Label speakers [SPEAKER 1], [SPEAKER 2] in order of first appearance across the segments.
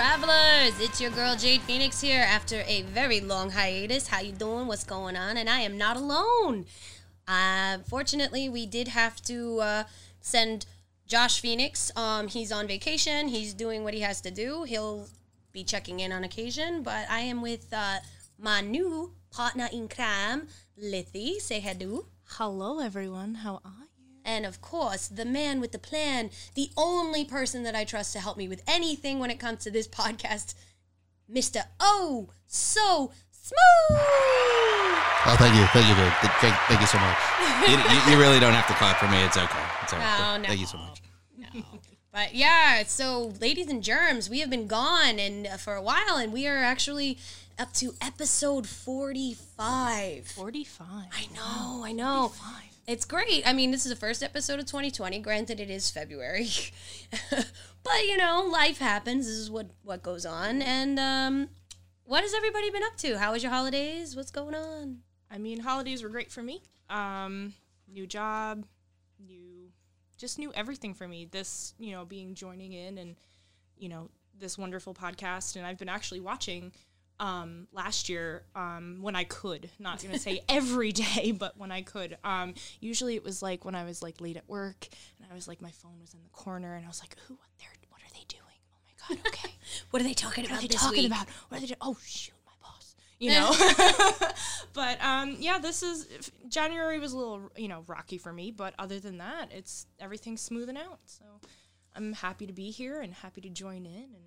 [SPEAKER 1] listeners, it's your girl Jade Phoenix here after a very long hiatus. How you doing? What's going on? And I am not alone. Uh, fortunately, we did have to uh, send Josh Phoenix. Um, he's on vacation. He's doing what he has to do. He'll be checking in on occasion. But I am with uh, my new partner in crime, Lithi. Say hello.
[SPEAKER 2] Hello, everyone. How are you?
[SPEAKER 1] And of course, the man with the plan, the only person that I trust to help me with anything when it comes to this podcast, Mr. Oh, so smooth.
[SPEAKER 3] Oh, thank you, thank you, dude. Th- Thank, thank you so much.
[SPEAKER 4] you, you, you really don't have to clap for me. It's okay. It's all
[SPEAKER 1] No,
[SPEAKER 4] right.
[SPEAKER 1] no.
[SPEAKER 3] Thank you so much.
[SPEAKER 1] But yeah, so ladies and germs, we have been gone and uh, for a while, and we are actually up to episode forty-five.
[SPEAKER 2] 45.
[SPEAKER 1] I know, I know. It's great. I mean, this is the first episode of 2020. Granted, it is February, but you know, life happens. This is what what goes on. And um, what has everybody been up to? How was your holidays? What's going on?
[SPEAKER 2] I mean, holidays were great for me. Um, new job, new, just new everything for me. This, you know, being joining in and, you know, this wonderful podcast. And I've been actually watching um, last year um, when I could, not going to say every day, but when I could. Um, usually it was like when I was like late at work and I was like, my phone was in the corner and I was like, ooh, what, they're, what are they doing? Oh my God, okay.
[SPEAKER 1] What are they talking
[SPEAKER 2] what
[SPEAKER 1] about
[SPEAKER 2] are they
[SPEAKER 1] this
[SPEAKER 2] talking
[SPEAKER 1] week?
[SPEAKER 2] about? What are they? Do- oh shoot, my boss. You know. but um, yeah, this is f- January was a little you know rocky for me, but other than that, it's everything's smoothing out. So I'm happy to be here and happy to join in and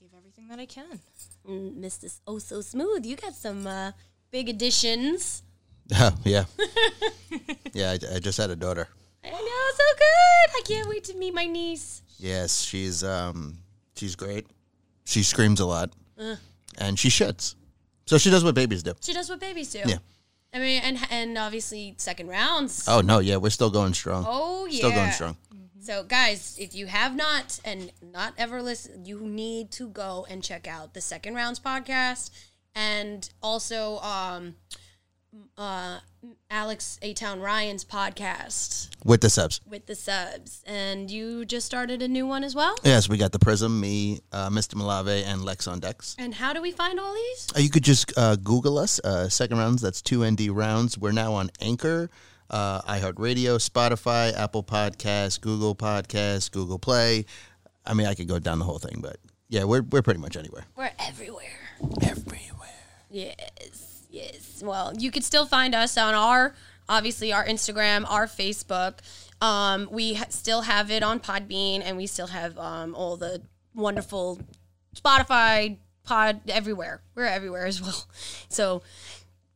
[SPEAKER 2] give everything that I can.
[SPEAKER 1] Mm, Mr. Oh So Smooth, you got some uh, big additions.
[SPEAKER 3] yeah, yeah. I, I just had a daughter.
[SPEAKER 1] I know, so good. I can't wait to meet my niece.
[SPEAKER 3] Yes, she's um, she's great. She screams a lot, and she shits. So she does what babies do.
[SPEAKER 1] She does what babies do.
[SPEAKER 3] Yeah.
[SPEAKER 1] I mean, and and obviously second rounds.
[SPEAKER 3] Oh no, yeah, we're still going strong.
[SPEAKER 1] Oh, yeah.
[SPEAKER 3] still going strong.
[SPEAKER 1] So, guys, if you have not and not ever listened, you need to go and check out the Second Rounds podcast and also um, uh, Alex A Town Ryan's podcast
[SPEAKER 3] With the subs.
[SPEAKER 1] with the subs. And you just started a new one as well.
[SPEAKER 3] Yes, we got the prism, me, uh, Mr. Malave, and Lex on decks.
[SPEAKER 1] And how do we find all these?
[SPEAKER 3] Uh, You could just uh, Google us, uh, Second Rounds. That's two ND rounds. We're now on Anchor, uh, iHeartRadio, Spotify, Apple Podcasts, Google Podcasts, Google Play. I mean, I could go down the whole thing, but yeah, we're, we're pretty much anywhere.
[SPEAKER 1] We're everywhere.
[SPEAKER 3] Everywhere.
[SPEAKER 1] Yes, yes. Well, you could still find us on our obviously our Instagram, our Facebook. Um, we ha- still have it on Podbean, and we still have um, all the wonderful Spotify pod everywhere. We're everywhere as well. So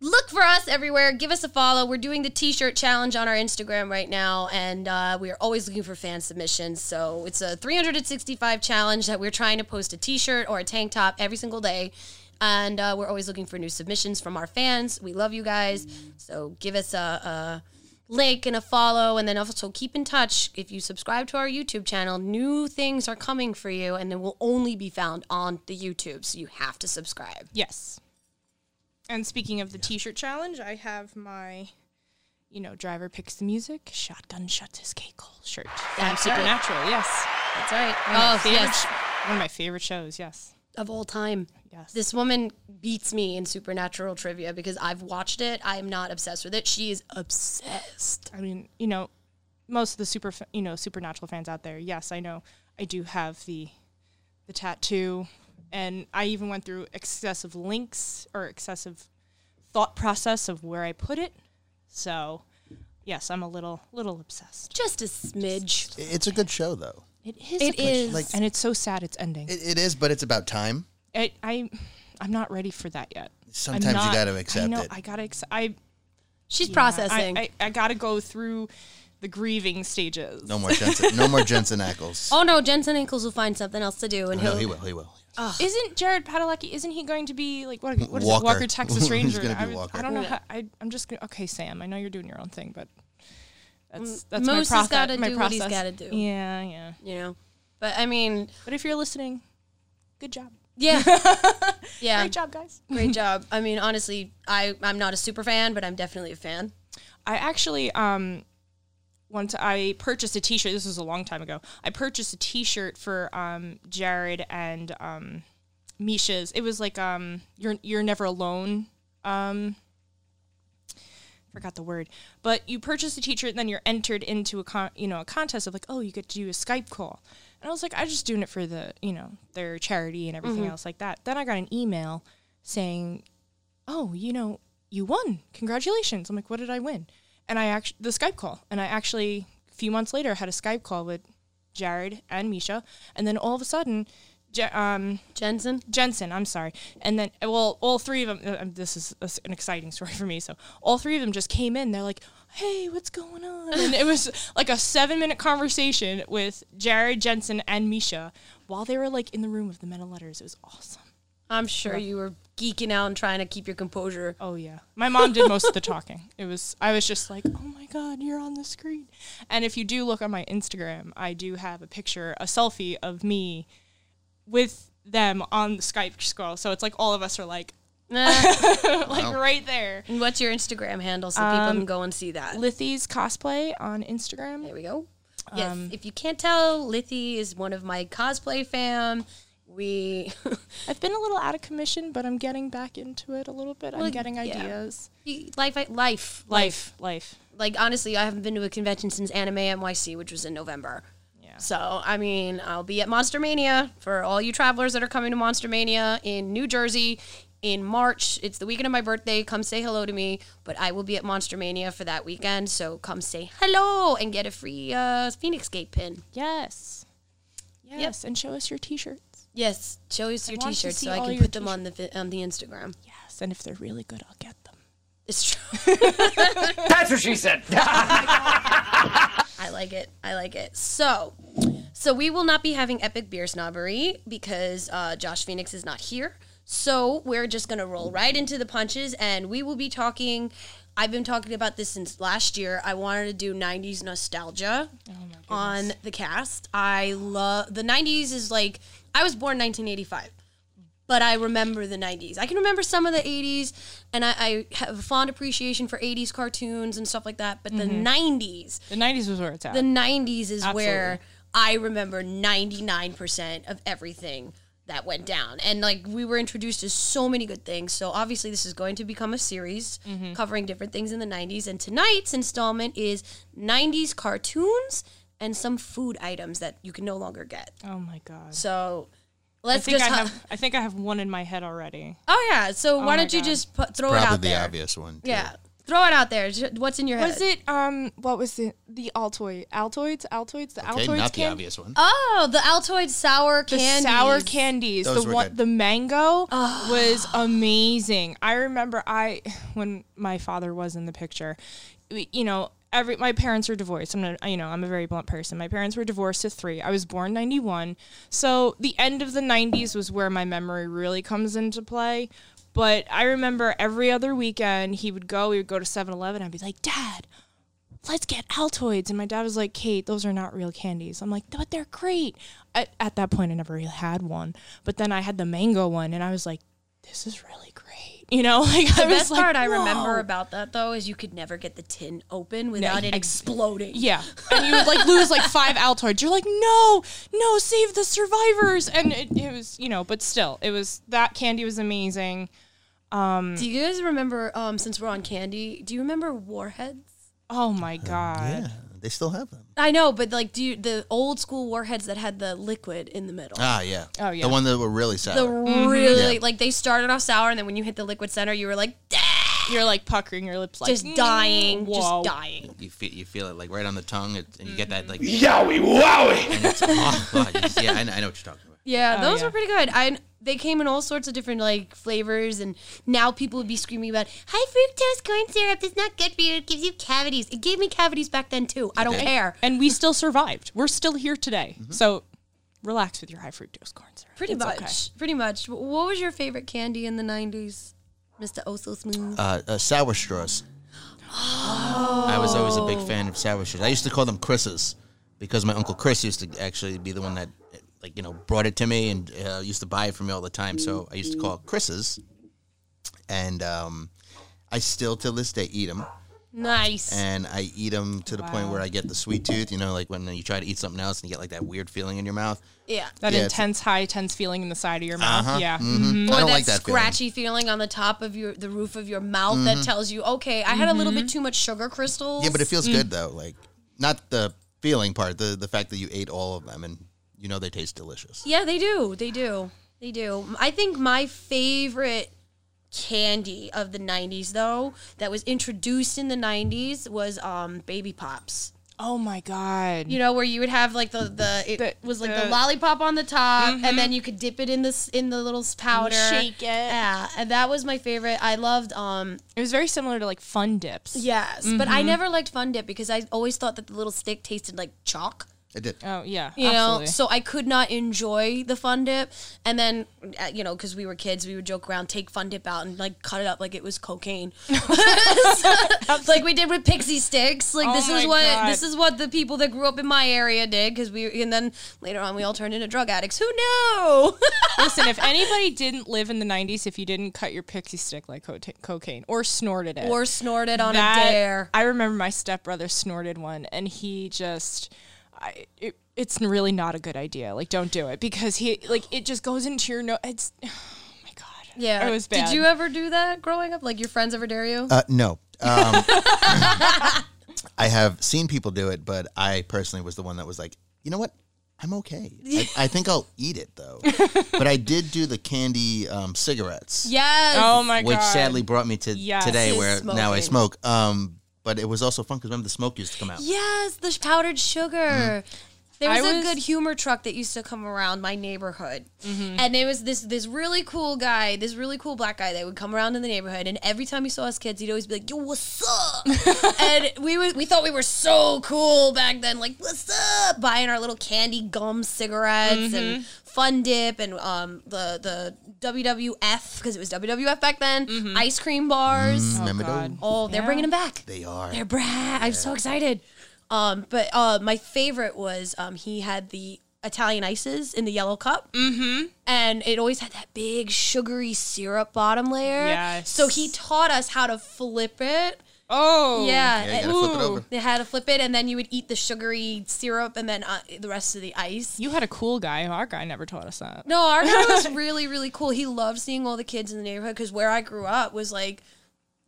[SPEAKER 1] look for us everywhere. Give us a follow. We're doing the T-shirt challenge on our Instagram right now, and uh, we are always looking for fan submissions. So it's a 365 challenge that we're trying to post a T-shirt or a tank top every single day, and uh, we're always looking for new submissions from our fans. We love you guys, so give us a. a Link and a follow, and then also keep in touch. If you subscribe to our YouTube channel, new things are coming for you, and they will only be found on the YouTube. So you have to subscribe.
[SPEAKER 2] Yes. And speaking of the T-shirt challenge, I have my, you know, driver picks the music, shotgun shuts his K Cole shirt. I'm
[SPEAKER 1] That's right.
[SPEAKER 2] Supernatural, yes.
[SPEAKER 1] That's right.
[SPEAKER 2] One of my
[SPEAKER 1] Oh,
[SPEAKER 2] favorite
[SPEAKER 1] yes,
[SPEAKER 2] sh- one of my favorite shows. Yes.
[SPEAKER 1] of all time.
[SPEAKER 2] Yes.
[SPEAKER 1] This woman beats me in supernatural trivia because I've watched it. I am not obsessed with it. She is obsessed.
[SPEAKER 2] I mean, you know, most of the super, you know, supernatural fans out there. Yes, I know. I do have the, the tattoo, and I even went through excessive links or excessive thought process of where I put it. So, yes, I'm a little, little obsessed.
[SPEAKER 1] Just a smidge.
[SPEAKER 3] It's a good show, though.
[SPEAKER 2] It is.
[SPEAKER 1] It is.
[SPEAKER 2] and it's so sad it's ending.
[SPEAKER 3] It, it is, but it's about time.
[SPEAKER 2] I, I, I'm not ready for that yet. I'm
[SPEAKER 3] Sometimes you
[SPEAKER 2] not-
[SPEAKER 3] gotta
[SPEAKER 2] I
[SPEAKER 3] accept
[SPEAKER 2] know.
[SPEAKER 3] it.
[SPEAKER 2] I gotta. Ex- I
[SPEAKER 1] She's
[SPEAKER 2] yeah,
[SPEAKER 1] processing.
[SPEAKER 2] I, I, I gotta go through the grieving stages.
[SPEAKER 3] No more Jensen. no more Jensen Ackles.
[SPEAKER 1] oh no, Jensen Ankles will find something else to do, and
[SPEAKER 3] no,
[SPEAKER 1] Oh, he'll. Oh,
[SPEAKER 3] he will. He will.
[SPEAKER 2] Isn't Jared Padalecki? Isn't he going to be like what? What is
[SPEAKER 3] Walker.
[SPEAKER 2] it? Walker Texas
[SPEAKER 3] He's
[SPEAKER 2] Ranger.
[SPEAKER 3] gonna be
[SPEAKER 2] I, would-
[SPEAKER 3] Walker.
[SPEAKER 2] I don't know. How, I I'm just gonna, okay, Sam. I know you're doing your own thing, but that's that's
[SPEAKER 1] Moose
[SPEAKER 2] my
[SPEAKER 1] has
[SPEAKER 2] process.
[SPEAKER 1] gotta
[SPEAKER 2] my
[SPEAKER 1] do what he's
[SPEAKER 2] process.
[SPEAKER 1] gotta do.
[SPEAKER 2] Yeah, yeah.
[SPEAKER 1] You know, but I mean,
[SPEAKER 2] But if you're listening, good job.
[SPEAKER 1] yeah, yeah,
[SPEAKER 2] Great job, guys.
[SPEAKER 1] great job. I mean, honestly, I I'm not a super fan, but I'm definitely a fan.
[SPEAKER 2] I actually um once I purchased a t-shirt this was a long time ago. I purchased a t-shirt for um Jared and um Misha's. It was like um, you're you're never alone. Um, forgot the word, but you purchase a teacher, and then you're entered into a con- you know a contest of like, oh, you get to do a Skype call. And I was like, I just doing it for the you know their charity and everything else like that. Then I got an email saying, oh, you know, you won. Congratulations. I'm like, what did I win? And I actually, the Skype call. And I actually, a few months later, had a Skype call with Jared and Misha. And then all of a sudden, Ja- um,
[SPEAKER 1] Jensen.
[SPEAKER 2] Jensen, I'm sorry. And then, well, all three of them, uh, um, this is a s an exciting story for me. So, all three of them just came in. They're like, hey, what's going on? And it was like a seven minute conversation with Jared, Jensen, and Misha while they were like in the room with the men of letters. It was awesome.
[SPEAKER 1] I'm sure you were geeking out and trying to keep your composure.
[SPEAKER 2] Oh yeah. My mom did most of the talking. It was I was just like, "Oh my god, you're on the screen." And if you do look on my Instagram, I do have a picture, a selfie of me with them on the Skype scroll. So it's like all of us are like
[SPEAKER 1] Nah.
[SPEAKER 2] like right there.
[SPEAKER 1] Eh, And What's your Instagram handle so people
[SPEAKER 2] Um,
[SPEAKER 1] can go and see that?
[SPEAKER 2] Lithy's cosplay on Instagram.
[SPEAKER 1] There we go. Yes, if you can't tell, Lithy is one of my cosplay fam. We
[SPEAKER 2] I've been a little out of commission, but I'm getting back into it a little bit. I'm getting
[SPEAKER 1] yeah.
[SPEAKER 2] ideas.
[SPEAKER 1] life, life,
[SPEAKER 2] Life, life.
[SPEAKER 1] Like honestly, I haven't been to a convention since Anime NYC, which was in November.
[SPEAKER 2] Yeah.
[SPEAKER 1] So I mean, I'll be at Monster Mania for all you travelers that are coming to Monster Mania in New Jersey in March. It's the weekend of my birthday. Come say hello to me. But I will be at Monster Mania for that weekend, so come say hello and get a free uh, Phoenix Gate pin.
[SPEAKER 2] Yes. Yes, and show us your t-shirts.
[SPEAKER 1] Yes, show us your
[SPEAKER 2] want to
[SPEAKER 1] T-shirts
[SPEAKER 2] see
[SPEAKER 1] so I
[SPEAKER 2] all
[SPEAKER 1] can
[SPEAKER 2] your
[SPEAKER 1] put them on the vi- on the Instagram.
[SPEAKER 2] Yes, and if they're really good, I'll get them.
[SPEAKER 1] It's true.
[SPEAKER 5] That's what she said.
[SPEAKER 1] I like it. I like it. So, so we will not be having epic beer snobbery because uh, Josh Phoenix is not here. So we're just gonna roll right into the punches, and we will be talking. I've been talking about this since last year. I wanted to do '90s nostalgia
[SPEAKER 5] Oh
[SPEAKER 1] on the cast. I love the '90s. Is like I was born 1985. But I remember the 90s. I can remember some of the 80s, and I, I have a fond appreciation for 80s cartoons and stuff like that. But
[SPEAKER 2] Mm-hmm.
[SPEAKER 1] the 90s,
[SPEAKER 2] The 90s was where it's at.
[SPEAKER 1] the 90s is where I remember 99% of everything that went down. And like we were introduced to so many good things. So obviously this is going to become a series
[SPEAKER 2] Mm-hmm.
[SPEAKER 1] covering different things in the 90s and tonight's installment is 90s cartoons and some food items that you can no longer get.
[SPEAKER 2] oh my god.
[SPEAKER 1] So
[SPEAKER 2] I
[SPEAKER 1] let's
[SPEAKER 2] think
[SPEAKER 1] just
[SPEAKER 2] I
[SPEAKER 1] hu-
[SPEAKER 2] have. I think I have one in my head already.
[SPEAKER 1] Oh yeah, so why
[SPEAKER 2] my
[SPEAKER 1] don't you
[SPEAKER 2] God.
[SPEAKER 1] just put, throw it
[SPEAKER 3] Probably
[SPEAKER 1] out
[SPEAKER 3] the
[SPEAKER 1] there.
[SPEAKER 3] obvious one. too.
[SPEAKER 1] Yeah. Throw it out there. Ju- What's in your head?
[SPEAKER 2] Was it um? What was the the Altoid? Altoids? Altoids? The
[SPEAKER 3] Okay,
[SPEAKER 2] Altoids
[SPEAKER 3] not
[SPEAKER 2] can-
[SPEAKER 3] the obvious one.
[SPEAKER 1] Oh, the Altoid sour
[SPEAKER 2] The
[SPEAKER 1] candy.
[SPEAKER 2] sour candies.
[SPEAKER 3] Those
[SPEAKER 2] the
[SPEAKER 3] were
[SPEAKER 2] one.
[SPEAKER 3] good.
[SPEAKER 2] The mango was amazing. I remember I when my father was in the picture. we- You know. Every, my parents are divorced. I'm not, you know, I'm a very blunt person. My parents were divorced at three. I was born '91, so the end of the '90s was where my memory really comes into play. But I remember every other weekend he would go. We would go to 7-Eleven. I'd be like, Dad, let's get Altoids. And my dad was like, Kate, those are not real candies. I'm like, but they're great. I, at that point, I never really had one. But then I had the mango one, and I was like, this is really great. You know, like
[SPEAKER 1] The
[SPEAKER 2] I was
[SPEAKER 1] best
[SPEAKER 2] like,
[SPEAKER 1] part I remember
[SPEAKER 2] "Whoa."
[SPEAKER 1] about that though is you could never get the tin open without it
[SPEAKER 2] I-
[SPEAKER 1] exploding.
[SPEAKER 2] Yeah, and you would like lose like five Altoids. You're like, no, no, save the survivors. And it, it was, you know, but still, it was that candy was amazing. Mm.
[SPEAKER 1] Do you guys remember? Um, since we're on candy, do you remember warheads?
[SPEAKER 2] Oh my god.
[SPEAKER 3] Yeah, they still have them.
[SPEAKER 1] I know, but like, do you, the old school warheads that had the liquid in the middle?
[SPEAKER 3] Ah, yeah.
[SPEAKER 2] Oh, yeah.
[SPEAKER 3] The one that were really sour.
[SPEAKER 1] the
[SPEAKER 2] Mm-hmm.
[SPEAKER 1] really
[SPEAKER 3] Yeah.
[SPEAKER 1] like they started off sour, and then when you hit the liquid center, you were like, "Dah!"
[SPEAKER 2] You're like puckering your lips, like
[SPEAKER 1] just
[SPEAKER 2] "Mm,
[SPEAKER 1] dying,
[SPEAKER 2] whoa."
[SPEAKER 1] just dying.
[SPEAKER 4] You feel you feel it like right on the tongue, it, and you get that like.
[SPEAKER 5] Mm-hmm. Yowie wowie.
[SPEAKER 4] and it's awful. yeah, I know, I know what you're talking about.
[SPEAKER 1] Yeah,
[SPEAKER 2] Oh,
[SPEAKER 1] those
[SPEAKER 2] yeah.
[SPEAKER 1] were pretty good. I they came in all sorts of different like flavors, and now people would be screaming about high fructose corn syrup is not good for you. It gives you cavities. It gave me cavities back then too. I don't care.
[SPEAKER 2] and we still survived. We're still here today. So relax with your high fructose corn syrup.
[SPEAKER 1] Pretty
[SPEAKER 2] It's
[SPEAKER 1] much.
[SPEAKER 2] okay.
[SPEAKER 1] Pretty much. Wh- What was your favorite candy in the 90s? Mr. Oh So Smooth.
[SPEAKER 3] uh, uh, sour straws. I was always a big fan of sour straws. I used to call them Chris's because my uncle Chris used to actually be the one that, like you know, brought it to me and uh, used to buy it for me all the time. So I used to call it Chris's, and um, I still to this day eat them.
[SPEAKER 1] Nice.
[SPEAKER 3] and I eat them to the point
[SPEAKER 2] Wow.
[SPEAKER 3] where I get the sweet tooth. You know, like when you try to eat something else and you get like that weird feeling in your mouth.
[SPEAKER 1] yeah.
[SPEAKER 2] That
[SPEAKER 3] Yeah, it's-
[SPEAKER 2] intense, high, tense feeling in the side of your mouth. Yeah. Mm-hmm.
[SPEAKER 3] I
[SPEAKER 1] or
[SPEAKER 3] don't
[SPEAKER 1] that
[SPEAKER 3] like that feeling. Mm-hmm.
[SPEAKER 1] scratchy feeling. on the top of your the roof of your mouth that tells you, okay, I had a little bit too much sugar crystals.
[SPEAKER 3] Yeah, but it feels
[SPEAKER 1] Mm.
[SPEAKER 3] good though. Like not the feeling part, the the fact that you ate all of them and you know they taste delicious.
[SPEAKER 1] yeah, they do, they do, they do. I think my favorite candy of the '90s, though, that was introduced in the '90s, was um, Baby Pops.
[SPEAKER 2] Oh my God.
[SPEAKER 1] You know, where you would have like the the it
[SPEAKER 2] The-
[SPEAKER 1] was like
[SPEAKER 2] the- Mm-hmm.
[SPEAKER 1] the lollipop on the top, and then you could dip it in this in the little s- powder,
[SPEAKER 2] shake it.
[SPEAKER 1] Yeah, and that was my favorite. I loved um
[SPEAKER 2] it was very similar to like fun dips.
[SPEAKER 1] Yes, but
[SPEAKER 2] Mm-hmm.
[SPEAKER 1] I never liked Fun Dip because I always thought that the little stick tasted like chalk.
[SPEAKER 3] It did.
[SPEAKER 2] Oh yeah.
[SPEAKER 1] You
[SPEAKER 2] absolutely.
[SPEAKER 1] know, so I could not enjoy the Fun Dip. And then, uh, you know, because we were kids, we would joke around, take Fun Dip out and like cut it up like it was cocaine, like we did with Pixie sticks. Like
[SPEAKER 2] Oh
[SPEAKER 1] this is
[SPEAKER 2] my
[SPEAKER 1] what
[SPEAKER 2] God.
[SPEAKER 1] this is what the people that grew up in my area did. Because we and then later on we all turned into drug addicts. Who knew?
[SPEAKER 2] Listen, if anybody didn't live in the '90s, if you didn't cut your pixie stick like co- cocaine or snorted it,
[SPEAKER 1] or snorted on
[SPEAKER 2] that-
[SPEAKER 1] a dare.
[SPEAKER 2] I remember my stepbrother snorted one, and he just, I, it, it's really not a good idea. Like, don't do it because he, like, it just goes into your nose. It's, oh my god,
[SPEAKER 1] Yeah.
[SPEAKER 2] it was bad.
[SPEAKER 1] Did you ever do that growing up? Like your friends ever dare you?
[SPEAKER 3] Uh, no. Um, I have seen people do it, but I personally was the one that was like, you know what? I'm okay. I, I think I'll eat it though. but I did do the candy um, cigarettes,
[SPEAKER 1] yes.
[SPEAKER 2] Oh my
[SPEAKER 4] Which
[SPEAKER 2] god,
[SPEAKER 4] sadly brought me to
[SPEAKER 2] Yes.
[SPEAKER 4] today
[SPEAKER 1] To
[SPEAKER 4] where now I
[SPEAKER 1] smoking.
[SPEAKER 4] smoke. Um,
[SPEAKER 3] but it was also fun because remember the smoke used to come out.
[SPEAKER 1] Yes, the sh- powdered sugar. There was,
[SPEAKER 2] Mm-hmm. I
[SPEAKER 1] a
[SPEAKER 2] was-
[SPEAKER 1] good humor truck that used to come around my neighborhood,
[SPEAKER 2] Mm-hmm.
[SPEAKER 1] and it was this this really cool guy, this really cool black guy that would come around in the neighborhood, and every time he saw us kids, he'd always be like, "Yo, what's up?" and we was, we thought we were so cool back then, like, "What's up?" Buying our little candy gum cigarettes
[SPEAKER 2] Mm-hmm.
[SPEAKER 1] and Fun Dip and um the the WWF because it was WWF back then,
[SPEAKER 2] Mm-hmm.
[SPEAKER 1] ice cream bars.
[SPEAKER 3] Remember those?
[SPEAKER 2] God.
[SPEAKER 1] Oh, they're bringing them back.
[SPEAKER 3] They are.
[SPEAKER 1] They're brat. I'm so excited. Um, but uh, my favorite was um, he had the Italian ices in the yellow cup. Mm-hmm. And it always had that big sugary syrup bottom layer.
[SPEAKER 2] Yes.
[SPEAKER 1] So he taught us how to flip it.
[SPEAKER 2] Oh
[SPEAKER 1] Yeah.
[SPEAKER 3] Yeah, you
[SPEAKER 1] and-
[SPEAKER 3] gotta flip it over.
[SPEAKER 1] They had to flip it, and then you would eat the sugary syrup and then uh, the rest of the ice.
[SPEAKER 2] You had a cool guy. Our guy never taught us that.
[SPEAKER 1] No, our guy was really, really cool. He loved seeing all the kids in the neighborhood because where I grew up was like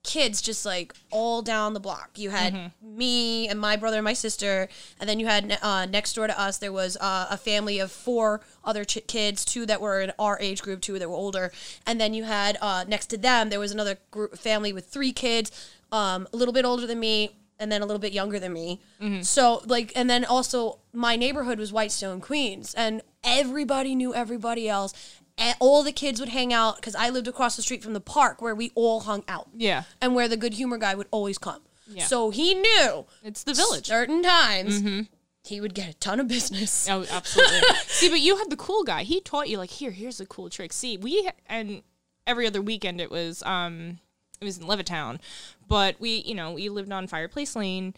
[SPEAKER 1] kids just like all down the block. You had me and my brother and my sister, and then you had uh, next door to us there was uh, a family of four other ch- kids, two that were in our age group, two that were older, and then you had uh, next to them there was another group family with three kids, um, a little bit older than me. And then a little bit younger than me. So, like, and then also my neighborhood was Whitestone, Queens, and everybody knew everybody else. And all the kids would hang out because I lived across the street from the park where we all hung out
[SPEAKER 2] Yeah.
[SPEAKER 1] and where the good humor guy would always come.
[SPEAKER 2] Yeah.
[SPEAKER 1] So he knew
[SPEAKER 2] It's the village. Mm-hmm.
[SPEAKER 1] certain times he would get a ton of business.
[SPEAKER 2] Oh, absolutely. See, but you had the cool guy. He taught you like, here, here's a cool trick. See, we and every other weekend it was um it was in Levittown, but we you know we lived on Fireplace Lane,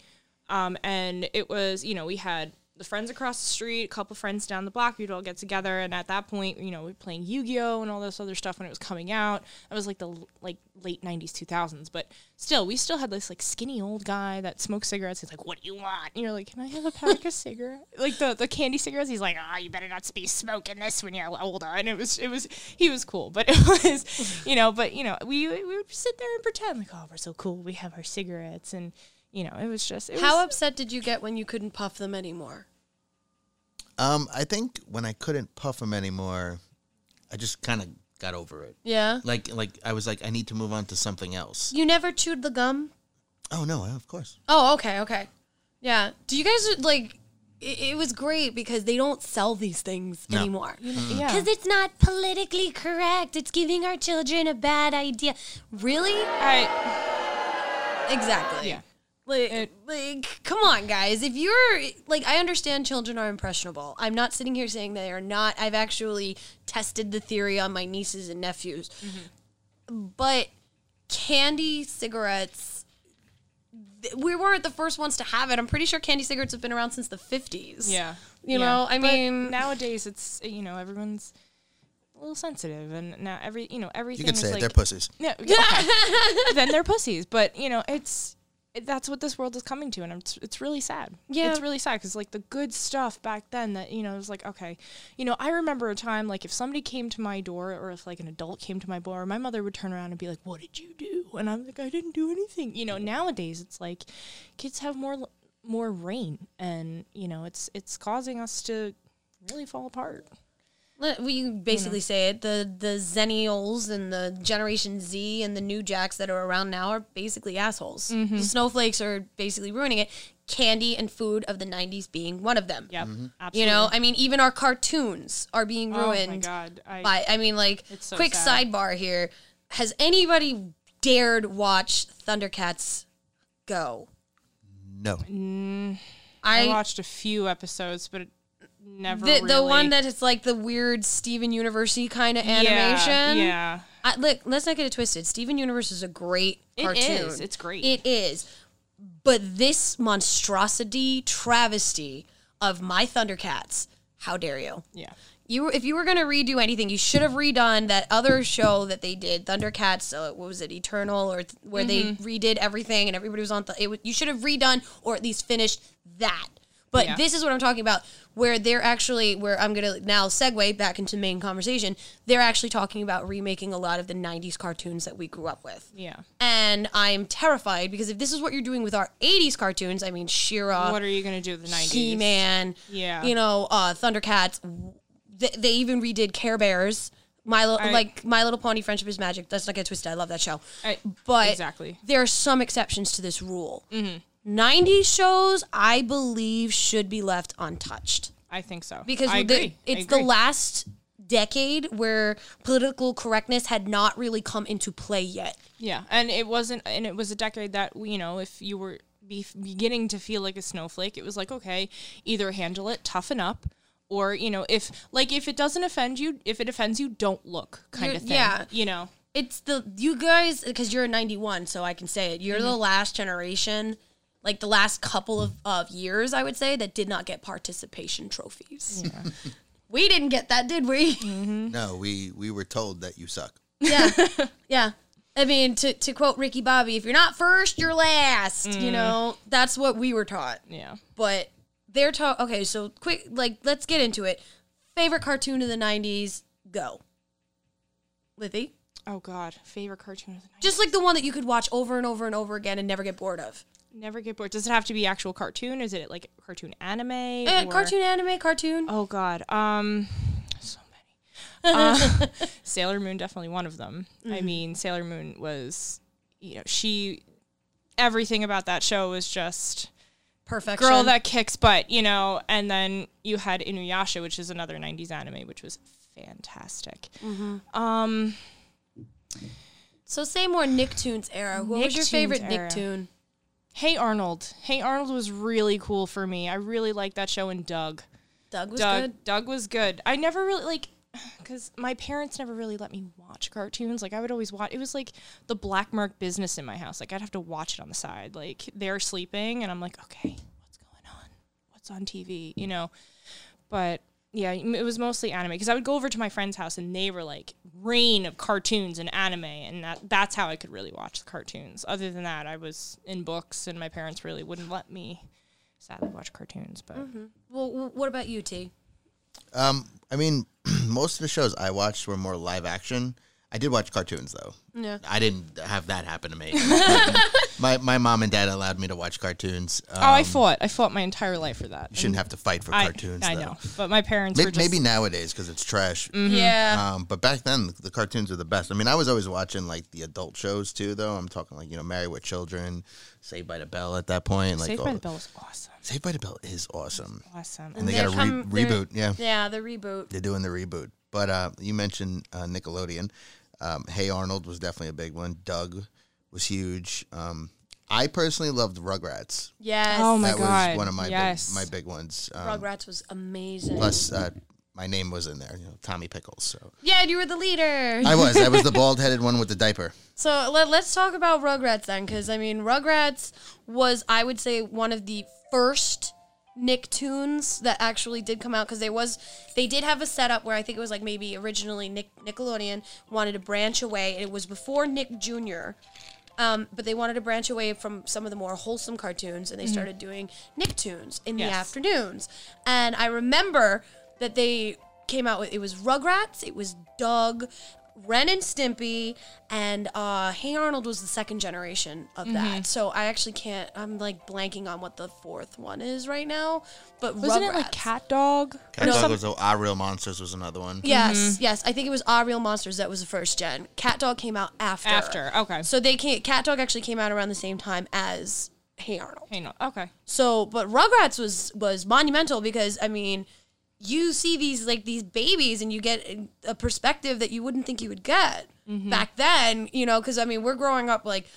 [SPEAKER 2] um and it was you know we had the friends across the street, a couple friends down the block. We'd all get together, and at that point, you know, we were playing Yu Gi Oh and all this other stuff when it was coming out. It was like the l- like late '90s, 2000s, but still, we still had this like skinny old guy that smoked cigarettes. He's like, "What do you want?" And you're like, "Can I have a pack of cigarette?" Like the the candy cigarettes. He's like, "Ah, you better not be smoking this when you're older." And it was it was he was cool, but it was you know, but you know, we we would sit there and pretend like, "Oh, we're so cool. We have our cigarettes," and you know, it was just it
[SPEAKER 1] How
[SPEAKER 2] was,
[SPEAKER 1] upset did you get when you couldn't puff them anymore?
[SPEAKER 3] Um, I think when I couldn't puff them anymore,
[SPEAKER 4] I just kind of got over it.
[SPEAKER 1] Yeah.
[SPEAKER 4] Like like I was like I need to move on to something else.
[SPEAKER 1] You never chewed the gum?
[SPEAKER 3] oh no, of course.
[SPEAKER 1] Oh, okay, okay. Yeah. Do you guys like it, it was great because they don't sell these things anymore.
[SPEAKER 2] yeah.
[SPEAKER 1] Because it's not politically correct. It's giving our children a bad idea. Really?
[SPEAKER 2] I,
[SPEAKER 1] Exactly.
[SPEAKER 2] Yeah.
[SPEAKER 1] Like, like, come on, guys. If you're like, I understand children are impressionable. I'm not sitting here saying they are not. I've actually tested the theory on my nieces and nephews. But candy cigarettes, th- we weren't the first ones to have it. I'm pretty sure candy cigarettes have been around since the 50s.
[SPEAKER 2] yeah.
[SPEAKER 1] You
[SPEAKER 2] Yeah.
[SPEAKER 1] know, I
[SPEAKER 2] But
[SPEAKER 1] mean,
[SPEAKER 2] nowadays it's you know everyone's a little sensitive, and now every you know everything
[SPEAKER 3] You could
[SPEAKER 2] is
[SPEAKER 3] say it,
[SPEAKER 2] like
[SPEAKER 3] they're pussies.
[SPEAKER 2] No, yeah, okay. then they're pussies. But you know, it's that's what this world is coming to, and it's it's really sad.
[SPEAKER 1] Yeah.
[SPEAKER 2] it's really sad because like the good stuff back then that you know it was like okay, you know I remember a time like if somebody came to my door or if like an adult came to my door, my mother would turn around and be like, "What did you do?" And I'm like, "I didn't do anything." You know, nowadays it's like kids have more l- more reign, and you know it's it's causing us to really fall apart.
[SPEAKER 1] Let- We basically say it. The the Zennials and the Generation Z and the new jacks that are around now are basically assholes.
[SPEAKER 2] Mm-hmm.
[SPEAKER 1] The snowflakes are basically ruining it. Candy and food of the '90s being one of them.
[SPEAKER 2] Yep,
[SPEAKER 1] You know, I mean, even our cartoons are being ruined.
[SPEAKER 2] Oh my god, I,
[SPEAKER 1] by I mean like
[SPEAKER 2] so
[SPEAKER 1] quick
[SPEAKER 2] sad.
[SPEAKER 1] sidebar here. Has anybody dared watch Thundercats go?
[SPEAKER 3] No.
[SPEAKER 2] Mm-hmm. I
[SPEAKER 1] I
[SPEAKER 2] watched a few episodes, but it never
[SPEAKER 1] the, the
[SPEAKER 2] really-
[SPEAKER 1] one that it's like the weird Steven University kind of
[SPEAKER 2] Yeah,
[SPEAKER 1] animation.
[SPEAKER 2] yeah.
[SPEAKER 1] I, look, let's not get it twisted. Steven Universe is a great
[SPEAKER 2] It
[SPEAKER 1] cartoon.
[SPEAKER 2] is. It's great.
[SPEAKER 1] It is. But this monstrosity, travesty of my Thundercats, how dare you?
[SPEAKER 2] Yeah.
[SPEAKER 1] You were, if you were going to redo anything, you should have redone that other show that they did, Thundercats. Uh, what was it, Eternal, or th- where
[SPEAKER 2] Mm-hmm.
[SPEAKER 1] they redid everything and everybody was on. Th- it was, you should have redone or at least finished that. But
[SPEAKER 2] Yeah.
[SPEAKER 1] this is what I'm talking about, where they're actually where I'm gonna now segue back into main conversation. They're actually talking about remaking a lot of the '90s cartoons that we grew up with.
[SPEAKER 2] Yeah.
[SPEAKER 1] And I'm terrified because if this is what you're doing with our 80s cartoons, I mean, Shira,
[SPEAKER 2] What are you gonna do with the nineties?
[SPEAKER 1] He Man,
[SPEAKER 2] Yeah.
[SPEAKER 1] you know, uh, Thundercats. They, they even redid Care Bears. My Li-
[SPEAKER 2] I-
[SPEAKER 1] like My Little Pony: Friendship is Magic. Let's not get twisted. I love that show,
[SPEAKER 2] I-
[SPEAKER 1] but
[SPEAKER 2] exactly. Mm-hmm.
[SPEAKER 1] there are some exceptions to this rule. 90s shows, I believe, should be left untouched
[SPEAKER 2] I think so.
[SPEAKER 1] because
[SPEAKER 2] I
[SPEAKER 1] the-
[SPEAKER 2] agree. I
[SPEAKER 1] it's the
[SPEAKER 2] agree.
[SPEAKER 1] last decade where political correctness had not really come into play yet.
[SPEAKER 2] Yeah, and it wasn't, and it was a decade that you know, if you were be- beginning to feel like a snowflake, it was like okay, either handle it, toughen up, or you know, if like if it doesn't offend you, if it offends you, don't look, kind
[SPEAKER 1] You're-
[SPEAKER 2] of thing.
[SPEAKER 1] yeah.
[SPEAKER 2] you know.
[SPEAKER 1] it's the you guys because you're 91 so i can say it you're the last generation like the last couple of, of years i would say that did not get participation trophies we didn't get that did we
[SPEAKER 3] No, we we were told that you suck.
[SPEAKER 1] yeah yeah i mean to, to quote ricky bobby if you're not first you're last you know that's what we were taught
[SPEAKER 2] Yeah.
[SPEAKER 1] but they're taught okay so quick like let's get into it favorite cartoon of the 90s go Livy?
[SPEAKER 2] Oh God, favorite cartoon of the night.
[SPEAKER 1] just like the one that you could watch over and over and over again and never get bored of
[SPEAKER 2] Never get bored. Does it have to be actual cartoon? Is it like cartoon anime?
[SPEAKER 1] Uh,
[SPEAKER 2] or-
[SPEAKER 1] cartoon anime, cartoon.
[SPEAKER 2] Oh God, um, so many. Uh, Sailor Moon definitely one of them. I mean, Sailor Moon was, you know, she, everything about that show was just
[SPEAKER 1] Perfection.
[SPEAKER 2] girl that kicks butt, you know. And then you had Inuyasha, which is another '90s anime, which was fantastic. Um,
[SPEAKER 1] so say more Nicktoons era. What was your
[SPEAKER 2] Nicktoons
[SPEAKER 1] favorite
[SPEAKER 2] era.
[SPEAKER 1] Nicktoon?
[SPEAKER 2] Hey Arnold, Hey Arnold was really cool for me. I really liked that show and Doug.
[SPEAKER 1] Doug was
[SPEAKER 2] Doug,
[SPEAKER 1] good.
[SPEAKER 2] Doug was good. I never really like because my parents never really let me watch cartoons. Like I would always watch. It was like the black mark business in my house. Like I'd have to watch it on the side. Like they're sleeping, and I'm like, okay, what's going on? What's on TV? You know. But yeah, it was mostly anime because I would go over to my friend's house and they were like rain of cartoons and anime, and that that's how I could really watch the cartoons. Other than that, I was in books, and my parents really wouldn't let me sadly watch cartoons. But
[SPEAKER 1] Well, w- what about you, T?
[SPEAKER 3] Um, I mean, most of the shows I watched were more live action. I did watch cartoons though.
[SPEAKER 1] Yeah.
[SPEAKER 4] I didn't have that happen to me.
[SPEAKER 3] My my mom and dad allowed me to watch cartoons. Uh,
[SPEAKER 2] Oh, I fought. I fought my entire life for that.
[SPEAKER 3] shouldn't have to fight for
[SPEAKER 2] I,
[SPEAKER 3] cartoons.
[SPEAKER 2] I
[SPEAKER 3] though.
[SPEAKER 2] know, but my parents
[SPEAKER 3] Maybe,
[SPEAKER 2] were just
[SPEAKER 3] maybe
[SPEAKER 2] Mm-hmm.
[SPEAKER 3] nowadays because it's trash.
[SPEAKER 1] Yeah.
[SPEAKER 3] Um, but back then, the cartoons were the best. I mean, I was always watching like the adult shows too, though. I'm talking like you know, Married with Children, Saved by the Bell. At that point, like
[SPEAKER 2] Saved
[SPEAKER 3] all
[SPEAKER 2] by the Bell was awesome.
[SPEAKER 3] Saved by the Bell is awesome,
[SPEAKER 2] Awesome.
[SPEAKER 3] and they
[SPEAKER 1] They're
[SPEAKER 3] got a
[SPEAKER 1] come-
[SPEAKER 3] re-
[SPEAKER 1] they're-
[SPEAKER 3] reboot. Yeah,
[SPEAKER 1] yeah, the reboot.
[SPEAKER 3] they're doing the reboot. But uh, you mentioned uh, Nickelodeon. Um, hey Arnold was definitely a big one. Doug was huge. Um, I personally loved Rugrats.
[SPEAKER 1] Yes.
[SPEAKER 2] Oh my
[SPEAKER 3] that
[SPEAKER 2] god.
[SPEAKER 3] was one of my big,
[SPEAKER 2] yes.
[SPEAKER 3] my big ones. Um,
[SPEAKER 1] Rugrats was amazing.
[SPEAKER 3] plus, uh, my name was in there. You know, Tommy Pickles. So
[SPEAKER 1] yeah, and you were the leader.
[SPEAKER 3] I was. I was the bald headed one with the diaper.
[SPEAKER 1] so let, let's talk about Rugrats then, because I mean, Rugrats was, I would say, one of the first Nicktoons that actually did come out because they was they did have a setup where I think it was like maybe originally Nick Nickelodeon wanted to branch away and it was before Nick Jr. Um, but they wanted to branch away from some of the more wholesome cartoons, and they started doing Nicktoons in the
[SPEAKER 2] Mm-hmm. Yes.
[SPEAKER 1] afternoons. And I remember that they came out with it was Rugrats, it was Doug, Ren and Stimpy, and uh, Hey Arnold was the second generation of
[SPEAKER 2] Mm-hmm.
[SPEAKER 1] that. So I actually can't. I'm like blanking on what the fourth one is right now. But
[SPEAKER 2] Wasn't
[SPEAKER 1] Rugrats.
[SPEAKER 2] it like Cat Dog?
[SPEAKER 3] Cat
[SPEAKER 1] No.
[SPEAKER 3] Dog
[SPEAKER 1] Some-
[SPEAKER 3] was a- Our Real Monsters was another one.
[SPEAKER 1] Yes,
[SPEAKER 2] Mm-hmm.
[SPEAKER 1] yes. I think it was Ah Real Monsters that was the first gen. Cat Dog came out after.
[SPEAKER 2] After, okay.
[SPEAKER 1] So they came, Cat Dog actually came out around the same time as Hey Arnold.
[SPEAKER 2] Hey, no. Okay.
[SPEAKER 1] So, but Rugrats was was monumental because I mean, you see these like these babies and you get a perspective that you wouldn't think you would get
[SPEAKER 2] Mm-hmm.
[SPEAKER 1] back then. You know, because I mean, we're growing up like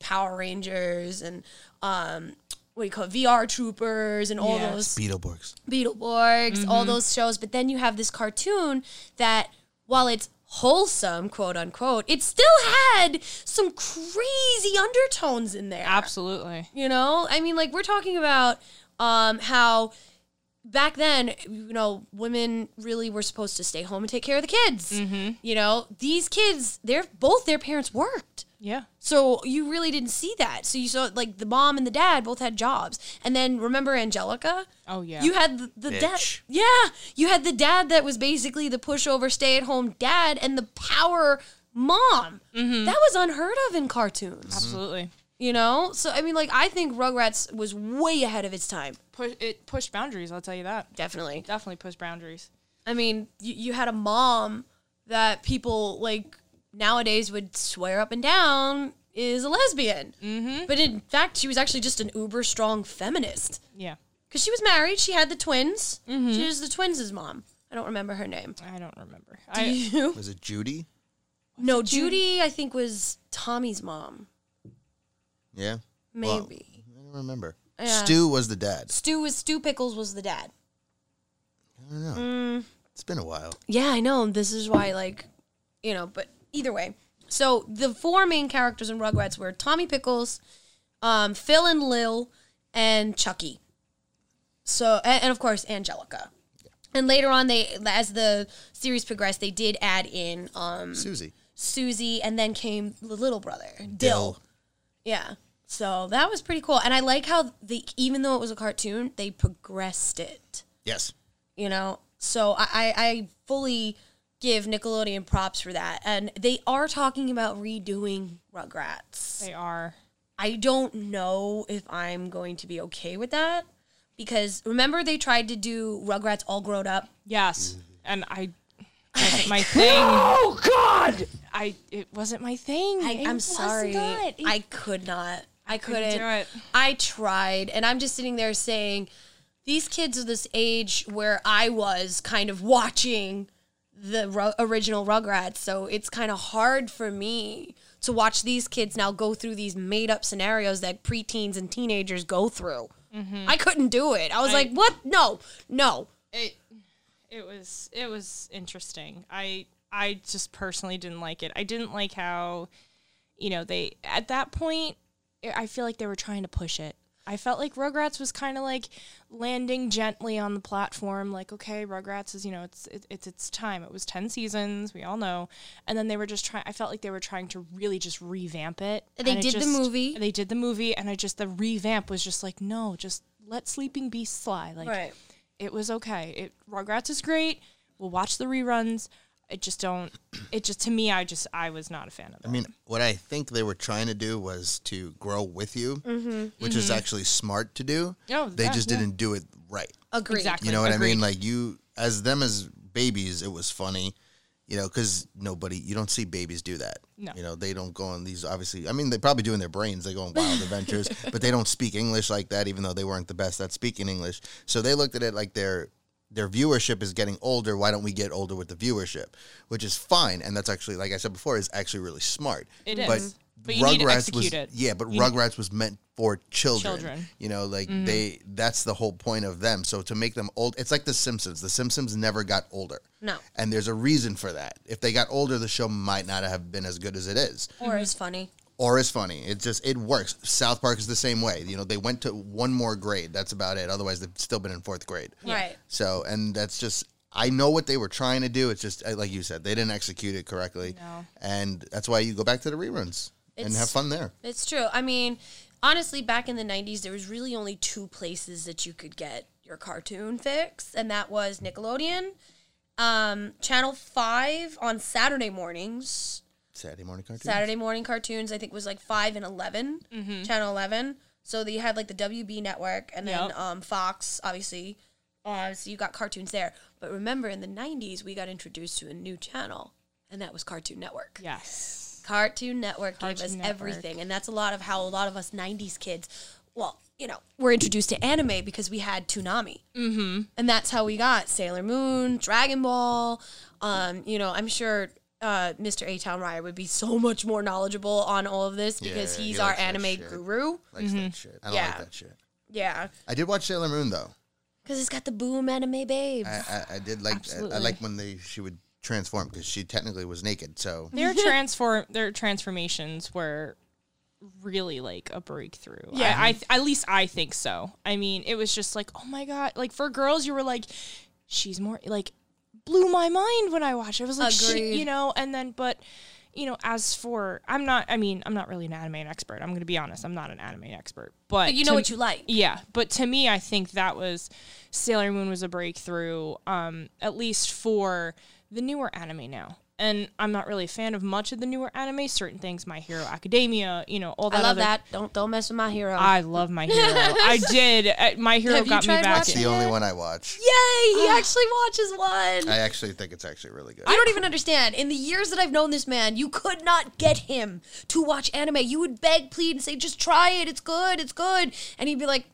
[SPEAKER 1] Power Rangers and um, what do you call it, VR Troopers and all
[SPEAKER 2] Yes.
[SPEAKER 1] those
[SPEAKER 3] Beetleborgs.
[SPEAKER 1] Beetleborgs, all those shows. But then you have this cartoon that, while it's wholesome, quote unquote, it still had some crazy undertones in there.
[SPEAKER 2] Absolutely.
[SPEAKER 1] You know, I mean, like we're talking about um, how back then, you know, women really were supposed to stay home and take care of the kids. You know, these kids, they're both their parents worked.
[SPEAKER 2] Yeah.
[SPEAKER 3] Mm-hmm.
[SPEAKER 1] So you really didn't see that. So you saw like the mom and the dad both had jobs. And then remember Angelica?
[SPEAKER 2] Oh, yeah.
[SPEAKER 1] You had the, the dad.
[SPEAKER 4] Bitch.
[SPEAKER 1] Yeah, you had the dad that was basically the pushover stay-at-home dad and the power mom.
[SPEAKER 2] Mm-hmm.
[SPEAKER 1] That was unheard of in cartoons.
[SPEAKER 2] Absolutely.
[SPEAKER 1] You know? So I mean like I think Rugrats was way ahead of its time.
[SPEAKER 2] Push, it pushed boundaries. I'll tell you that.
[SPEAKER 1] Definitely.
[SPEAKER 2] Definitely pushed boundaries.
[SPEAKER 1] I mean, you, you had a mom that people like nowadays would swear up and down is a lesbian. Mm-hmm. But in fact, she was actually just an uber strong feminist
[SPEAKER 2] Yeah.
[SPEAKER 1] because she was married. She had the twins. She was the twins' mom. I don't remember her name.
[SPEAKER 2] I don't remember. I,
[SPEAKER 1] You?
[SPEAKER 3] Was it Judy?
[SPEAKER 1] no, Judy, I think, was Tommy's mom.
[SPEAKER 3] Yeah. Well,
[SPEAKER 1] Maybe.
[SPEAKER 3] I don't remember.
[SPEAKER 1] Yeah.
[SPEAKER 3] Stu was the dad.
[SPEAKER 1] Stu was Stu Pickles was the dad.
[SPEAKER 3] I don't know. It's been a while.
[SPEAKER 1] Yeah, I know. This is why, like, you know, but either way. So the four main characters in Rugrats were Tommy Pickles, um, Phil and Lil, and Chucky. So, and, and of course, Angelica. And later on, they, as the series progressed, they did add in um,
[SPEAKER 3] Susie.
[SPEAKER 1] Susie, and then came the little brother, Dill.
[SPEAKER 3] Dill.
[SPEAKER 1] Yeah. So that was pretty cool. And I like how, the, even though it was a cartoon, they progressed it
[SPEAKER 3] Yes.
[SPEAKER 1] you know so I, I I fully give nickelodeon props for that and they are talking about redoing rugrats
[SPEAKER 2] they are.
[SPEAKER 1] i don't know if i'm going to be okay with that because remember they tried to do rugrats all grown up
[SPEAKER 2] Yes.
[SPEAKER 3] Mm-hmm.
[SPEAKER 2] And I. Wasn't my thing.
[SPEAKER 5] Oh God!
[SPEAKER 2] I. It wasn't my thing.
[SPEAKER 1] I,
[SPEAKER 2] It
[SPEAKER 1] i'm
[SPEAKER 2] was
[SPEAKER 1] sorry
[SPEAKER 2] not. It-
[SPEAKER 1] i could not i couldn't,
[SPEAKER 2] do it.
[SPEAKER 1] i tried and i'm just sitting there saying these kids are this age where i was kind of watching the ru- original Rugrats, so it's kind of hard for me to watch these kids now go through these made up scenarios that preteens and teenagers go through.
[SPEAKER 2] Mm-hmm.
[SPEAKER 1] I couldn't do it. I was like, "What? No, no."
[SPEAKER 2] it it was it was interesting. I I just personally didn't like it. I didn't like how you know they at that point I I feel like they were trying to push it. I felt like Rugrats was kind of like landing gently on the platform like okay, Rugrats is you know it's it, it's its time. It was 10 seasons, we all know. And then they were just trying I felt like they were trying to really just revamp it.
[SPEAKER 1] They
[SPEAKER 2] and it
[SPEAKER 1] did the
[SPEAKER 2] just-
[SPEAKER 1] movie.
[SPEAKER 2] They did the movie and I just the revamp was just like no, just let sleeping beasts fly like it was okay. It Rugrats is great. We'll watch the reruns. It just don't. It just to me, I just I was not a fan of it.
[SPEAKER 3] I mean, what I think they were trying to do was to grow with you, which is actually smart to do.
[SPEAKER 2] Oh,
[SPEAKER 3] they
[SPEAKER 2] yeah,
[SPEAKER 3] just
[SPEAKER 2] yeah. Oh,
[SPEAKER 3] didn't do it right.
[SPEAKER 1] Agreed.
[SPEAKER 2] Exactly.
[SPEAKER 3] You know what I mean?
[SPEAKER 2] Agreed.
[SPEAKER 3] Like you, as them as babies, it was funny, you know, because nobody, you don't see babies do that.
[SPEAKER 2] No.
[SPEAKER 3] You know, they don't go on these. Obviously, I mean, they probably do in their brains. They go on wild adventures, but they don't speak English like that. Even though they weren't the best at speaking English, so they looked at it like their their viewership is getting older. Why don't we get older with the viewership? Which is fine, and that's actually, like I said before, is actually really smart.
[SPEAKER 2] It
[SPEAKER 3] But
[SPEAKER 2] is. But you need to
[SPEAKER 3] was
[SPEAKER 2] execute it.
[SPEAKER 3] yeah, but Rugrats was meant for children.
[SPEAKER 2] Children.
[SPEAKER 3] You know, like
[SPEAKER 1] Mm-hmm.
[SPEAKER 3] they that's the whole point of them. So to make them old, it's like the Simpsons. The Simpsons never got older.
[SPEAKER 1] No.
[SPEAKER 3] And there's a reason for that. If they got older, the show might not have been as good as it is
[SPEAKER 1] Or is funny.
[SPEAKER 3] or as funny. It just it works. South Park is the same way. You know, they went to one more grade. That's about it. Otherwise, they've still been in fourth grade.
[SPEAKER 1] Right.
[SPEAKER 3] So, and that's just I know what they were trying to do. It's just uh, like you said, they didn't execute it correctly,
[SPEAKER 2] No.
[SPEAKER 3] and that's why you go back to the reruns. and have fun there.
[SPEAKER 1] It's true. I mean, honestly, back in the 90s, there was really only two places that you could get your cartoon fix, and that was Nickelodeon, um, Channel 5 on Saturday mornings.
[SPEAKER 3] Saturday morning cartoon.
[SPEAKER 1] Saturday morning cartoons, I think, was like 5 and 11, Channel 11. So you had like the WB network and then
[SPEAKER 2] Yep.
[SPEAKER 1] um, Fox, obviously. Uh, so you got cartoons there. But remember, in the 90s, we got introduced to a new channel, and that was Cartoon Network.
[SPEAKER 2] Yes.
[SPEAKER 1] Cartoon Network gave
[SPEAKER 2] Cartoon
[SPEAKER 1] us
[SPEAKER 2] Network.
[SPEAKER 1] everything, and that's a lot of how a lot of us '90s kids, well, you know, were introduced to anime because we had Toonami, mm-hmm. and that's how we got Sailor Moon, Dragon Ball. Um, you know, I'm sure uh, Mr. A Town Ryer would be so much more knowledgeable on all of this because
[SPEAKER 3] Yeah, he
[SPEAKER 1] he's our
[SPEAKER 3] likes that
[SPEAKER 1] anime
[SPEAKER 3] shit.
[SPEAKER 1] guru.
[SPEAKER 3] Likes that shit. I
[SPEAKER 1] Mm-hmm.
[SPEAKER 3] don't like
[SPEAKER 1] Yeah.
[SPEAKER 3] that shit.
[SPEAKER 1] Yeah,
[SPEAKER 3] I did watch Sailor Moon though.
[SPEAKER 1] because it's got the boom anime babes.
[SPEAKER 3] I, I, I did like I, I
[SPEAKER 2] Absolutely.
[SPEAKER 3] like when they she would transform because she technically was naked. So
[SPEAKER 2] Their transform their transformations were really like a breakthrough. Yeah, I, I at least I think so. I mean, it was just like, oh my god, like for girls, you were like, she's more like blew my mind when I watched. it. I was like,
[SPEAKER 1] Agreed.
[SPEAKER 2] she, you know, and then but. You know, as for I'm not. I mean, I'm not really an anime expert. I'm going to be honest. I'm not an anime expert, but,
[SPEAKER 1] but you know
[SPEAKER 2] to-
[SPEAKER 1] what you like.
[SPEAKER 2] yeah, but to me, I think that was Sailor Moon was a breakthrough, um, at least for the newer anime now. And I'm not really a fan of much of the newer anime. Certain things, My Hero Academia, you know, all that.
[SPEAKER 1] I love
[SPEAKER 2] other-
[SPEAKER 1] that. Don't don't mess with my hero.
[SPEAKER 2] I love My Hero. I did. Uh, My Hero
[SPEAKER 1] Have you
[SPEAKER 2] got me
[SPEAKER 1] tried
[SPEAKER 2] back.
[SPEAKER 1] watching
[SPEAKER 2] in-
[SPEAKER 3] the only one I watched.
[SPEAKER 1] Yay!
[SPEAKER 2] Ah.
[SPEAKER 1] He actually watches one.
[SPEAKER 3] I actually think it's actually really good.
[SPEAKER 1] I don't even understand. In the years that I've known this man, you could not get him to watch anime. You would beg, plead, and say, "Just try it. It's good. It's good." And he'd be like,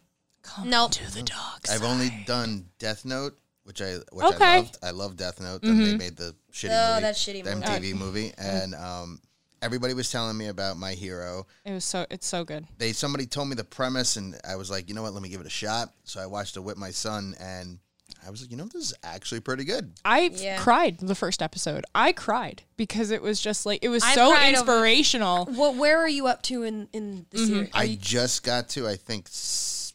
[SPEAKER 1] "No." To the dogs.
[SPEAKER 3] I've only done Death Note, which I which I
[SPEAKER 2] Okay.
[SPEAKER 3] loved. I love Death Note. Then they made the shitty
[SPEAKER 1] Oh,
[SPEAKER 3] movie,
[SPEAKER 1] that shitty
[SPEAKER 3] the
[SPEAKER 1] movie. Mm-hmm.
[SPEAKER 3] MTV movie, and um, everybody was telling me about My Hero.
[SPEAKER 2] It was so. It's so good.
[SPEAKER 3] They somebody told me the premise, and I was like, you know what, let me give it a shot. So I watched it with my son, and I was like, you know, this is actually pretty good.
[SPEAKER 2] I
[SPEAKER 1] Yeah.
[SPEAKER 2] cried the first episode. I cried because it was just like it was
[SPEAKER 1] I
[SPEAKER 2] so
[SPEAKER 1] cried over-
[SPEAKER 2] inspirational.
[SPEAKER 1] Well, where are you up to in in the series? Are
[SPEAKER 3] I
[SPEAKER 1] you-
[SPEAKER 3] just got to I think s-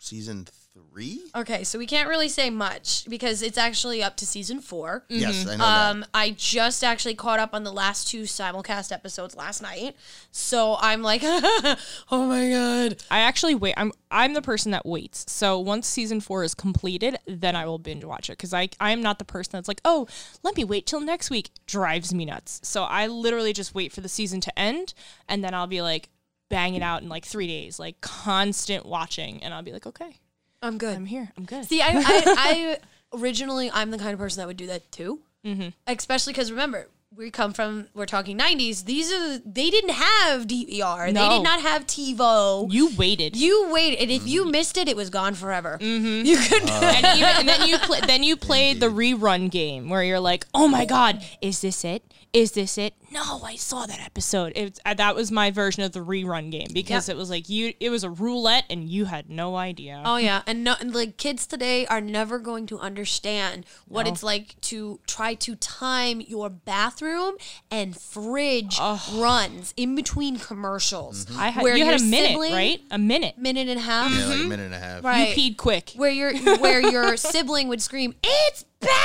[SPEAKER 3] season three.
[SPEAKER 1] okay, so we can't really say much because it's actually up to season four.
[SPEAKER 3] Yes, I know that.
[SPEAKER 1] Um, I just actually caught up on the last two simulcast episodes last night, so I'm like, oh my god!
[SPEAKER 2] I actually wait. I'm I'm the person that waits. So once season four is completed, then I will binge watch it because I I am not the person that's like, oh, let me wait till next week. Drives me nuts. So I literally just wait for the season to end, and then I'll be like, bang it out in like three days, like constant watching, and I'll be like, okay,
[SPEAKER 1] I'm good.
[SPEAKER 2] I'm here, I'm good.
[SPEAKER 1] See, I, I, I originally I'm the kind of person that would do that too, mm-hmm. especially because remember we come from we're talking '90s. These are they didn't have DVR, they
[SPEAKER 2] No.
[SPEAKER 1] did not have TiVo. You,
[SPEAKER 2] you waited.
[SPEAKER 1] waited, and if you missed it, it was gone forever. You could.
[SPEAKER 2] and, even, and then you pl- then you played the rerun game where you're like, oh my god, is this it? Is this it? No, I saw that episode. It's uh, that was my version of the rerun game because
[SPEAKER 1] Yep.
[SPEAKER 2] it was like you, it was a roulette and you had no idea.
[SPEAKER 1] Oh yeah, and no, and like kids today are never going to understand what it's like to try to time your bathroom and fridge runs in between commercials.
[SPEAKER 2] I had
[SPEAKER 1] where
[SPEAKER 2] you had a
[SPEAKER 1] your
[SPEAKER 2] minute,
[SPEAKER 1] sibling-
[SPEAKER 2] right? A minute.
[SPEAKER 1] Minute and a half.
[SPEAKER 3] Yeah, like a minute and a half.
[SPEAKER 1] mm-hmm. Right.
[SPEAKER 2] You peed quick.
[SPEAKER 1] where your where your sibling would scream, "It's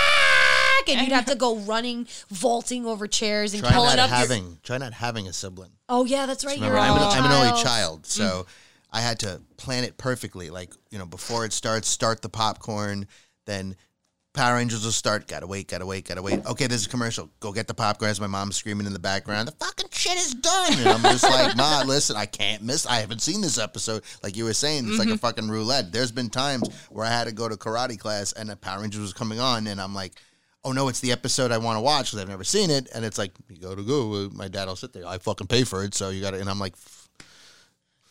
[SPEAKER 1] back!" and you'd have to go running, vaulting over chairs and
[SPEAKER 3] Try
[SPEAKER 1] pulling
[SPEAKER 3] not
[SPEAKER 1] up. your-
[SPEAKER 3] having try not having a sibling.
[SPEAKER 1] oh yeah, that's right. You're
[SPEAKER 3] Remember, I'm,
[SPEAKER 1] an,
[SPEAKER 3] an, I'm an only child, so
[SPEAKER 1] Mm.
[SPEAKER 3] I had to plan it perfectly. Like you know, before it starts, start the popcorn. Then Power Rangers will start. Gotta wait, gotta wait, gotta wait. Okay, there's a commercial. Go get the popcorn. As my mom's screaming in the background, the fucking shit is done. And I'm just like, Ma, listen, I can't miss. I haven't seen this episode. Like you were saying, it's like a fucking roulette. There's been times where I had to go to karate class and the Power Rangers was coming on, and I'm like. Oh no! It's the episode I want to watch because I've never seen it, and it's like you go to go. My dad will sit there. I fucking pay for it, so you got to. And I'm like,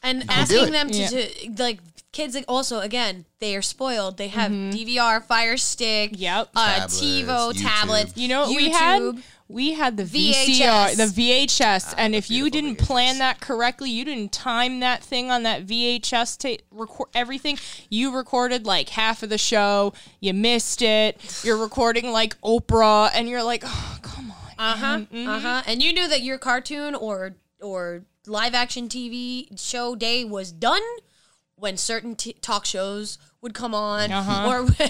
[SPEAKER 1] and
[SPEAKER 3] do
[SPEAKER 1] asking
[SPEAKER 3] it.
[SPEAKER 1] them to,
[SPEAKER 2] Yeah.
[SPEAKER 1] do- like kids. like, Also, again, they are spoiled. They have DVR, Fire Stick,
[SPEAKER 2] Yep.
[SPEAKER 1] uh,
[SPEAKER 3] Tablets,
[SPEAKER 1] TiVo,
[SPEAKER 3] YouTube.
[SPEAKER 1] tablets.
[SPEAKER 2] You know what we
[SPEAKER 1] YouTube.
[SPEAKER 2] had? We had the VCR,
[SPEAKER 1] VHS.
[SPEAKER 2] the VHS, and if you
[SPEAKER 3] beautiful
[SPEAKER 2] didn't
[SPEAKER 3] VHS.
[SPEAKER 2] plan that correctly, you didn't time that thing on that VHS to record everything. You recorded like half of the show, you missed it. You're recording like Oprah, and you're like, oh, come on.
[SPEAKER 1] Uh huh.
[SPEAKER 2] Mm-hmm.
[SPEAKER 1] Uh huh. And you knew that your cartoon or or live action TV show day was done when certain t- talk shows would come on,
[SPEAKER 2] Uh-huh.
[SPEAKER 1] or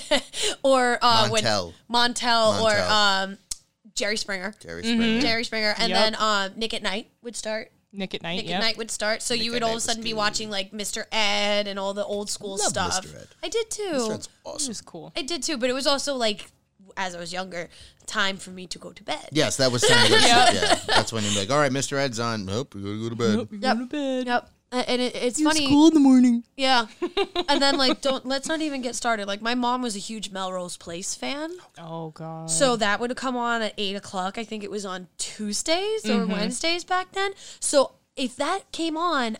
[SPEAKER 1] or uh, when
[SPEAKER 3] Montel.
[SPEAKER 1] Montel,
[SPEAKER 3] Montel.
[SPEAKER 1] or um, Jerry Springer,
[SPEAKER 3] Jerry Springer.
[SPEAKER 1] Jerry Springer, and
[SPEAKER 2] Yep.
[SPEAKER 1] then um, Nick at Night would start.
[SPEAKER 2] Nick at Night.
[SPEAKER 1] Nick
[SPEAKER 2] yep.
[SPEAKER 1] at Night would start, so you
[SPEAKER 4] at
[SPEAKER 1] would all
[SPEAKER 4] Night
[SPEAKER 1] of a
[SPEAKER 4] was
[SPEAKER 1] sudden be
[SPEAKER 4] the-
[SPEAKER 1] watching like Mr. Ed and all the old school
[SPEAKER 3] Love
[SPEAKER 1] stuff.
[SPEAKER 3] Mr. Ed.
[SPEAKER 1] I did too.
[SPEAKER 3] That's
[SPEAKER 2] It
[SPEAKER 3] awesome.
[SPEAKER 2] was cool.
[SPEAKER 1] I did too, but it was also like as I was younger, time for me to go to bed.
[SPEAKER 3] Yes, that was time. to go to sleep, yeah. That's when you're like, all right, Mr. Ed's on. Nope, we gotta go to bed.
[SPEAKER 1] Yep.
[SPEAKER 2] Go to bed.
[SPEAKER 1] Yep. Uh, And it, it's funny.
[SPEAKER 3] in the morning.
[SPEAKER 1] Yeah. and then like don't let's not even get started. Like my mom was a huge Melrose Place fan.
[SPEAKER 2] Oh god.
[SPEAKER 1] So that would come on at eight o'clock. I think it was on Tuesdays or Wednesdays back then. So if that came on,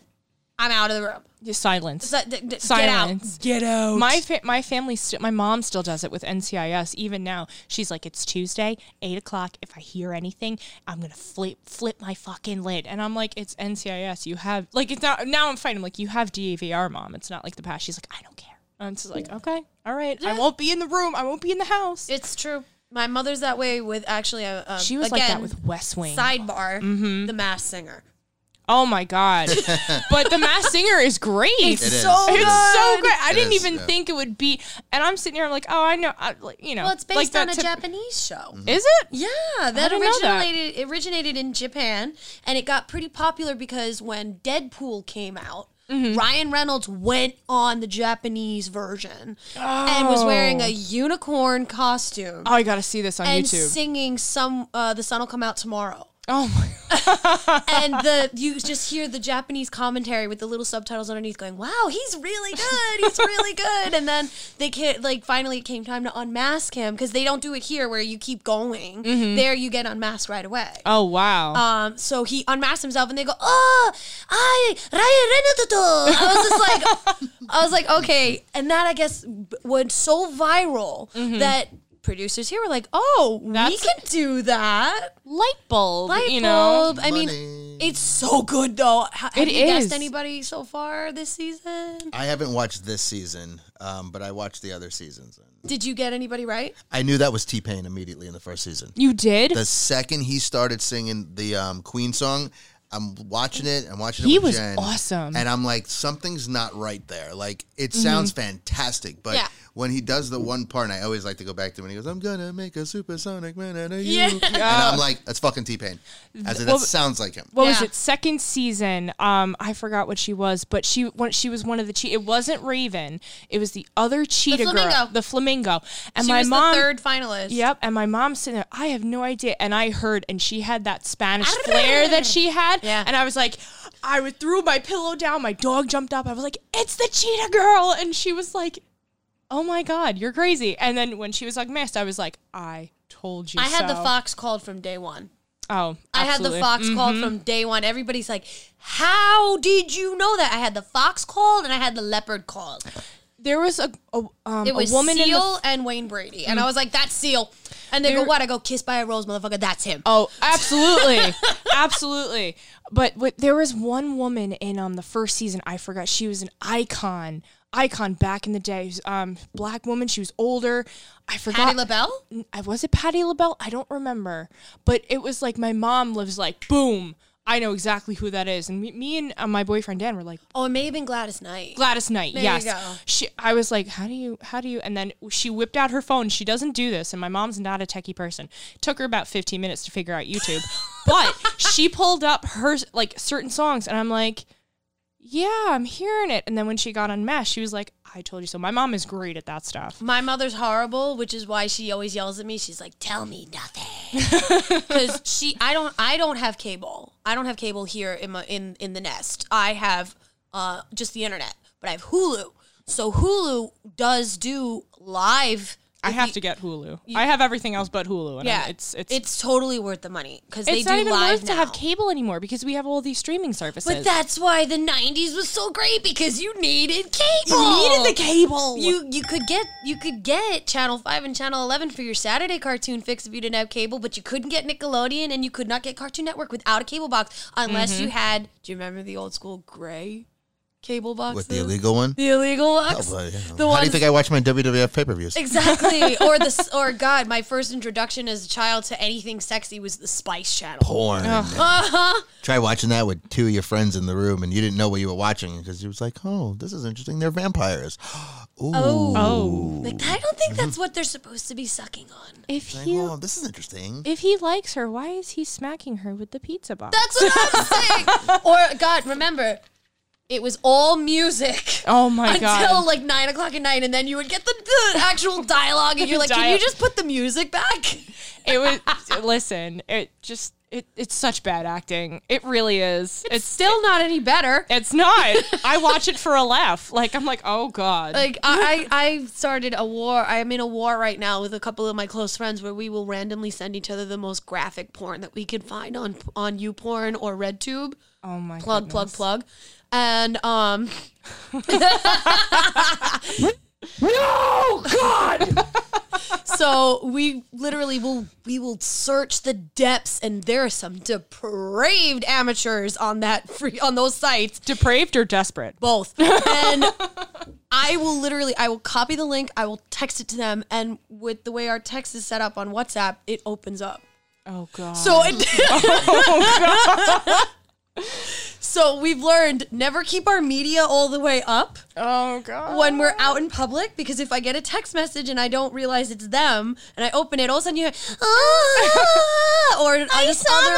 [SPEAKER 1] I'm out of the room.
[SPEAKER 2] Just silence.
[SPEAKER 1] So, d- d-
[SPEAKER 2] Silence.
[SPEAKER 1] Get out. Get out.
[SPEAKER 2] my fa- my family, st- my mom still does it with NCIS. Even now, she's like, "It's Tuesday, eight o'clock. If I hear anything, I'm gonna flip flip my fucking lid." And I'm like, "It's NCIS. You have like it's not now. I'm fighting. I'm like, you have DAVR, mom. It's not like the past." She's like, "I don't care." I'm just like, "Okay, all right. I won't be in the room. I won't be in the house."
[SPEAKER 1] it's true. My mother's that way with actually a. Um,
[SPEAKER 2] she was like
[SPEAKER 1] again,
[SPEAKER 2] that with West Wing.
[SPEAKER 1] Sidebar, the mass singer.
[SPEAKER 2] oh my god! but the Mass Singer is great.
[SPEAKER 3] It is.
[SPEAKER 1] Oh,
[SPEAKER 2] It's so great. I
[SPEAKER 3] It
[SPEAKER 2] didn't
[SPEAKER 3] is,
[SPEAKER 2] even
[SPEAKER 3] yeah.
[SPEAKER 2] think it would be. And I'm sitting here, I'm like, oh, I know, I, like, you know.
[SPEAKER 1] Well, it's based
[SPEAKER 2] like
[SPEAKER 1] on
[SPEAKER 2] that
[SPEAKER 1] a
[SPEAKER 2] typ-
[SPEAKER 1] Japanese show.
[SPEAKER 2] Is it?
[SPEAKER 1] Yeah, that
[SPEAKER 2] didn't know that.
[SPEAKER 1] originated it originated in Japan, and it got pretty popular because when Deadpool came out,
[SPEAKER 2] Mm-hmm.
[SPEAKER 1] Ryan Reynolds went on the Japanese version and was wearing a unicorn costume
[SPEAKER 2] Oh, I gotta see this on
[SPEAKER 1] and
[SPEAKER 2] YouTube.
[SPEAKER 1] singing some uh, "The Sun Will Come Out Tomorrow."
[SPEAKER 2] oh my.
[SPEAKER 1] and the you just hear the Japanese commentary with the little subtitles underneath, going, "Wow, he's really good. He's really good." And then they can like finally it came time to unmask him because they don't do it here where you keep going.
[SPEAKER 2] Mm-hmm.
[SPEAKER 1] There you get unmasked right away.
[SPEAKER 2] Oh wow.
[SPEAKER 1] Um, so he unmasked himself, and they go, "Oh, I Ryan Reynolds." I was just like, I was like, okay, and that I guess b- went so viral that producers here were like, "Oh, we
[SPEAKER 2] Mm-hmm. That's-
[SPEAKER 1] can do that."
[SPEAKER 2] light bulb.
[SPEAKER 1] Light
[SPEAKER 2] you know.
[SPEAKER 1] bulb. I mean, it's so good though. Ha- Have
[SPEAKER 2] It
[SPEAKER 1] you guessed
[SPEAKER 2] is.
[SPEAKER 1] anybody so far this season?
[SPEAKER 3] I haven't watched this season, um, but I watched the other seasons.
[SPEAKER 1] Did you get anybody right?
[SPEAKER 3] I knew that was T Pain immediately in the first season.
[SPEAKER 2] You did.
[SPEAKER 3] The second he started singing the um, Queen song, I'm watching it and watching
[SPEAKER 2] He
[SPEAKER 3] it with
[SPEAKER 2] was
[SPEAKER 3] Jen,
[SPEAKER 2] awesome.
[SPEAKER 3] and I'm like, something's not right there. Like it sounds fantastic, but
[SPEAKER 1] Yeah.
[SPEAKER 3] when he does the one part, and I always like to go back to when he goes, "I'm gonna make a supersonic man out of you,"
[SPEAKER 1] Yeah.
[SPEAKER 3] and uh, I'm like, that's fucking T Pain. I said, that
[SPEAKER 2] Well,
[SPEAKER 3] sounds like him.
[SPEAKER 2] what was
[SPEAKER 1] Yeah.
[SPEAKER 2] it? Second season. Um, I forgot what she was, but she when she was one of the cheat. It wasn't Raven. It was the other cheetah girl,
[SPEAKER 1] flamingo.
[SPEAKER 2] the flamingo. And
[SPEAKER 1] She
[SPEAKER 2] my
[SPEAKER 1] was
[SPEAKER 2] mom.
[SPEAKER 1] the third finalist.
[SPEAKER 2] Yep, and my mom's sitting there. I have no idea, and I heard, and she had that Spanish flair that she had,
[SPEAKER 1] Yeah.
[SPEAKER 2] and I was like, I would- threw my pillow down. My dog jumped up. I was like, "It's the cheetah girl," and she was like, "Oh my god, you're crazy!" And then when she was like, "Missed," I was like, "I told you."
[SPEAKER 1] I had the
[SPEAKER 2] so."
[SPEAKER 1] fox called from day one.
[SPEAKER 2] Oh,
[SPEAKER 1] I had the
[SPEAKER 2] absolutely.
[SPEAKER 1] fox called from day one. Everybody's like, "How did you know that?" I had the fox called and I had the leopard called.
[SPEAKER 2] There was a a, um,
[SPEAKER 1] It was
[SPEAKER 2] a woman in the
[SPEAKER 1] Seal and Mm. Wayne Brady, and I was like, "That's Seal." And they go,
[SPEAKER 2] There-
[SPEAKER 1] "What?" I go, "Kissed by a Rose, motherfucker. That's him."
[SPEAKER 2] Oh, absolutely, absolutely. But what, there was one woman in um the first season. I forgot she was an icon, icon back in the day. Um, black woman. She was older. I forgot.
[SPEAKER 1] Patty LaBelle.
[SPEAKER 2] I was it Patty LaBelle? I don't remember. But it was like my mom lives like boom. I know exactly who that is. And me, me and uh, my boyfriend Dan were like
[SPEAKER 1] Oh, it may have been Gladys Knight.
[SPEAKER 2] Gladys Knight.
[SPEAKER 1] There you
[SPEAKER 2] yes.
[SPEAKER 1] go.
[SPEAKER 2] She I was like, "How do you how do you?" And then she whipped out her phone. She doesn't do this, and my mom's not a techie person. Took her about 15 minutes to figure out YouTube. but she pulled up her like certain songs and I'm like, "Yeah, I'm hearing it." And then when she got unmasked, she was like, "I told you so." My mom is great at that stuff.
[SPEAKER 1] My mother's horrible, which is why she always yells at me. She's like, "Tell me nothing," because she. I don't. I don't have cable. I don't have cable here in my in in the nest. I have uh just the internet, but I have Hulu. So Hulu does do live.
[SPEAKER 2] I have to get Hulu. I have everything else but Hulu. And yeah, it's it's it's,
[SPEAKER 1] it's totally worth the money because they do
[SPEAKER 2] not even
[SPEAKER 1] live
[SPEAKER 2] worth to have
[SPEAKER 1] now.
[SPEAKER 2] cable anymore because we have all these streaming services.
[SPEAKER 1] But that's why the '90s was so great because you needed cable.
[SPEAKER 2] cable.
[SPEAKER 1] You you could get you could get Channel Five and Channel Eleven for your Saturday cartoon fix if you didn't have cable, but you couldn't get Nickelodeon and you could
[SPEAKER 3] Mm-hmm.
[SPEAKER 1] not get Cartoon Network without a cable box unless you had. Do you remember the old school gray cable boxes.
[SPEAKER 3] With the illegal one?
[SPEAKER 1] The illegal box.
[SPEAKER 3] Oh, well, yeah.
[SPEAKER 1] The
[SPEAKER 3] How do you
[SPEAKER 1] ones-
[SPEAKER 3] think I watch my WWF pay per views?
[SPEAKER 1] Exactly. or the s- or God, my first introduction as a child to anything sexy was the Spice Channel. Uh-huh.
[SPEAKER 3] Porn. Try watching that with two of your friends in the room and you didn't know what you were watching because you was like, oh, this is interesting. They're vampires. Ooh.
[SPEAKER 2] Oh.
[SPEAKER 1] Like I don't
[SPEAKER 3] Mm-hmm.
[SPEAKER 1] think that's what they're supposed to be sucking on.
[SPEAKER 2] If
[SPEAKER 3] Like,
[SPEAKER 2] he
[SPEAKER 3] oh, this is interesting.
[SPEAKER 2] if he likes her, why is he smacking her with the pizza box?
[SPEAKER 1] That's what I'm saying. or God, remember, it was all music.
[SPEAKER 2] oh my
[SPEAKER 1] Until
[SPEAKER 2] god.
[SPEAKER 1] like nine o'clock at night, and then you would get the, the actual dialogue, and you're like, "Can
[SPEAKER 2] Dial-
[SPEAKER 1] you just put the music back?"
[SPEAKER 2] It was listen, it just it, it's such bad acting. It really is. It's,
[SPEAKER 1] Still not any better.
[SPEAKER 2] it's not. I watch it for a laugh. Like I'm like, "Oh god."
[SPEAKER 1] Like I, I, I started a war. I'm in a war right now with a couple of my close friends where we will randomly send each other the most graphic porn that we can find on on YouPorn or RedTube.
[SPEAKER 2] oh my
[SPEAKER 1] Plug,
[SPEAKER 2] goodness.
[SPEAKER 1] plug, plug. And um,
[SPEAKER 6] No, God!
[SPEAKER 1] so we literally will we will search the depths, and there are some depraved amateurs on that free on those sites
[SPEAKER 2] Depraved or desperate?
[SPEAKER 1] both. And I will literally, I will copy the link, I will text it to them, and with the way our text is set up on WhatsApp, it opens up.
[SPEAKER 2] Oh god.
[SPEAKER 1] So it. So we've learned never keep our media all the way up
[SPEAKER 2] oh god.
[SPEAKER 1] when we're out in public because if I get a text message and I don't realize it's them and I open it, all of a sudden you hear ah, or just other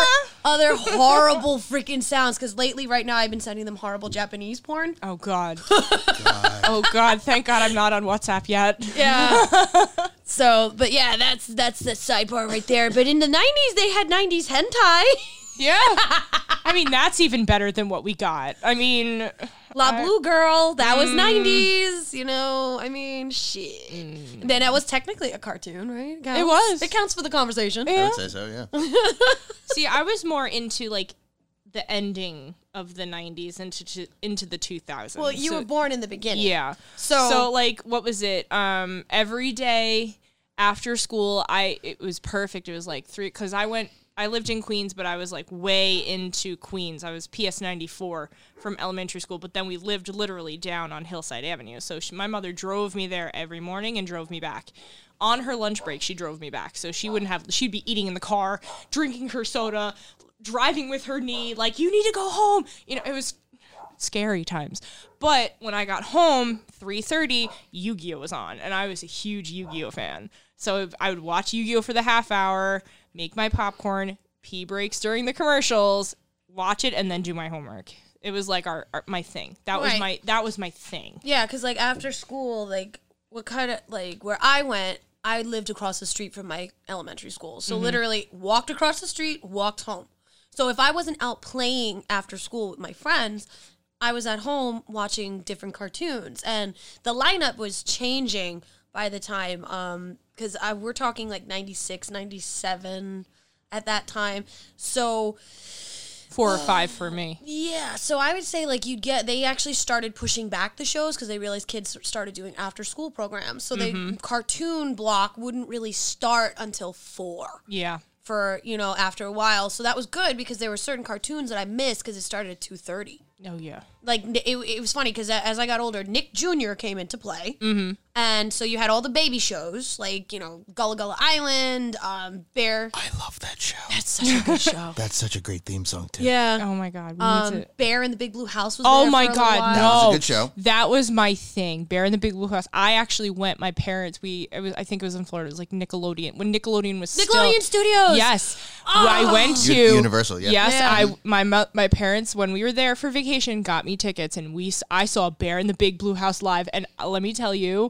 [SPEAKER 1] other horrible freaking sounds. Because lately, right now, I've been sending them horrible Japanese porn.
[SPEAKER 2] Oh god. oh god. Thank god I'm not on WhatsApp yet.
[SPEAKER 1] Yeah. so, but yeah, that's that's the sidebar right there. But in the '90s, they had '90s hentai.
[SPEAKER 2] Yeah. I mean, that's even better than what we got. I mean,
[SPEAKER 1] La Blue Girl, that was '90s. You know, I mean, shit. Then that was technically a cartoon, right? Counts?
[SPEAKER 2] was.
[SPEAKER 1] It counts for the conversation.
[SPEAKER 3] I would say so, yeah.
[SPEAKER 2] see, I was more into like the ending of the 90s into to, into the 2000s.
[SPEAKER 1] Well, you
[SPEAKER 2] So-
[SPEAKER 1] were born in the beginning.
[SPEAKER 2] Yeah.
[SPEAKER 1] So-
[SPEAKER 2] so like what was it? Um every day after school, I it was perfect. It was like 3 cuz I went I lived in Queens, but I was like way into Queens. I was PS 94 from elementary school, but then we lived literally down on Hillside Avenue. So she, my mother drove me there every morning and drove me back. On her lunch break, she drove me back. So she wouldn't have she'd be eating in the car, drinking her soda, driving with her knee like you need to go home. You know, it was scary times. But when I got home, 3:30, Yu-Gi-Oh was on, and I was a huge Yu-Gi-Oh fan. So if- I would watch Yu-Gi-Oh for the half hour, make my popcorn, pee breaks during the commercials, watch it, and then do my homework. It was like our, our my thing. That was
[SPEAKER 1] Right.
[SPEAKER 2] my that was my thing.
[SPEAKER 1] Yeah, because like after school, like what kind of like where I went, I lived across the street from my elementary school. So literally walked across the street, walked home. So if I wasn't out playing after school with my friends, I was at home watching different cartoons, and the lineup was changing by the time. Um, because I we're talking like 96, 97 at that time. So
[SPEAKER 2] Four or five for me.
[SPEAKER 1] yeah, so I would say like you'd get they actually started pushing back the shows because they realized kids started doing after school programs. So the
[SPEAKER 2] Mm-hmm.
[SPEAKER 1] cartoon block wouldn't really start until four
[SPEAKER 2] Yeah.
[SPEAKER 1] for you know after a while. So that was good because there were certain cartoons that I missed because it started at two thirty.
[SPEAKER 2] Oh yeah.
[SPEAKER 1] Like n- it, it was funny because as I got older, Nick Jr. came into play, mm-hmm. and so you had all the baby shows like you know Gullah Gullah Island, um, Bear.
[SPEAKER 3] I love that show.
[SPEAKER 1] That's such a good show.
[SPEAKER 3] That's such a great theme song, too.
[SPEAKER 1] Yeah.
[SPEAKER 2] Oh my god. We need
[SPEAKER 1] Um,
[SPEAKER 2] to-
[SPEAKER 1] Bear in the Big Blue House was.
[SPEAKER 2] Oh
[SPEAKER 1] there
[SPEAKER 2] my
[SPEAKER 1] for a little
[SPEAKER 2] god,
[SPEAKER 1] while.
[SPEAKER 2] no!
[SPEAKER 3] was a good show.
[SPEAKER 2] That was my thing. Bear in the Big Blue House. I actually went. My parents. We. It was, I think it was in Florida. It was like Nickelodeon when Nickelodeon was
[SPEAKER 1] Nickelodeon
[SPEAKER 2] Still,
[SPEAKER 1] Studios.
[SPEAKER 2] yes, I went to
[SPEAKER 3] U- Universal, yeah.
[SPEAKER 2] Yes,
[SPEAKER 1] Ah. Yeah.
[SPEAKER 2] I my mo- my parents when we were there for vacation got me tickets and we s- I saw Bear in the Big Blue House live and uh, let me tell you.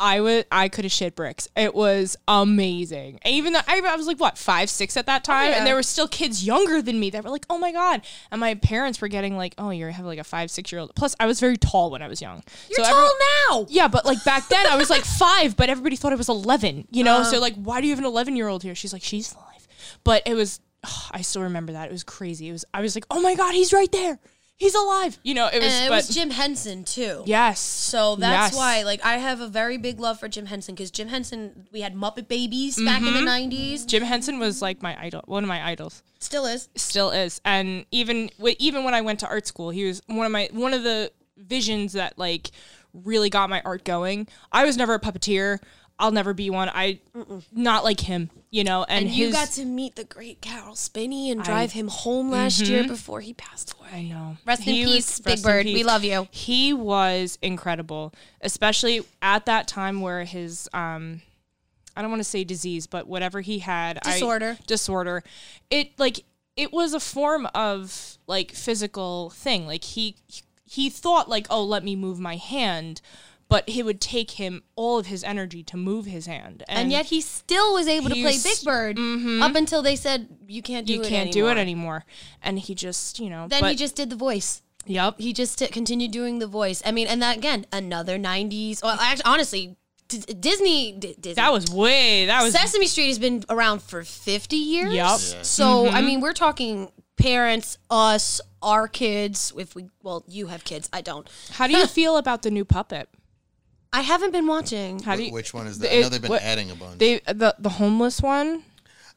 [SPEAKER 2] I was I could have shit bricks. It was amazing. And even though I, I was like what five six at
[SPEAKER 1] Oh,
[SPEAKER 2] that time, and there were still kids younger than me that were like, "Oh my god!" And my parents were getting like, "Oh, you have like a five six year old." Plus, I was very tall when I was young.
[SPEAKER 1] You're
[SPEAKER 2] So
[SPEAKER 1] tall
[SPEAKER 2] everyone-
[SPEAKER 1] now.
[SPEAKER 2] yeah, but like back then I was like five, but everybody thought I was eleven. You know,
[SPEAKER 1] Uh-huh.
[SPEAKER 2] so like, why do you have an eleven-year-old here? She's like, she's alive. But it was, ugh, I still remember that. It was crazy. It was, I was like, oh my god, he's right there. He's alive. You know, it was.
[SPEAKER 1] And it
[SPEAKER 2] but,
[SPEAKER 1] was Jim Henson too.
[SPEAKER 2] yes.
[SPEAKER 1] So that's
[SPEAKER 2] Yes.
[SPEAKER 1] why, like, I have a very big love for Jim Henson because Jim Henson, we had Muppet Babies back in the '90s,
[SPEAKER 2] Jim Henson was like my idol, one of my idols,
[SPEAKER 1] still is.
[SPEAKER 2] still is, and even wi- even when I went to art school, he was one of my one of the visions that like really got my art going. I was never a puppeteer. I'll never be one. I not like him, you know. And,
[SPEAKER 7] You
[SPEAKER 2] his,
[SPEAKER 7] got to meet the great Carol Spinney and drive him home last
[SPEAKER 1] Mm-hmm.
[SPEAKER 7] year before he passed away.
[SPEAKER 2] I know.
[SPEAKER 1] Rest in peace, Big Bird. We love you.
[SPEAKER 2] He was incredible, especially at that time where his um I don't want to say disease, but whatever he had I-
[SPEAKER 1] Disorder.
[SPEAKER 2] disorder. It like it was a form of like physical thing. Like he he thought like, "Oh, let me move my hand." But it would take him all of his energy to move his hand.
[SPEAKER 1] And yet he still was able to play
[SPEAKER 2] He's-
[SPEAKER 1] Big Bird up until they said you can't do
[SPEAKER 2] you
[SPEAKER 1] it
[SPEAKER 2] can't
[SPEAKER 1] anymore."
[SPEAKER 2] do it anymore. And he just, you know,
[SPEAKER 1] Then
[SPEAKER 2] but,
[SPEAKER 1] he just did the voice.
[SPEAKER 2] yep.
[SPEAKER 1] He just t- continued doing the voice. I mean, and that again, another '90s. Well, actually, honestly, D- Disney, D- Disney.
[SPEAKER 2] that was way that was
[SPEAKER 1] Sesame Street has been around for 50 years.
[SPEAKER 2] Yup. Mm-hmm. Yeah.
[SPEAKER 1] So, I mean, we're talking parents, us, our kids. If we, well, you have kids. I don't.
[SPEAKER 2] How do you feel about the new puppet?
[SPEAKER 1] I haven't been watching.
[SPEAKER 2] How do you,
[SPEAKER 3] Which one is that?
[SPEAKER 2] it-
[SPEAKER 3] I know they've been
[SPEAKER 2] what-
[SPEAKER 3] adding a bunch.
[SPEAKER 2] they the the homeless one?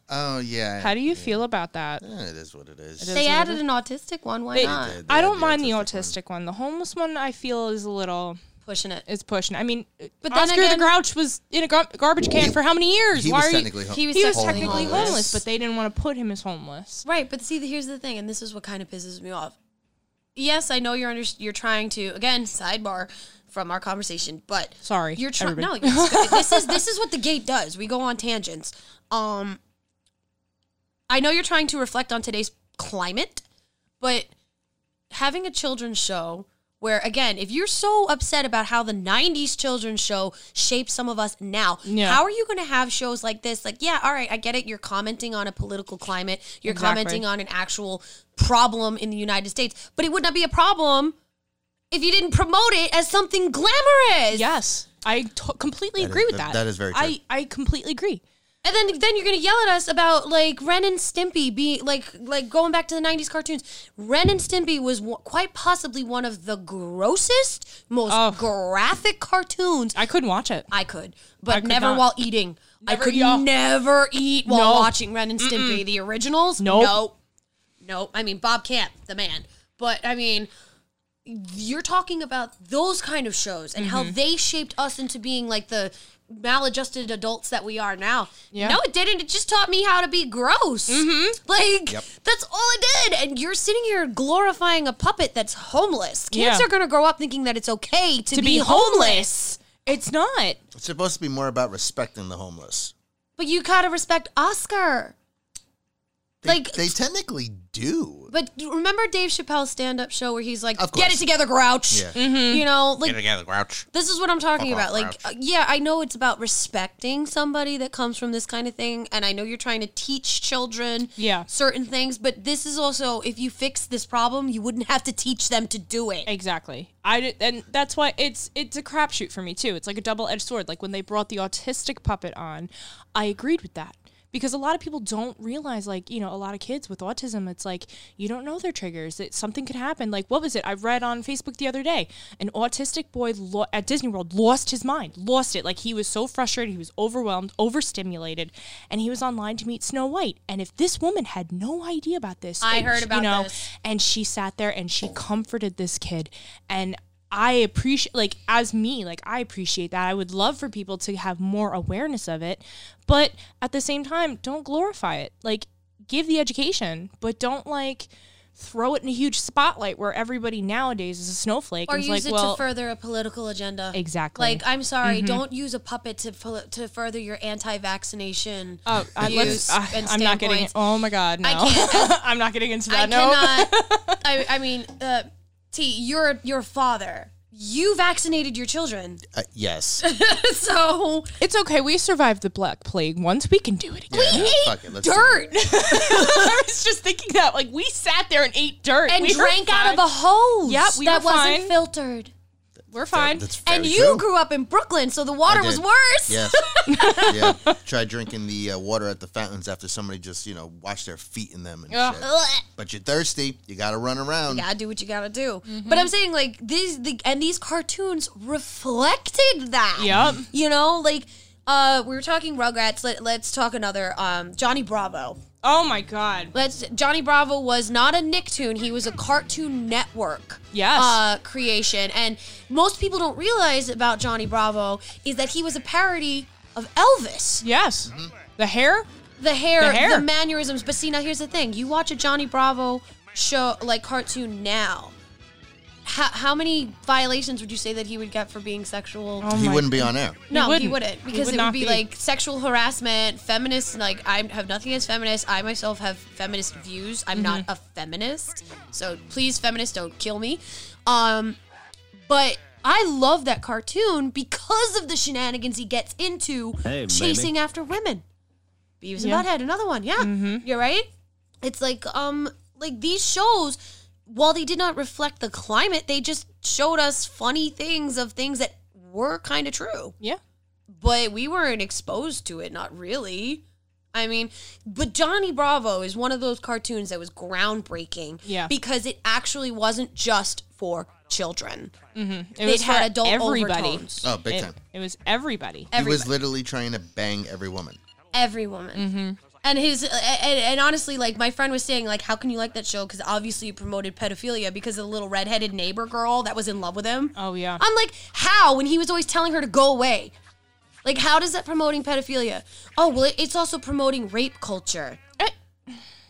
[SPEAKER 3] oh yeah.
[SPEAKER 2] How do you feel about that?
[SPEAKER 3] Yeah, it is what it is.
[SPEAKER 1] They added an autistic one. Why
[SPEAKER 2] They-
[SPEAKER 1] not?
[SPEAKER 3] did.
[SPEAKER 2] I don't
[SPEAKER 3] the
[SPEAKER 2] mind the
[SPEAKER 3] autistic
[SPEAKER 2] autistic one. The homeless one I feel is a little
[SPEAKER 1] Pushing it.
[SPEAKER 2] is pushing. I mean, but
[SPEAKER 1] then
[SPEAKER 2] Oscar
[SPEAKER 1] again-
[SPEAKER 2] the Grouch was in a gar- garbage can for how many years?
[SPEAKER 3] He
[SPEAKER 2] Why
[SPEAKER 3] was
[SPEAKER 2] are you?
[SPEAKER 3] technically home.
[SPEAKER 1] He was,
[SPEAKER 2] He was
[SPEAKER 1] technically
[SPEAKER 2] technically
[SPEAKER 1] homeless.
[SPEAKER 2] homeless. but they didn't want to put him as homeless.
[SPEAKER 1] Right, but see, the- here's the thing, and this is what kind of pisses me off. Yes, I know you're under, you're trying to again sidebar from our conversation, but
[SPEAKER 2] Sorry,
[SPEAKER 1] you're trying. No,
[SPEAKER 2] everybody.
[SPEAKER 1] it's good. this is this is what the gate does. We go on tangents. Um, I know you're trying to reflect on today's climate, but having a children's show where again, if you're so upset about how the '90s children's show shaped some of us now,
[SPEAKER 2] Yeah.
[SPEAKER 1] how are you going to have shows like this? Like, yeah, all right, I get it. You're commenting on a political climate. You're
[SPEAKER 2] Exactly.
[SPEAKER 1] commenting on an actual problem in the United States, but it would not be a problem if you didn't promote it as something glamorous.
[SPEAKER 2] Yes, I to- completely
[SPEAKER 3] is-
[SPEAKER 2] agree with
[SPEAKER 3] that-
[SPEAKER 2] that.
[SPEAKER 3] that is very true.
[SPEAKER 2] I I completely agree.
[SPEAKER 1] And then then you're gonna yell at us about like Ren and Stimpy being like like going back to the '90s cartoons. Ren and Stimpy was w- quite possibly one of the grossest, most
[SPEAKER 2] Oh.
[SPEAKER 1] graphic cartoons.
[SPEAKER 2] I couldn't watch it.
[SPEAKER 1] I could, but
[SPEAKER 2] could
[SPEAKER 1] never
[SPEAKER 2] not.
[SPEAKER 1] while eating. I
[SPEAKER 2] Never
[SPEAKER 1] could
[SPEAKER 2] eat off-
[SPEAKER 1] never eat while
[SPEAKER 2] No.
[SPEAKER 1] watching Ren and Stimpy, the originals.
[SPEAKER 2] Nope.
[SPEAKER 1] No, no. I mean Bob Camp, the man. But I mean, you're talking about those kind of shows and
[SPEAKER 2] Mm-hmm.
[SPEAKER 1] how they shaped us into being like the maladjusted adults that we are now.
[SPEAKER 2] Yeah. Mm-hmm.
[SPEAKER 1] No, it didn't. It just taught me how to be gross. Like that's all it did. And you're sitting here glorifying a puppet that's homeless. Kids
[SPEAKER 2] Yeah.
[SPEAKER 1] are going to grow up thinking that it's okay to, be,
[SPEAKER 2] be
[SPEAKER 1] homeless.
[SPEAKER 2] It's not.
[SPEAKER 3] It's supposed to be more about respecting the homeless.
[SPEAKER 1] But you gotta respect Oscar.
[SPEAKER 3] They,
[SPEAKER 1] Like-
[SPEAKER 3] they technically do.
[SPEAKER 1] But remember Dave Chappelle's stand-up show where he's like,
[SPEAKER 3] Of
[SPEAKER 1] "Get it
[SPEAKER 3] course.
[SPEAKER 1] together, Grouch."
[SPEAKER 3] Yeah.
[SPEAKER 2] Mm-hmm.
[SPEAKER 1] You know, like
[SPEAKER 4] Get together, Grouch.
[SPEAKER 1] this is what I'm talking
[SPEAKER 4] Fuck
[SPEAKER 1] about.
[SPEAKER 4] off,
[SPEAKER 1] Like, uh,
[SPEAKER 4] Grouch.
[SPEAKER 1] yeah, I know it's about respecting somebody that comes from this kind of thing, and I know you're trying to teach children
[SPEAKER 2] Yeah.
[SPEAKER 1] certain things, but this is also if you fix this problem, you wouldn't have to teach them to do it.
[SPEAKER 2] Exactly. I did, and that's why it's it's a crapshoot for me too. It's like a double edged sword. Like when they brought the autistic puppet on, I agreed with that because a lot of people don't realize, like you know, a lot of kids with autism, it's like you don't know their triggers. That something could happen. Like what was it? I read on Facebook the other day, an autistic boy lo- at Disney World lost his mind, lost it. Like he was so frustrated, he was overwhelmed, overstimulated, and he was online to meet Snow White. And if this woman had no idea about this,
[SPEAKER 1] I
[SPEAKER 2] and
[SPEAKER 1] heard
[SPEAKER 2] she-
[SPEAKER 1] about
[SPEAKER 2] you know,
[SPEAKER 1] this.
[SPEAKER 2] and she sat there and she comforted this kid and i appreciate like as me like i appreciate that i would love for people to have more awareness of it but at the same time don't glorify it like give the education but don't like throw it in a huge spotlight where everybody nowadays is a snowflake
[SPEAKER 1] Or
[SPEAKER 2] and it's
[SPEAKER 1] use
[SPEAKER 2] like
[SPEAKER 1] it
[SPEAKER 2] well
[SPEAKER 1] to further a political agenda.
[SPEAKER 2] exactly Mm-hmm.
[SPEAKER 1] Like, I'm sorry, don't use a puppet to fu- to further your anti-vaccination.
[SPEAKER 2] Oh, I,
[SPEAKER 1] views
[SPEAKER 2] let's, I,
[SPEAKER 1] and
[SPEAKER 2] I'm not getting.
[SPEAKER 1] standpoints.
[SPEAKER 2] Oh my God, no!
[SPEAKER 1] can't-
[SPEAKER 2] I'm not getting into that.
[SPEAKER 1] I
[SPEAKER 2] no,
[SPEAKER 1] cannot. I, I mean, uh, T, you're your father. You vaccinated your children,
[SPEAKER 3] Uh, yes.
[SPEAKER 1] so
[SPEAKER 2] it's okay. We survived the Black Plague once. We can do it again.
[SPEAKER 3] Yeah, fuck it, let's do
[SPEAKER 1] dirt
[SPEAKER 3] it.
[SPEAKER 2] I was just thinking that, like, we sat there and ate dirt
[SPEAKER 1] and
[SPEAKER 2] We were
[SPEAKER 1] drank out of
[SPEAKER 2] fine.
[SPEAKER 1] a hose
[SPEAKER 2] Yep, we
[SPEAKER 1] that
[SPEAKER 2] were
[SPEAKER 1] wasn't
[SPEAKER 2] fine.
[SPEAKER 1] filtered.
[SPEAKER 2] We're fine.
[SPEAKER 3] That's very
[SPEAKER 1] And you
[SPEAKER 3] true.
[SPEAKER 1] grew up in Brooklyn, so the water
[SPEAKER 3] I
[SPEAKER 1] was
[SPEAKER 3] did.
[SPEAKER 1] worse.
[SPEAKER 3] Yes. yeah. Try drinking the uh, water at the fountains after somebody just you know washed their feet in them and shit.
[SPEAKER 1] Ugh.
[SPEAKER 3] But you're thirsty. You gotta run around.
[SPEAKER 1] gotta do what you gotta do.
[SPEAKER 2] Mm-hmm.
[SPEAKER 1] But I'm saying like these the, and these cartoons reflected that.
[SPEAKER 2] Yep.
[SPEAKER 1] You know, like Uh, we were talking Rugrats. Let, let's talk another. Um, Johnny Bravo.
[SPEAKER 2] Oh my god.
[SPEAKER 1] Let's. Johnny Bravo was not a Nicktoon. He was a Cartoon Network.
[SPEAKER 2] Yes.
[SPEAKER 1] Uh, creation, and most people don't realize about Johnny Bravo is that he was a parody of Elvis.
[SPEAKER 2] Yes. The hair?
[SPEAKER 1] the hair,
[SPEAKER 2] The
[SPEAKER 1] the
[SPEAKER 2] hair.
[SPEAKER 1] mannerisms. But see, now here's the thing: you watch a Johnny Bravo show, like cartoon now. How, how many violations would you say that he would get for being sexual?
[SPEAKER 2] Oh
[SPEAKER 3] He
[SPEAKER 2] my-
[SPEAKER 3] wouldn't be on air.
[SPEAKER 1] no, he
[SPEAKER 2] wouldn't.
[SPEAKER 1] wouldn't
[SPEAKER 2] He
[SPEAKER 1] because
[SPEAKER 2] would
[SPEAKER 1] it
[SPEAKER 2] not
[SPEAKER 1] would be,
[SPEAKER 2] be.
[SPEAKER 1] like sexual harassment, feminist. Like I have nothing against feminists. I myself have feminist views. I'm not a feminist, so please, feminists, don't kill me. Um, but I love that cartoon because of the shenanigans he gets into
[SPEAKER 8] Hey,
[SPEAKER 1] chasing after women. Beavis
[SPEAKER 2] Yeah.
[SPEAKER 1] and Butthead, another one. Yeah, you're right. It's like um, like these shows, while they did not reflect the climate, they just showed us funny things of things that were kind of true,
[SPEAKER 2] Yeah.
[SPEAKER 1] but we weren't exposed to it. Not really. I mean, but Johnny Bravo is one of those cartoons that was groundbreaking.
[SPEAKER 2] Yeah.
[SPEAKER 1] because it actually wasn't just for children.
[SPEAKER 2] It,
[SPEAKER 1] It
[SPEAKER 2] was
[SPEAKER 1] had
[SPEAKER 2] for
[SPEAKER 1] adult
[SPEAKER 2] everybody.
[SPEAKER 1] overtones.
[SPEAKER 3] Oh, big
[SPEAKER 2] It,
[SPEAKER 3] time.
[SPEAKER 2] it was everybody.
[SPEAKER 3] He was
[SPEAKER 1] Everybody.
[SPEAKER 3] literally trying to bang every woman.
[SPEAKER 1] every woman.
[SPEAKER 2] Mm-hmm.
[SPEAKER 1] And his and, and honestly, like my friend was saying, like how can you like that show? Because obviously you promoted pedophilia because of the little redheaded neighbor girl that was in love with him.
[SPEAKER 2] Oh yeah.
[SPEAKER 1] I'm like, how? When he was always telling her to go away. Like, how does that promoting pedophilia? Oh well, it, it's also promoting rape culture.
[SPEAKER 2] Eh.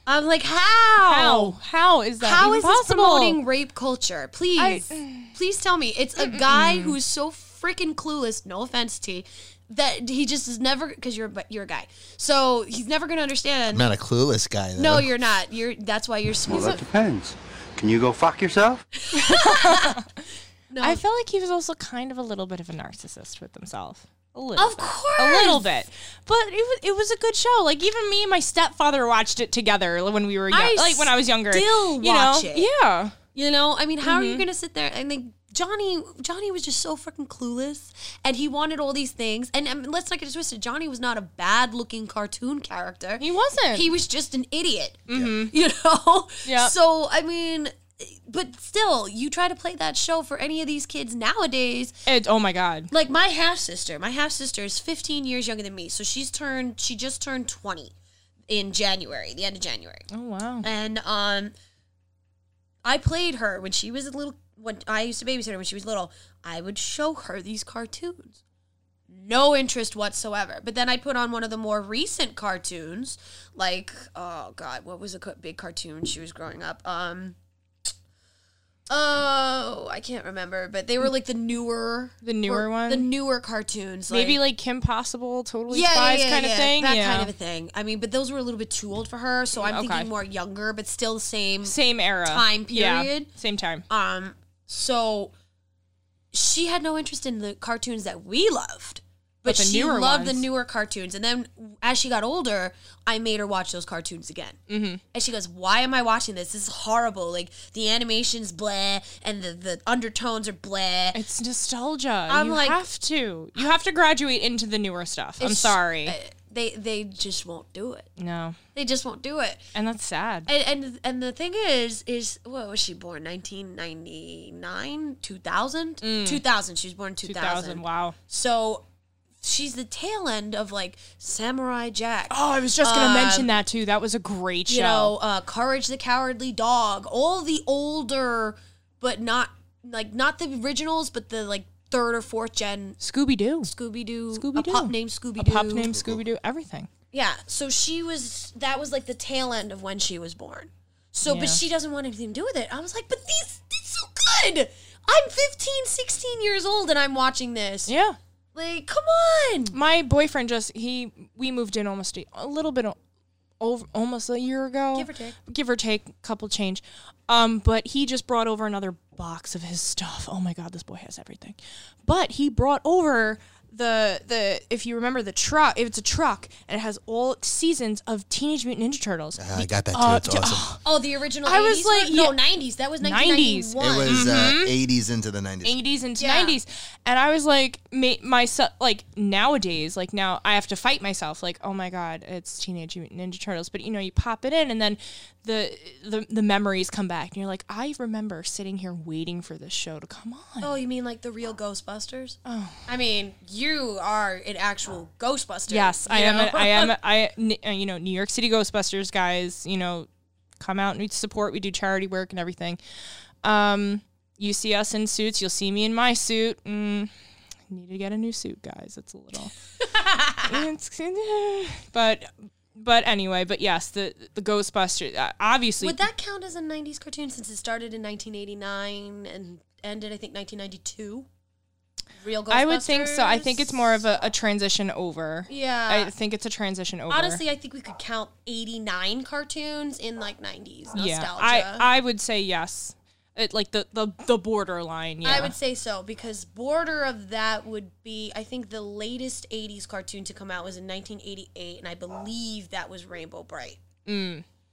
[SPEAKER 1] I'm like, how?
[SPEAKER 2] How? How is that
[SPEAKER 1] How
[SPEAKER 2] even
[SPEAKER 1] is this
[SPEAKER 2] possible?
[SPEAKER 1] promoting rape culture? Please, please tell me. It's a guy who's so freaking clueless. No offense, T. That he just is never because you're but you're a guy, so he's never gonna understand.
[SPEAKER 3] I'm not a clueless guy. Though.
[SPEAKER 1] No, you're not. You're that's why you're smooth.
[SPEAKER 9] Depends. Can you go fuck yourself?
[SPEAKER 2] I feel like he was also kind of a little bit of a narcissist with himself. A little.
[SPEAKER 1] Of
[SPEAKER 2] bit.
[SPEAKER 1] course,
[SPEAKER 2] A little bit, but it was, it was a good show. Like even me and my stepfather watched it together when we were young,
[SPEAKER 1] I
[SPEAKER 2] like when I was younger.
[SPEAKER 1] still
[SPEAKER 2] you
[SPEAKER 1] watch
[SPEAKER 2] know?
[SPEAKER 1] it.
[SPEAKER 2] Yeah,
[SPEAKER 1] You know, I mean, how
[SPEAKER 2] Mm-hmm.
[SPEAKER 1] are you gonna sit there and like Johnny? Johnny was just so freaking clueless, and he wanted all these things. And um, let's not get it twisted. Johnny was not a bad-looking cartoon character.
[SPEAKER 2] he wasn't. Mm-hmm.
[SPEAKER 1] He was just an idiot. You know?
[SPEAKER 2] Yep.
[SPEAKER 1] So, I mean, but still, you try to play that show for any of these kids nowadays.
[SPEAKER 2] It- oh my god.
[SPEAKER 1] Like my half sister, my half sister is 15 years younger than me. So she's turned, she just turned 20 in January, the end of January.
[SPEAKER 2] Oh wow.
[SPEAKER 1] And um, I played her when she was a little. When I used to babysit her when she was little, I would show her these cartoons. No interest whatsoever. But then I'd put on one of the more recent cartoons, like oh god, what was a co- big cartoon she was growing up? Um, oh, I can't remember, but they were like the newer,
[SPEAKER 2] The newer
[SPEAKER 1] were-
[SPEAKER 2] one?
[SPEAKER 1] the newer cartoons,
[SPEAKER 2] Maybe like Kim Possible, Totally Spies kind of thing.
[SPEAKER 1] that
[SPEAKER 2] yeah.
[SPEAKER 1] kind of a thing. I mean, but those were a little bit too old for her, so I'm
[SPEAKER 2] Okay.
[SPEAKER 1] thinking more younger, but still the same.
[SPEAKER 2] same era,
[SPEAKER 1] time
[SPEAKER 2] Yeah,
[SPEAKER 1] period.
[SPEAKER 2] same time.
[SPEAKER 1] Um, so she had no interest in the cartoons that we loved, but,
[SPEAKER 2] But the
[SPEAKER 1] she
[SPEAKER 2] newer
[SPEAKER 1] loved the
[SPEAKER 2] ones.
[SPEAKER 1] newer cartoons. And then as she got older, I made her watch those cartoons again, mm-hmm. and she goes, "Why am I watching this? This is horrible. Like the animation's blah, and the the undertones are blah."
[SPEAKER 2] It's nostalgia.
[SPEAKER 1] I'm
[SPEAKER 2] you
[SPEAKER 1] like-
[SPEAKER 2] have to. You have to graduate into the newer stuff. I'm
[SPEAKER 1] It's-
[SPEAKER 2] sorry.
[SPEAKER 1] uh, They they just won't do it.
[SPEAKER 2] no,
[SPEAKER 1] They just won't do it.
[SPEAKER 2] and that's sad.
[SPEAKER 1] And, and and the thing is, is what was she born? 1999, 2000, 2000. She was born
[SPEAKER 2] 2000.
[SPEAKER 1] 2000.
[SPEAKER 2] Mm. Wow.
[SPEAKER 1] So she's the tail end of like Samurai Jack.
[SPEAKER 2] Oh, I was just gonna mention that too. That was a great show.
[SPEAKER 1] you know, uh, Courage the Cowardly Dog. All the older, but not like not the originals, but the like third or fourth gen
[SPEAKER 2] Scooby Doo.
[SPEAKER 1] Scooby Doo.
[SPEAKER 2] Scooby Doo.
[SPEAKER 1] A pup named Scooby
[SPEAKER 2] A
[SPEAKER 1] Doo.
[SPEAKER 2] pup named Scooby Doo. Everything.
[SPEAKER 1] Yeah. So she was that was like the tail end of when she was born. So
[SPEAKER 2] Yeah.
[SPEAKER 1] but she doesn't want anything to do with it. I was like, but these it's so good. I'm 15, 16 years old and I'm watching this.
[SPEAKER 2] Yeah.
[SPEAKER 1] Like, come on.
[SPEAKER 2] My boyfriend just he we moved in almost a, a little bit o- over almost a year ago.
[SPEAKER 1] Give or take.
[SPEAKER 2] Give or take, couple change. Um, but he just brought over another box of his stuff. Oh my god, this boy has everything. But he brought over the the if you remember the truck, it's a truck and it has all seasons of Teenage Mutant Ninja Turtles.
[SPEAKER 3] Uh-huh, Ah, I got that too.
[SPEAKER 2] Uh,
[SPEAKER 3] it's
[SPEAKER 2] d-
[SPEAKER 3] awesome.
[SPEAKER 1] Oh, the original.
[SPEAKER 2] I was
[SPEAKER 1] 80s
[SPEAKER 2] like,
[SPEAKER 1] one? no,
[SPEAKER 2] yeah.
[SPEAKER 1] nineties. That was
[SPEAKER 2] 90s.
[SPEAKER 1] nineteen
[SPEAKER 2] It
[SPEAKER 1] ninety
[SPEAKER 3] It
[SPEAKER 1] one.
[SPEAKER 3] was uh, 80s into the 90s.
[SPEAKER 2] 80s into
[SPEAKER 1] Yeah.
[SPEAKER 2] 90s and i was like ma- myself like nowadays like now i have to fight myself like oh my god it's teenage mutant ninja turtles but you know you pop it in and then the the, the memories come back and you're like i remember sitting here waiting for this show to come on
[SPEAKER 1] Oh, you mean like the real Ghostbusters? Oh, I mean, you are an actual Ghostbuster.
[SPEAKER 2] Yes, I
[SPEAKER 1] you
[SPEAKER 2] am.
[SPEAKER 1] know?
[SPEAKER 2] A, I am. A, I n- uh, you know New York City Ghostbusters guys. You know, come out and support. We do charity work and everything. Um, you see us in suits. You'll see me in my suit. Mm, need to get a new suit, guys. It's a little. It's- but but anyway, but yes, the the Ghostbusters uh, obviously.
[SPEAKER 1] Would that count as a 90s cartoon since it started in 1989 and ended, I think, 1992? Real Ghostbusters?
[SPEAKER 2] I would think so. I think it's more of a, a transition over.
[SPEAKER 1] Yeah.
[SPEAKER 2] I think it's a transition over.
[SPEAKER 1] Honestly, I think we could count 89 cartoons in like 90s nostalgia.
[SPEAKER 2] I I would say yes. It, like the the the borderline. Yeah.
[SPEAKER 1] I would say so because border of that would be I think the latest 80s cartoon to come out was in 1988 and I believe that was Rainbow Bright.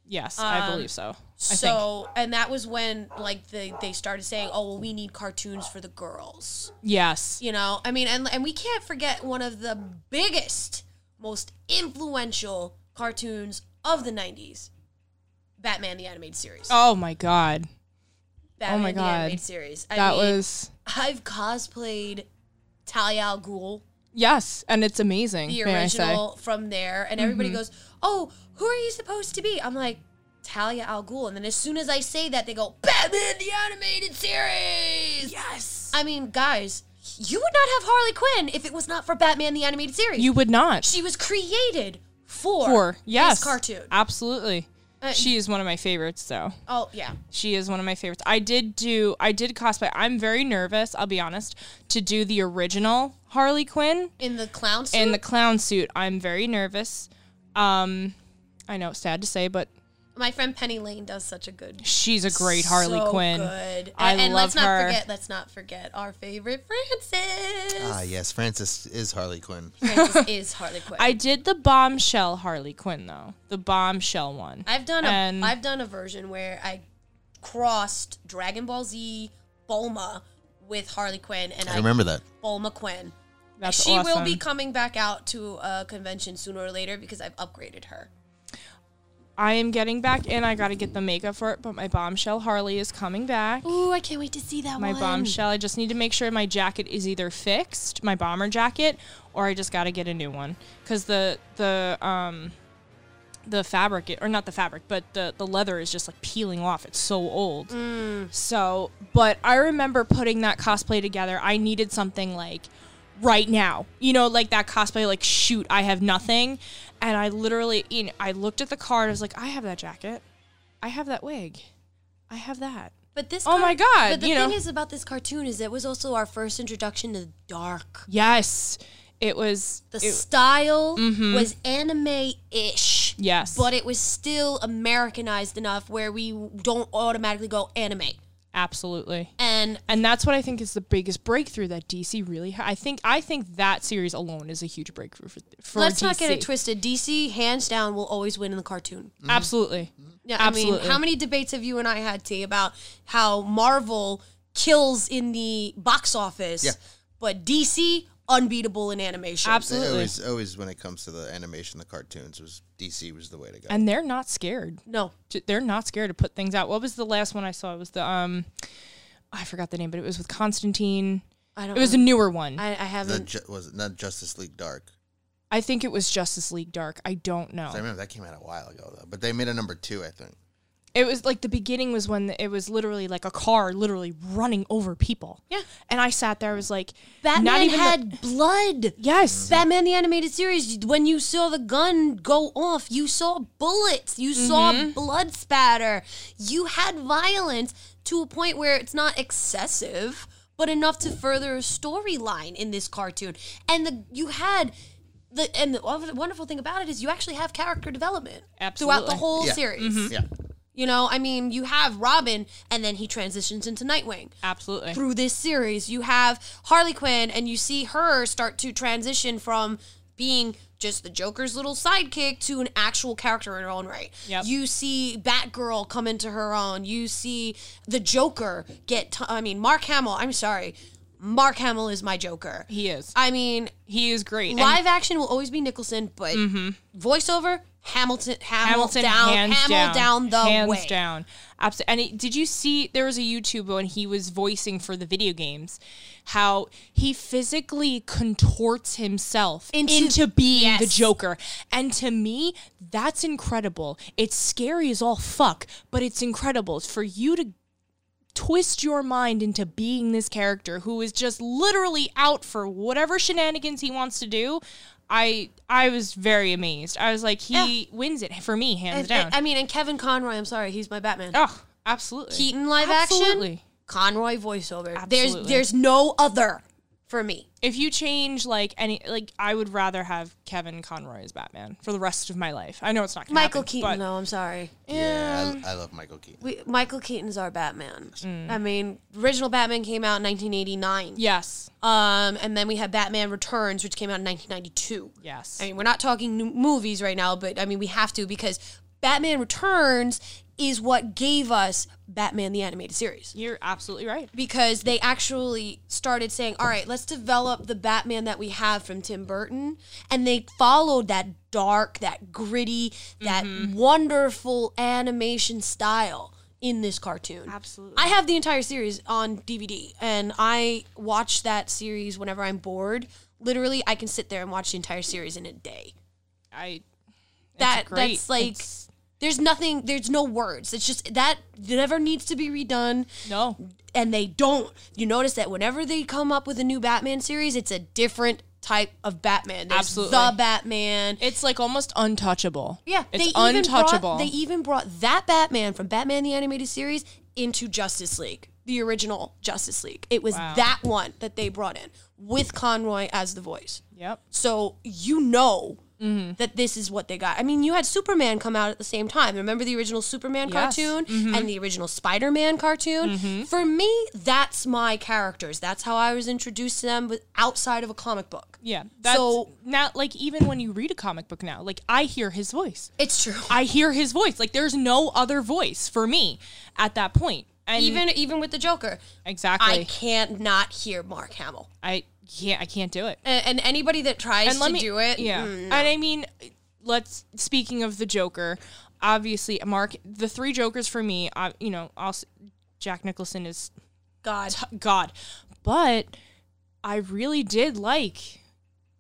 [SPEAKER 2] yes, I believe so. I think.
[SPEAKER 1] um, so and that was when like the, they started saying, "Oh, well, we need cartoons for the girls."
[SPEAKER 2] Yes.
[SPEAKER 1] You know, I mean, and and we can't forget one of the biggest, most influential cartoons of the '90s, Batman the animated series.
[SPEAKER 2] Oh my god.
[SPEAKER 1] Batman
[SPEAKER 2] my
[SPEAKER 1] the
[SPEAKER 2] God.
[SPEAKER 1] animated series. I
[SPEAKER 2] that
[SPEAKER 1] mean,
[SPEAKER 2] was
[SPEAKER 1] I've cosplayed Talia al Ghul,
[SPEAKER 2] yes, and it's amazing.
[SPEAKER 1] the
[SPEAKER 2] may I say. Mm-hmm.
[SPEAKER 1] original from there, and everybody goes, "Oh, who are you supposed to be?" I'm like. Talia al Ghul, and then as soon as I say that, they go Batman the animated series. Yes, I mean, guys, you would not have Harley Quinn if it was not for Batman the animated series.
[SPEAKER 2] You would not.
[SPEAKER 1] She was created for,
[SPEAKER 2] for yes.
[SPEAKER 1] this cartoon.
[SPEAKER 2] Absolutely.
[SPEAKER 1] Uh,
[SPEAKER 2] she is one of my favorites though.
[SPEAKER 1] oh yeah,
[SPEAKER 2] She is one of my favorites. I did do I did cosplay. I'm very nervous, I'll be honest, to do the original Harley Quinn
[SPEAKER 1] in the clown suit.
[SPEAKER 2] in the clown suit. I'm very nervous. Um I know, it's sad to say, but
[SPEAKER 1] My friend Penny Lane does such a good,
[SPEAKER 2] she's a great Harley
[SPEAKER 1] so
[SPEAKER 2] Quinn.
[SPEAKER 1] Good.
[SPEAKER 2] I
[SPEAKER 1] and, and let's
[SPEAKER 2] love
[SPEAKER 1] not
[SPEAKER 2] her.
[SPEAKER 1] forget, let's not forget our favorite Francis.
[SPEAKER 3] Ah, yes, Francis is Harley Quinn.
[SPEAKER 1] Francis is Harley Quinn.
[SPEAKER 2] I did the bombshell Harley Quinn though. The bombshell one.
[SPEAKER 1] I've done
[SPEAKER 2] and-
[SPEAKER 1] a I've done a version where I crossed Dragon Ball Z Bulma with Harley Quinn, and I,
[SPEAKER 3] I remember that.
[SPEAKER 1] Bulma Quinn.
[SPEAKER 2] That's
[SPEAKER 1] she will be
[SPEAKER 2] awesome.
[SPEAKER 1] coming back out to a convention sooner or later because I've upgraded her.
[SPEAKER 2] I am getting back in. I got to get the makeup for it, but my bombshell Harley is coming back.
[SPEAKER 1] Ooh, I can't wait to see that
[SPEAKER 2] My bombshell. I just need to make sure my jacket is either fixed, my bomber jacket, or I just got to get a new one because the the um the fabric or not the fabric, but the the leather is just like peeling off. It's so old. So, but I remember putting that cosplay together. I needed something like right now, you know, like that cosplay. Like, shoot, I have nothing, and I literally, you know, I looked at the card. I was like, I have that jacket. I have that wig. I have that.
[SPEAKER 1] But this,
[SPEAKER 2] Oh my God,
[SPEAKER 1] But the
[SPEAKER 2] you
[SPEAKER 1] thing
[SPEAKER 2] know.
[SPEAKER 1] is about this cartoon is it was also our first introduction to the dark.
[SPEAKER 2] Yes, it was.
[SPEAKER 1] The
[SPEAKER 2] it- Mm-hmm.
[SPEAKER 1] style was anime-ish.
[SPEAKER 2] Yes.
[SPEAKER 1] but it was still Americanized enough where we don't automatically go anime.
[SPEAKER 2] absolutely.
[SPEAKER 1] And
[SPEAKER 2] And that's what I think is the biggest breakthrough that DC really. Ha- I think I think that series alone is a huge breakthrough for, for
[SPEAKER 1] let's not get
[SPEAKER 2] DC.
[SPEAKER 1] it twisted. DC, hands down, will always win in the cartoon.
[SPEAKER 2] Absolutely.
[SPEAKER 1] Yeah, I
[SPEAKER 2] Absolutely.
[SPEAKER 1] mean, how many debates have you and I had, T, about how Marvel kills in the box office,
[SPEAKER 3] Yeah.
[SPEAKER 1] but DC unbeatable in animation?
[SPEAKER 2] Absolutely.
[SPEAKER 3] Always, always when it comes to the animation, the cartoons was DC was the way to go.
[SPEAKER 2] And they're not scared.
[SPEAKER 1] No,
[SPEAKER 2] J- They're not scared to put things out. What was the last one I saw? It was the um, I forgot the name, but it was with Constantine.
[SPEAKER 1] I don't.
[SPEAKER 2] It was a newer one.
[SPEAKER 1] I, I
[SPEAKER 3] the
[SPEAKER 1] haven't.
[SPEAKER 3] ju- was it not Justice League Dark.
[SPEAKER 2] I think it was Justice League Dark. I don't know.
[SPEAKER 3] I remember that came out a while ago though, but they made a number two, I think.
[SPEAKER 2] It was like the beginning was when it was literally like a car literally running over people.
[SPEAKER 1] Yeah.
[SPEAKER 2] And I sat there, I was like,
[SPEAKER 1] Batman
[SPEAKER 2] not even the-
[SPEAKER 1] had blood.
[SPEAKER 2] yes.
[SPEAKER 1] Batman the animated series. When you saw the gun go off, you saw bullets. You saw
[SPEAKER 2] Mm-hmm.
[SPEAKER 1] blood spatter. You had violence to a point where it's not excessive, but enough to further a storyline in this cartoon. And the you had. The, and the wonderful wonderful thing about it is you actually have character development throughout the
[SPEAKER 2] Absolutely. Mm-hmm.
[SPEAKER 1] whole
[SPEAKER 3] Yeah.
[SPEAKER 1] series.
[SPEAKER 3] Yeah.
[SPEAKER 1] You know, I mean, you have Robin, and then he transitions into Nightwing
[SPEAKER 2] Absolutely.
[SPEAKER 1] through this series. You have Harley Quinn, and you see her start to transition from being just the Joker's little sidekick to an actual character in her own right.
[SPEAKER 2] Yep.
[SPEAKER 1] You see Batgirl come into her own. You see the Joker get. T- I mean, Mark Hamill. I'm sorry, Mark Hamill is my Joker.
[SPEAKER 2] He is.
[SPEAKER 1] I mean,
[SPEAKER 2] He is great. And Mm-hmm.
[SPEAKER 1] live action will always be Nicholson, but voiceover Hamilton, Hamilton,
[SPEAKER 2] Hamilton
[SPEAKER 1] down,
[SPEAKER 2] hands
[SPEAKER 1] Hamilton down,
[SPEAKER 2] down,
[SPEAKER 1] the
[SPEAKER 2] hands
[SPEAKER 1] way.
[SPEAKER 2] down. Abs- and it, did you see there was a YouTube when he was voicing for the video games how he physically contorts himself into, being the Joker. And to me, that's incredible. It's scary as all fuck, but it's incredible. It's for you to twist your mind into being this character who is just literally out for whatever shenanigans he wants to do. I I was very amazed. I was like, he wins it for me, hands
[SPEAKER 1] If-
[SPEAKER 2] down.
[SPEAKER 1] I mean, and Kevin Conroy. I'm sorry, he's my Batman.
[SPEAKER 2] oh, absolutely.
[SPEAKER 1] Keaton live action,
[SPEAKER 2] Absolutely.
[SPEAKER 1] Conroy voiceover. There's
[SPEAKER 2] Absolutely.
[SPEAKER 1] there's no other for me.
[SPEAKER 2] if you change like any, like I would rather have Kevin Conroy as Batman for the rest of my life. I know it's not gonna
[SPEAKER 1] Michael
[SPEAKER 2] happen,
[SPEAKER 1] Keaton,
[SPEAKER 2] but
[SPEAKER 1] though. I'm sorry.
[SPEAKER 3] Yeah, I, I love Michael Keaton.
[SPEAKER 1] We, Michael Keaton's our Batman.
[SPEAKER 2] Mm.
[SPEAKER 1] I mean, original Batman came out in 1989.
[SPEAKER 2] Yes,
[SPEAKER 1] Um, and then we had Batman Returns, which came out in 1992.
[SPEAKER 2] yes,
[SPEAKER 1] I mean, we're not talking new movies right now, but I mean, we have to because Batman Returns is what gave us Batman the animated series
[SPEAKER 2] you're absolutely right.
[SPEAKER 1] because they actually started saying, "All right, let's develop the Batman that we have from Tim Burton," and they followed that dark, that gritty, that
[SPEAKER 2] Mm-hmm.
[SPEAKER 1] wonderful animation style in this cartoon.
[SPEAKER 2] Absolutely.
[SPEAKER 1] I have the entire series on DVD, and I watch that series whenever I'm bored. Literally, I can sit there and watch the entire series in a day.
[SPEAKER 2] I
[SPEAKER 1] That
[SPEAKER 2] great.
[SPEAKER 1] that's like
[SPEAKER 2] It's-
[SPEAKER 1] there's nothing, there's no words. It's just that never needs to be redone
[SPEAKER 2] no.
[SPEAKER 1] and they don't. You notice that whenever they come up with a new Batman series, it's a different type of Batman. There's
[SPEAKER 2] Absolutely.
[SPEAKER 1] the Batman.
[SPEAKER 2] It's like almost untouchable.
[SPEAKER 1] yeah,
[SPEAKER 2] it's
[SPEAKER 1] even brought-
[SPEAKER 2] untouchable.
[SPEAKER 1] they e even brought that Batman from Batman the Animated Series into Justice League, the original Justice League. It was
[SPEAKER 2] Wow.
[SPEAKER 1] that one that they brought in with Conroy as the voice.
[SPEAKER 2] yep.
[SPEAKER 1] So you know that this is what they got. I mean, you had Superman come out at the same time. Remember the original Superman
[SPEAKER 2] Yes.
[SPEAKER 1] cartoon and the original Spider Man cartoon? For me, that's my characters. That's how I was introduced to them with, outside of a comic book.
[SPEAKER 2] Yeah. That's
[SPEAKER 1] So-
[SPEAKER 2] now like even when you read a comic book now, like I hear his voice.
[SPEAKER 1] It's true.
[SPEAKER 2] I hear his voice. Like there's no other voice for me at that point. And
[SPEAKER 1] even even with the Joker, I
[SPEAKER 2] exactly.
[SPEAKER 1] can't not hear Mark Hamill.
[SPEAKER 2] I, can't I can't do it.
[SPEAKER 1] And, and anybody that tries
[SPEAKER 2] And let
[SPEAKER 1] to
[SPEAKER 2] me
[SPEAKER 1] do it,
[SPEAKER 2] Yeah.
[SPEAKER 1] mm,
[SPEAKER 2] And I mean, let's speaking of the Joker, obviously Mark the three Jokers for me, I, you know, also Jack Nicholson is
[SPEAKER 1] God,
[SPEAKER 2] God. But I really did like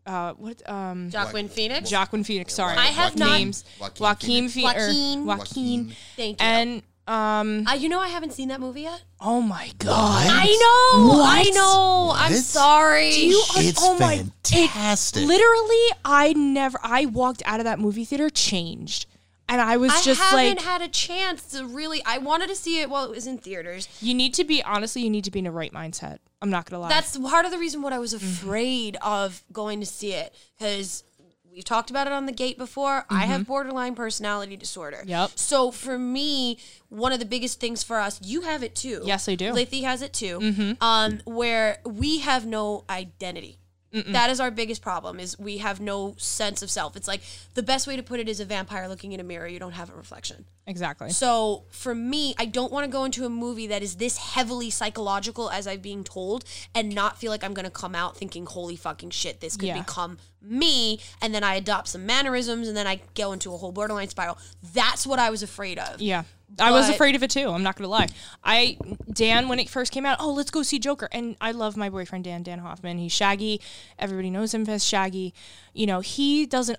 [SPEAKER 2] uh what um
[SPEAKER 1] Joaquin Phoenix.
[SPEAKER 2] Joaquin Phoenix. Sorry,
[SPEAKER 1] I have not-
[SPEAKER 2] Joaquin,
[SPEAKER 10] Joaquin
[SPEAKER 2] Joaquin, Phoenix.
[SPEAKER 1] Joaquin.
[SPEAKER 2] Joaquin, Joaquin,
[SPEAKER 1] Thank you.
[SPEAKER 2] and um.
[SPEAKER 1] uh, you know I haven't seen that movie yet.
[SPEAKER 2] Oh my god!
[SPEAKER 1] I know. I
[SPEAKER 2] What?
[SPEAKER 1] know. I'm
[SPEAKER 3] This-
[SPEAKER 1] sorry.
[SPEAKER 3] It's
[SPEAKER 2] oh my- it
[SPEAKER 3] fantastic.
[SPEAKER 2] Literally, I never. I walked out of that movie theater changed, and I was
[SPEAKER 1] I
[SPEAKER 2] just
[SPEAKER 1] haven't
[SPEAKER 2] like,
[SPEAKER 1] had a chance to really. I wanted to see it while it was in theaters.
[SPEAKER 2] "You need to be honestly. You need to be in a right mindset." I'm not gonna lie.
[SPEAKER 1] That's part of the reason what I
[SPEAKER 2] Mm-hmm.
[SPEAKER 1] was afraid of going to see it because we've talked about it on the gate before. I have borderline personality disorder.
[SPEAKER 2] Mm-hmm. Yep.
[SPEAKER 1] So for me, one of the biggest things for us, you have it too.
[SPEAKER 2] Yes, I do. Mm-hmm.
[SPEAKER 1] Lethe has it too. Um, where we have no identity. That is our biggest problem is we have no sense of self. It's like the best way to put it is a vampire looking in a mirror. You don't have a reflection.
[SPEAKER 2] exactly.
[SPEAKER 1] So for me, I don't want to go into a movie that is this heavily psychological as I'm being told and not feel like I'm going to come out thinking, holy fucking shit, this could
[SPEAKER 2] Yeah.
[SPEAKER 1] become me. And then I adopt some mannerisms and then I go into a whole borderline spiral. That's what I was afraid of.
[SPEAKER 2] Yeah. I was
[SPEAKER 1] But-
[SPEAKER 2] afraid of it too. I'm not gonna lie. I Dan when it first came out. Oh, let's go see Joker. And I love my boyfriend Dan. Dan Hoffman. He's Shaggy. Everybody knows him as Shaggy. You know he doesn't.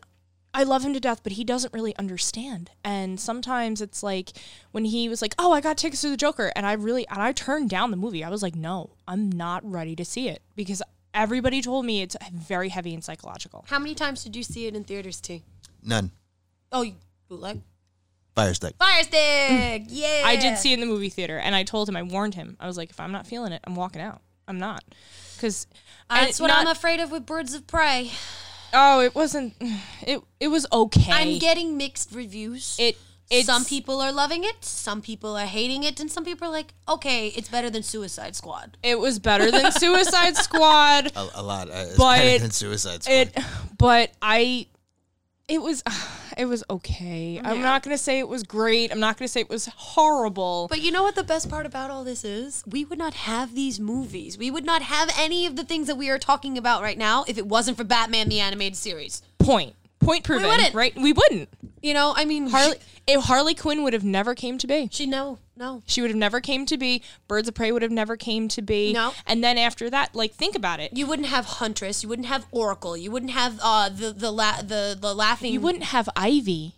[SPEAKER 2] I love him to death, but he doesn't really understand. And sometimes it's like when he was like, "Oh, I got tickets to the Joker," and I really and I turned down the movie. I was like, "No, I'm not ready to see it because everybody told me it's very heavy and psychological."
[SPEAKER 1] How many times did you see it in theaters, T?
[SPEAKER 3] None.
[SPEAKER 1] Oh, you bootleg?
[SPEAKER 3] Fire stick.
[SPEAKER 1] Fire stick! Yeah.
[SPEAKER 2] I did see it in the movie theater, and I told him, I warned him. I was like, if I'm not feeling it, I'm walking out. I'm not, because
[SPEAKER 1] That's what I'm afraid of with Birds of Prey.
[SPEAKER 2] oh, it wasn't. It it was okay.
[SPEAKER 1] I'm getting mixed reviews.
[SPEAKER 2] it. It's,
[SPEAKER 1] some people are loving it, some people are hating it, and some people are like, okay, it's better than Suicide Squad.
[SPEAKER 2] It was better than Suicide Squad.
[SPEAKER 3] A, a lot. Uh, it's
[SPEAKER 2] But
[SPEAKER 3] better
[SPEAKER 2] it-
[SPEAKER 3] than Suicide Squad.
[SPEAKER 2] It, but I. It was, it was okay. I'm not gonna say it was great. I'm not gonna say it was horrible.
[SPEAKER 1] But you know what the best part about all this is? We would not have these movies. We would not have any of the things that we are talking about right now if it wasn't for Batman the Animated Series.
[SPEAKER 2] point. Point proven,
[SPEAKER 1] wouldn't.
[SPEAKER 2] right? We wouldn't.
[SPEAKER 1] You know, I mean,
[SPEAKER 2] Harley, if Harley Quinn would have never came to be.
[SPEAKER 1] She no, no.
[SPEAKER 2] She would have never came to be. Birds of Prey would have never came to be.
[SPEAKER 1] No.
[SPEAKER 2] And then after that, like think about it.
[SPEAKER 1] You wouldn't have Huntress. You wouldn't have Oracle. You wouldn't have uh the the la- the the laughing.
[SPEAKER 2] You wouldn't have Ivy.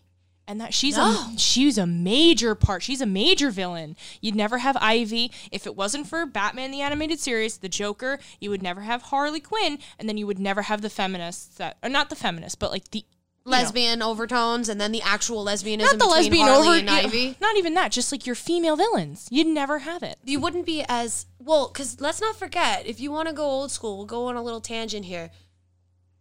[SPEAKER 2] And that she's a she's a major part. She's a major villain. You'd never have Ivy if it wasn't for Batman the animated series, the Joker. You would never have Harley Quinn, and then you would never have the feminists that or not the feminists, but like the you know,
[SPEAKER 1] lesbian overtones, and then the actual lesbianism.
[SPEAKER 2] not the
[SPEAKER 1] between
[SPEAKER 2] lesbian
[SPEAKER 1] Harley
[SPEAKER 2] over
[SPEAKER 1] and Ivy.
[SPEAKER 2] Not even that. Just like your female villains. You'd never have it.
[SPEAKER 1] You wouldn't be as well because let's not forget. If you want to go old school, we'll go on a little tangent here.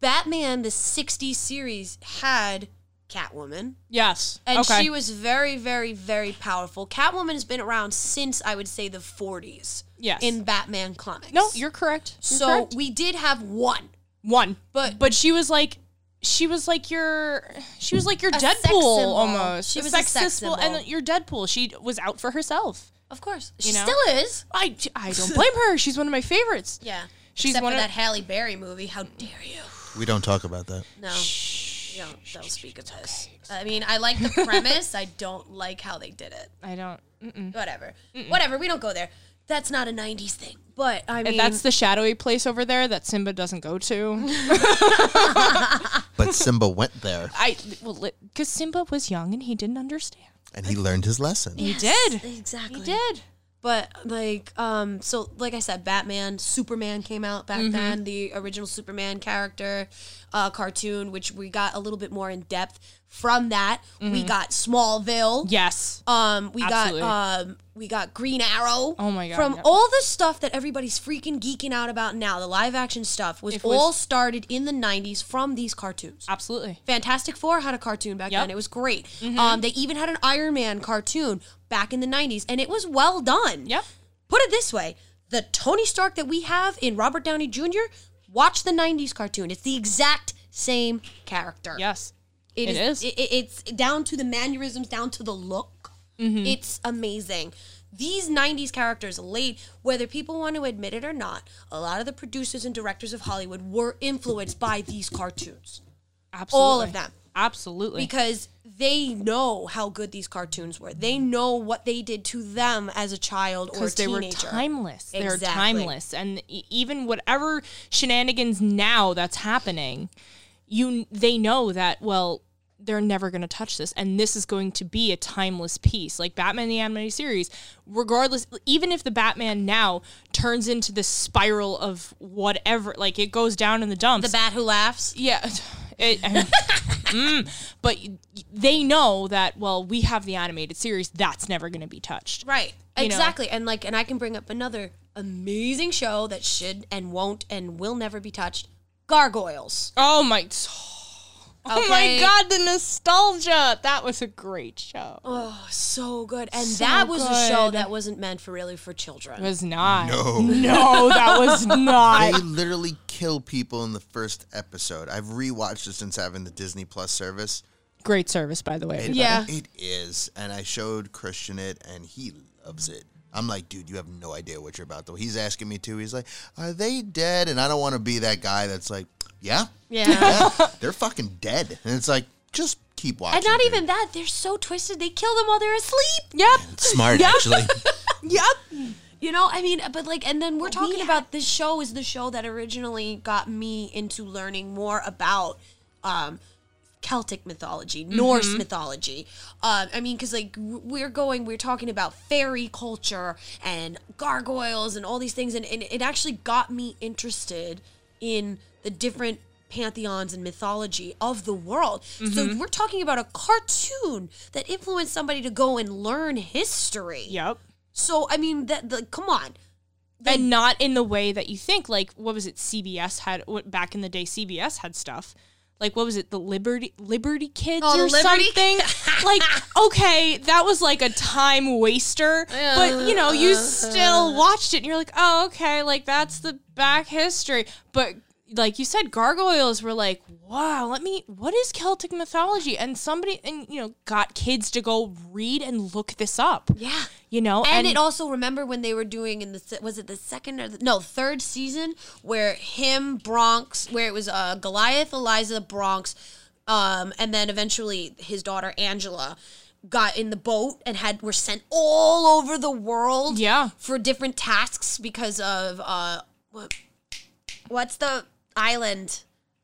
[SPEAKER 1] Batman the '60s series had Catwoman.
[SPEAKER 2] Yes.
[SPEAKER 1] And
[SPEAKER 2] okay.
[SPEAKER 1] she was very, very, very powerful. Catwoman has been around since I would say the 40s
[SPEAKER 2] yes.
[SPEAKER 1] in Batman comics.
[SPEAKER 2] no, you're correct. You're
[SPEAKER 1] so
[SPEAKER 2] correct.
[SPEAKER 1] we did have one.
[SPEAKER 2] One,
[SPEAKER 1] But-
[SPEAKER 2] but she was like, she was like your, she was like your
[SPEAKER 1] A sex
[SPEAKER 2] Deadpool
[SPEAKER 1] symbol.
[SPEAKER 2] almost.
[SPEAKER 1] She was a sex
[SPEAKER 2] symbol
[SPEAKER 1] symbol.
[SPEAKER 2] and your Deadpool. She was out for herself.
[SPEAKER 1] Of course, she
[SPEAKER 2] You know?
[SPEAKER 1] still is.
[SPEAKER 2] I, I don't blame her. She's one of my favorites.
[SPEAKER 1] Yeah,
[SPEAKER 2] She's
[SPEAKER 1] except
[SPEAKER 2] one
[SPEAKER 1] for
[SPEAKER 2] of-
[SPEAKER 1] that Halle Berry movie. How dare you?
[SPEAKER 3] We don't talk about that.
[SPEAKER 1] No, you don't, don't speak of this. I mean, I like the premise. I don't like how they did it.
[SPEAKER 2] I don't. Mm-mm.
[SPEAKER 1] Whatever, whatever. We don't go there. That's not a '90s thing. But I mean,
[SPEAKER 2] And that's the shadowy place over there that Simba doesn't go to.
[SPEAKER 3] But Simba went there
[SPEAKER 2] I well, because Simba was young and he didn't understand.
[SPEAKER 3] and he learned his lesson.
[SPEAKER 2] He did.
[SPEAKER 1] exactly.
[SPEAKER 2] He did.
[SPEAKER 1] But like, um, so like I said, Batman, Superman came out
[SPEAKER 2] Mm-hmm.
[SPEAKER 1] back then, the original Superman character uh, cartoon, which we got a little bit more in depth from that. We got Smallville.
[SPEAKER 2] Yes.
[SPEAKER 1] Um, we
[SPEAKER 2] Mm-hmm. Absolutely.
[SPEAKER 1] got um, we got Green Arrow.
[SPEAKER 2] Oh my God,
[SPEAKER 1] From
[SPEAKER 2] yeah.
[SPEAKER 1] all the stuff that everybody's freaking geeking out about now, the live action stuff was,
[SPEAKER 2] was-
[SPEAKER 1] all started in the '90s from these cartoons.
[SPEAKER 2] Absolutely.
[SPEAKER 1] Fantastic Four had a cartoon back
[SPEAKER 2] Yep. Mm-hmm.
[SPEAKER 1] then. It was great. Um, they even had an Iron Man cartoon back in the 90s, and it was well done.
[SPEAKER 2] Yep.
[SPEAKER 1] Put it this way the Tony Stark that we have in Robert Downey Jr., watch the 90s cartoon. It's the exact same character.
[SPEAKER 2] Yes. it is.
[SPEAKER 1] It, it- it's down to the mannerisms, down to the look.
[SPEAKER 2] Mm-hmm.
[SPEAKER 1] It's amazing. These 90s characters late, whether people want to admit it or not, a lot of the producers and directors of Hollywood were influenced by these cartoons
[SPEAKER 2] Absolutely.
[SPEAKER 1] all of them.
[SPEAKER 2] Absolutely.
[SPEAKER 1] because they know how good these cartoons were. They know what they did to them as a child or a
[SPEAKER 2] because they were
[SPEAKER 1] teenager.
[SPEAKER 2] timeless. They're
[SPEAKER 1] Exactly.
[SPEAKER 2] timeless, and e- even whatever shenanigans now that's happening, you they know that well they're never going to touch this and this is going to be a timeless piece like batman the animated series regardless even if the batman now turns into this spiral of whatever like it goes down in the dumps
[SPEAKER 1] the bat who laughs.
[SPEAKER 2] yeah. It, I mean, mm, but y- they know that, well, we have the animated series. That's never going to be touched.
[SPEAKER 1] Right.
[SPEAKER 2] You know.
[SPEAKER 1] exactly. And like and I can bring up another amazing show that should and won't and will never be touched. Gargoyles.
[SPEAKER 2] Oh, my. Oh, my
[SPEAKER 1] Okay.
[SPEAKER 2] God. The nostalgia. That was a great show.
[SPEAKER 1] Oh, so good. And
[SPEAKER 2] So
[SPEAKER 1] that was a show
[SPEAKER 2] good.
[SPEAKER 1] that wasn't meant for really for children.
[SPEAKER 2] It was not. No. No, that was
[SPEAKER 3] They
[SPEAKER 2] not.
[SPEAKER 3] literally kill people in the first episode. I've rewatched it since having the Disney Plus service.
[SPEAKER 2] great service, by the way.
[SPEAKER 3] It-
[SPEAKER 1] Yeah.
[SPEAKER 3] It is. And I showed Christian it, and he loves it. I'm like, dude, you have no idea what you're about, though. He's asking me to. He's like, are they dead? And I don't want to be that guy that's like, yeah. Yeah. they're fucking dead. And it's like, just keep watching.
[SPEAKER 1] and not
[SPEAKER 3] dude.
[SPEAKER 1] even that, they're so twisted. They kill them while they're asleep.
[SPEAKER 2] Yep.
[SPEAKER 4] Smart, actually.
[SPEAKER 1] Yep. You know, I mean, but like, and then we're talking
[SPEAKER 7] had-
[SPEAKER 1] about this show is the show that originally got me into learning more about um, Celtic mythology, Norse mythology. Um, I mean, because like w- we're going, we're talking about fairy culture and gargoyles and all these things, and, and it actually got me interested in the different pantheons and mythology of the world. So we're talking about a cartoon that influenced somebody to go and learn history.
[SPEAKER 2] Yep.
[SPEAKER 1] So I mean, that the, come on, Mm.
[SPEAKER 2] and not in the way that you think. Like what was it? CBS had what, back in the day. CBS had stuff. Like what was it? The Liberty Liberty Kids
[SPEAKER 1] Oh,
[SPEAKER 2] or
[SPEAKER 1] Liberty
[SPEAKER 2] something. like okay, that was like a time waster. But you know,
[SPEAKER 1] Uh-huh.
[SPEAKER 2] you still watched it, and you're like, oh okay, like that's the back history. But like you said, gargoyles were like. Wow, let me. What is Celtic mythology? And somebody, and you know, got kids to go read and look this up.
[SPEAKER 1] yeah.
[SPEAKER 2] You know,
[SPEAKER 1] And, it also remember when they were doing in the se- was it the second or the, no third season where him Bronx where it was uh, Goliath Eliza Bronx Um, and then eventually his daughter Angela got in the boat and had were sent all over the world
[SPEAKER 2] Yeah.
[SPEAKER 1] for different tasks because of uh what, what's the island?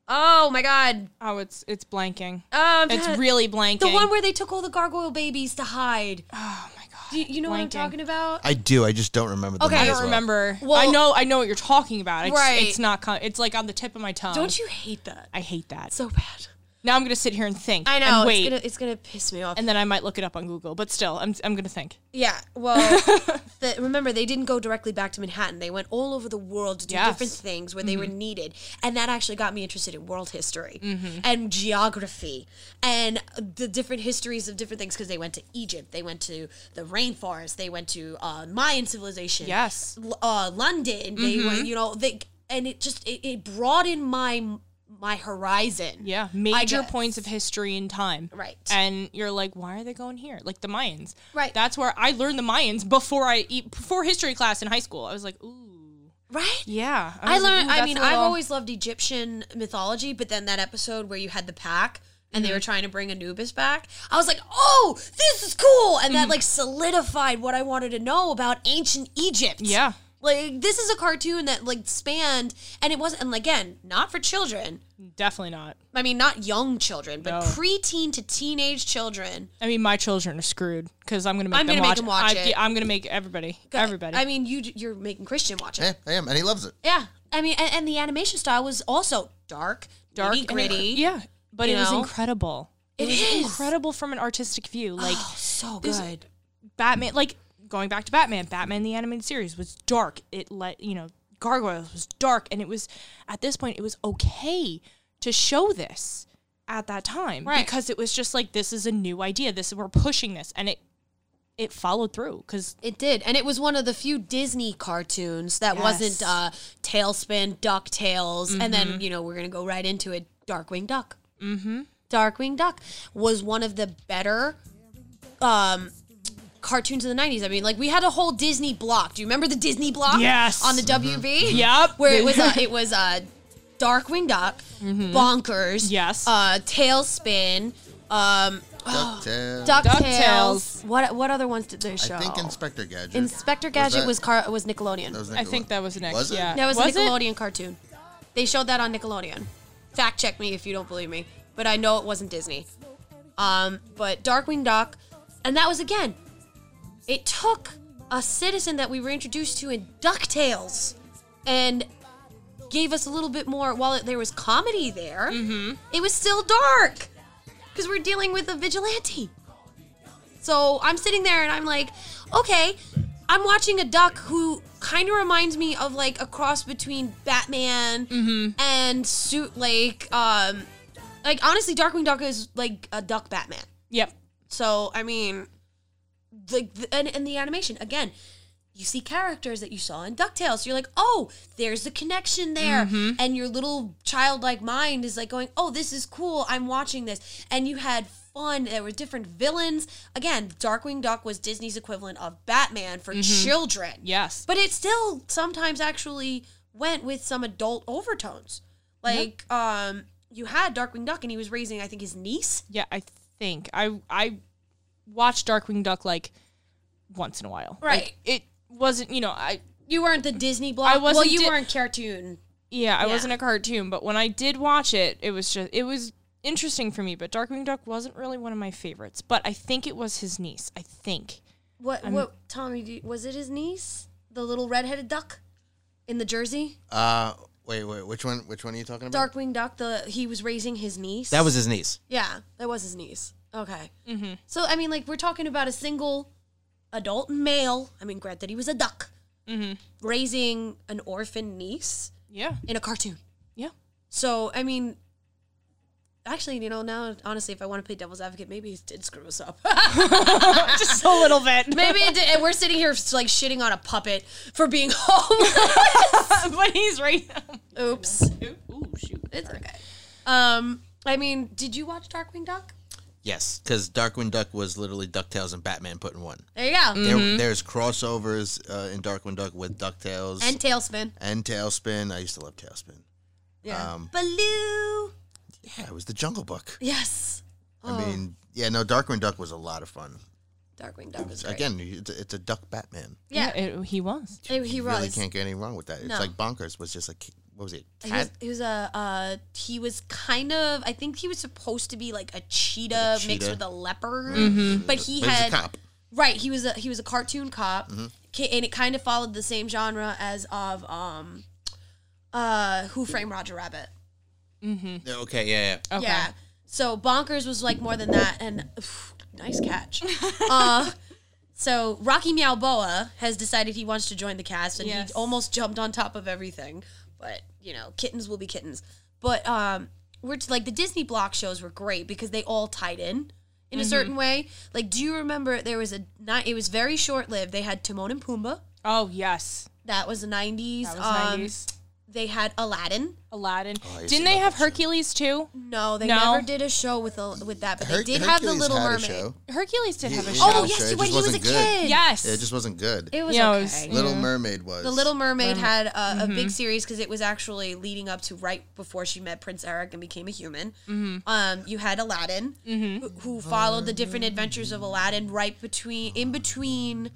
[SPEAKER 1] Oh my god.
[SPEAKER 2] Oh, it's it's blanking.
[SPEAKER 1] Um
[SPEAKER 2] It's really blanking.
[SPEAKER 1] the one where they took all the gargoyle babies to hide.
[SPEAKER 2] oh my god.
[SPEAKER 1] Do you, you know what I'm
[SPEAKER 2] Blanking.
[SPEAKER 1] talking about?
[SPEAKER 3] I do. I just don't remember. The
[SPEAKER 1] Okay.
[SPEAKER 3] name
[SPEAKER 1] I
[SPEAKER 2] I
[SPEAKER 1] don't
[SPEAKER 3] as well.
[SPEAKER 2] don't remember.
[SPEAKER 1] Well-
[SPEAKER 2] I know. I know what you're talking about. It's,
[SPEAKER 1] Right.
[SPEAKER 2] It's not. co- It's like on the tip of my tongue.
[SPEAKER 1] Don't you hate that?
[SPEAKER 2] I hate that.
[SPEAKER 1] So bad.
[SPEAKER 2] now I'm gonna sit here and think.
[SPEAKER 1] I know.
[SPEAKER 2] And wait.
[SPEAKER 1] It's gonna it's gonna piss me off.
[SPEAKER 2] and then I might look it up on Google. But still, I'm I'm gonna think.
[SPEAKER 1] Yeah, well, the, remember they didn't go directly back to Manhattan. They went all over the world to do
[SPEAKER 2] Yes.
[SPEAKER 1] different things where they were needed, and that actually got me interested in world history and geography and the different histories of different things. Because they went to Egypt, they went to the rainforest, they went to uh, Mayan civilization,
[SPEAKER 2] Yes.
[SPEAKER 1] L- uh, London. They
[SPEAKER 2] Mm-hmm.
[SPEAKER 1] went, you know, they and it just it, it broadened my my horizon.
[SPEAKER 2] Yeah.
[SPEAKER 1] I
[SPEAKER 2] Major
[SPEAKER 1] guess.
[SPEAKER 2] points of history and time.
[SPEAKER 1] Right.
[SPEAKER 2] And you're like, why are they going here? Like the Mayans.
[SPEAKER 1] Right.
[SPEAKER 2] That's where I learned the Mayans before I e- before history class in high school. I was like, ooh.
[SPEAKER 1] right?
[SPEAKER 2] Yeah.
[SPEAKER 1] I
[SPEAKER 2] was like,
[SPEAKER 1] learned.
[SPEAKER 2] ooh,
[SPEAKER 1] I
[SPEAKER 2] that's
[SPEAKER 1] mean,
[SPEAKER 2] a
[SPEAKER 1] I've
[SPEAKER 2] little-
[SPEAKER 1] always loved Egyptian mythology, but then that episode where you had the pack and
[SPEAKER 2] Mm-hmm.
[SPEAKER 1] they were trying to bring Anubis back, I was like, "Oh, this is cool!" And
[SPEAKER 2] Mm-hmm.
[SPEAKER 1] that like solidified what I wanted to know about ancient Egypt.
[SPEAKER 2] Yeah.
[SPEAKER 1] like this is a cartoon that like spanned, and it wasn't. And again, not for children.
[SPEAKER 2] definitely not.
[SPEAKER 1] I mean, not young children, but
[SPEAKER 2] No.
[SPEAKER 1] preteen to teenage children.
[SPEAKER 2] I mean, my children are screwed because I'm gonna make
[SPEAKER 1] I'm
[SPEAKER 2] them
[SPEAKER 1] gonna make
[SPEAKER 2] watch.
[SPEAKER 1] them watch
[SPEAKER 2] I,
[SPEAKER 1] it.
[SPEAKER 2] yeah, I'm gonna make everybody. Everybody.
[SPEAKER 1] I mean, you you're making Christian watch it.
[SPEAKER 3] Yeah, I am, and he loves it.
[SPEAKER 1] Yeah, I mean, and, and the animation style was also dark, dark,
[SPEAKER 2] and
[SPEAKER 1] gritty.
[SPEAKER 2] inc- yeah, but
[SPEAKER 1] you
[SPEAKER 2] it was
[SPEAKER 1] know?
[SPEAKER 2] incredible. It, was
[SPEAKER 1] is.
[SPEAKER 2] incredible from an artistic view. Like
[SPEAKER 1] Oh, so
[SPEAKER 2] There's-
[SPEAKER 1] good.
[SPEAKER 2] Batman, like going back to Batman, Batman the animated series was dark. It let you know Gargoyles was dark, and it was at this point it was okay to show this at that time
[SPEAKER 1] Right.
[SPEAKER 2] because it was just like this is a new idea. This we're pushing this, and it it followed through because
[SPEAKER 1] It did, and it was one of the few Disney cartoons that
[SPEAKER 2] Yes. Mm-hmm.
[SPEAKER 1] wasn't uh, Tailspin, Ducktales, and then you know we're gonna go right into it. Darkwing Duck. Mm-hmm. Darkwing Duck was one of the better um, cartoons of the '90s. I mean, like we had a whole Disney block. Do you remember the Disney block?
[SPEAKER 2] Yes. Mm-hmm.
[SPEAKER 1] On the WB.
[SPEAKER 2] Yep.
[SPEAKER 1] Where it was uh, it was uh, Darkwing Duck, Bonkers.
[SPEAKER 2] Mm-hmm. Yes.
[SPEAKER 1] Uh, Tailspin. Um,
[SPEAKER 3] DuckTales.
[SPEAKER 1] DuckTales. What what other ones did they show?
[SPEAKER 3] I think Inspector Gadget.
[SPEAKER 1] Inspector Gadget
[SPEAKER 3] that-
[SPEAKER 1] was car- was Nickelodeon.
[SPEAKER 3] that was
[SPEAKER 2] I think
[SPEAKER 3] Nickelodeon.
[SPEAKER 2] that was next.
[SPEAKER 3] Was it?
[SPEAKER 2] Yeah,
[SPEAKER 1] that was,
[SPEAKER 2] it?
[SPEAKER 1] a Nickelodeon cartoon. They showed that on Nickelodeon. Fact check me if you don't believe me, but I know it wasn't Disney. Um, but Darkwing Duck, and that was again. It took a citizen that we were introduced to in Ducktales, and gave us a little bit more. While it, there was comedy there, it was still dark because we're dealing with a vigilante. So I'm sitting there and I'm like, okay, I'm watching a duck who kind of reminds me of like a cross between Batman and suit like um like honestly Darkwing Duck is like a duck Batman.
[SPEAKER 2] Yep.
[SPEAKER 1] So I mean, like the, and, and the animation again. You see characters that you saw in DuckTales. You're like, oh, there's a connection there. And your little childlike mind is like going, oh, this is cool. I'm watching this. And you had fun. There were different villains. Again, Darkwing Duck was Disney's equivalent of Batman for children.
[SPEAKER 2] Yes.
[SPEAKER 1] But it still sometimes actually went with some adult overtones. Like, um, you had Darkwing Duck and he was raising, I think, his niece.
[SPEAKER 2] Yeah, I think I I watched Darkwing Duck like once in a while. Like,
[SPEAKER 1] Right.
[SPEAKER 2] it wasn't you know I
[SPEAKER 1] You weren't the Disney block.
[SPEAKER 2] I wasn't
[SPEAKER 1] well, you
[SPEAKER 2] Di-
[SPEAKER 1] weren't cartoon.
[SPEAKER 2] yeah I wasn't a cartoon, but when I did watch it, it was just it was interesting for me. But Darkwing Duck wasn't really one of my favorites. But I think it was his niece. I think
[SPEAKER 1] What? what? Tommy? Do was it his niece, the little redheaded duck, in the jersey?
[SPEAKER 3] Uh, wait, wait. Which one? Which one are you talking about?
[SPEAKER 1] Darkwing Duck. The he was raising his niece.
[SPEAKER 3] That was his niece.
[SPEAKER 1] yeah. That was his niece. Okay. Mm-hmm. So I mean, like we're talking about a single adult male. I mean, granted, he was a duck raising an orphan niece
[SPEAKER 2] yeah
[SPEAKER 1] in a cartoon.
[SPEAKER 2] yeah
[SPEAKER 1] So I mean. Actually, you know, now honestly, if I want to play devil's advocate, maybe he did screw us up.
[SPEAKER 2] just a little bit.
[SPEAKER 1] Maybe it did, and we're sitting here like shitting on a puppet for being homeless.
[SPEAKER 2] but he's right.
[SPEAKER 1] Oops,
[SPEAKER 2] Ooh shoot.
[SPEAKER 1] it's okay. Um, I mean, did you watch Darkwing Duck?
[SPEAKER 11] Yes, because Darkwing Duck was literally DuckTales and Batman put in one.
[SPEAKER 1] There you go.
[SPEAKER 3] There, there's crossovers uh, in Darkwing Duck with DuckTales
[SPEAKER 1] And Tailspin.
[SPEAKER 3] and Tailspin. I used to love Tailspin.
[SPEAKER 1] Yeah.
[SPEAKER 3] Um,
[SPEAKER 1] Baloo.
[SPEAKER 3] Yeah, it was the Jungle Book.
[SPEAKER 1] Yes. Oh.
[SPEAKER 3] I mean, yeah, no, Darkwing Duck was a lot of fun.
[SPEAKER 1] Darkwing Duck was great.
[SPEAKER 3] Again, it's, it's a Duck Batman.
[SPEAKER 1] Yeah.
[SPEAKER 2] it, he was.
[SPEAKER 1] It- he
[SPEAKER 3] you
[SPEAKER 1] was.
[SPEAKER 3] really can't get any wrong with that. It's
[SPEAKER 1] No.
[SPEAKER 3] like Bonkers was just like what was it?
[SPEAKER 1] He was,
[SPEAKER 3] Cat
[SPEAKER 1] he was a uh, he was kind of I think he was supposed to be like a cheetah, mixed
[SPEAKER 3] cheetah.
[SPEAKER 1] with a leopard, but he
[SPEAKER 3] But he was a
[SPEAKER 1] had
[SPEAKER 3] cop.
[SPEAKER 1] right. He was a he was a cartoon cop, Ki- and it kind of followed the same genre as of um, uh, Who Framed Roger Rabbit.
[SPEAKER 12] Yeah, Okay, yeah, yeah.
[SPEAKER 2] Okay.
[SPEAKER 1] Yeah. So bonkers was like more than that, and phew, nice catch. uh, so Rocky Meow Boa has decided he wants to join the cast, and
[SPEAKER 2] Yes.
[SPEAKER 1] he almost jumped on top of everything. But you know, kittens will be kittens. But um, we're t- like the Disney block shows were great because they all tied in in
[SPEAKER 2] Mm-hmm.
[SPEAKER 1] a certain way. Like, do you remember there was a night? It was very short lived. They had Timon and Pumbaa.
[SPEAKER 2] Oh yes,
[SPEAKER 1] That was the nineties.
[SPEAKER 2] that was
[SPEAKER 1] Um,
[SPEAKER 2] nineties.
[SPEAKER 1] They had Aladdin.
[SPEAKER 2] Aladdin.
[SPEAKER 3] Oh, I used to
[SPEAKER 2] Didn't they
[SPEAKER 3] love
[SPEAKER 2] have
[SPEAKER 3] that show.
[SPEAKER 2] Hercules too?
[SPEAKER 1] No, they
[SPEAKER 2] No.
[SPEAKER 1] never did a show with a, with that, but
[SPEAKER 3] Her-
[SPEAKER 1] they did have the
[SPEAKER 3] Hercules
[SPEAKER 1] Little
[SPEAKER 3] had a
[SPEAKER 1] Mermaid.
[SPEAKER 3] show.
[SPEAKER 2] Hercules did have a
[SPEAKER 3] He-
[SPEAKER 2] show.
[SPEAKER 1] Oh
[SPEAKER 3] Yeah, sure,
[SPEAKER 1] yes,
[SPEAKER 3] it
[SPEAKER 1] when
[SPEAKER 3] just
[SPEAKER 1] he was a
[SPEAKER 3] wasn't good.
[SPEAKER 1] kid.
[SPEAKER 2] Yes.
[SPEAKER 3] Yeah, it just wasn't good.
[SPEAKER 1] it was
[SPEAKER 2] Yeah, it was-
[SPEAKER 1] okay. Mm-hmm.
[SPEAKER 3] Little Mermaid was
[SPEAKER 1] the Little Mermaid had a, a big series because it was actually leading up to right before she met Prince Eric and became a human. Um, you had Aladdin, who, who followed the different adventures of Aladdin right between in between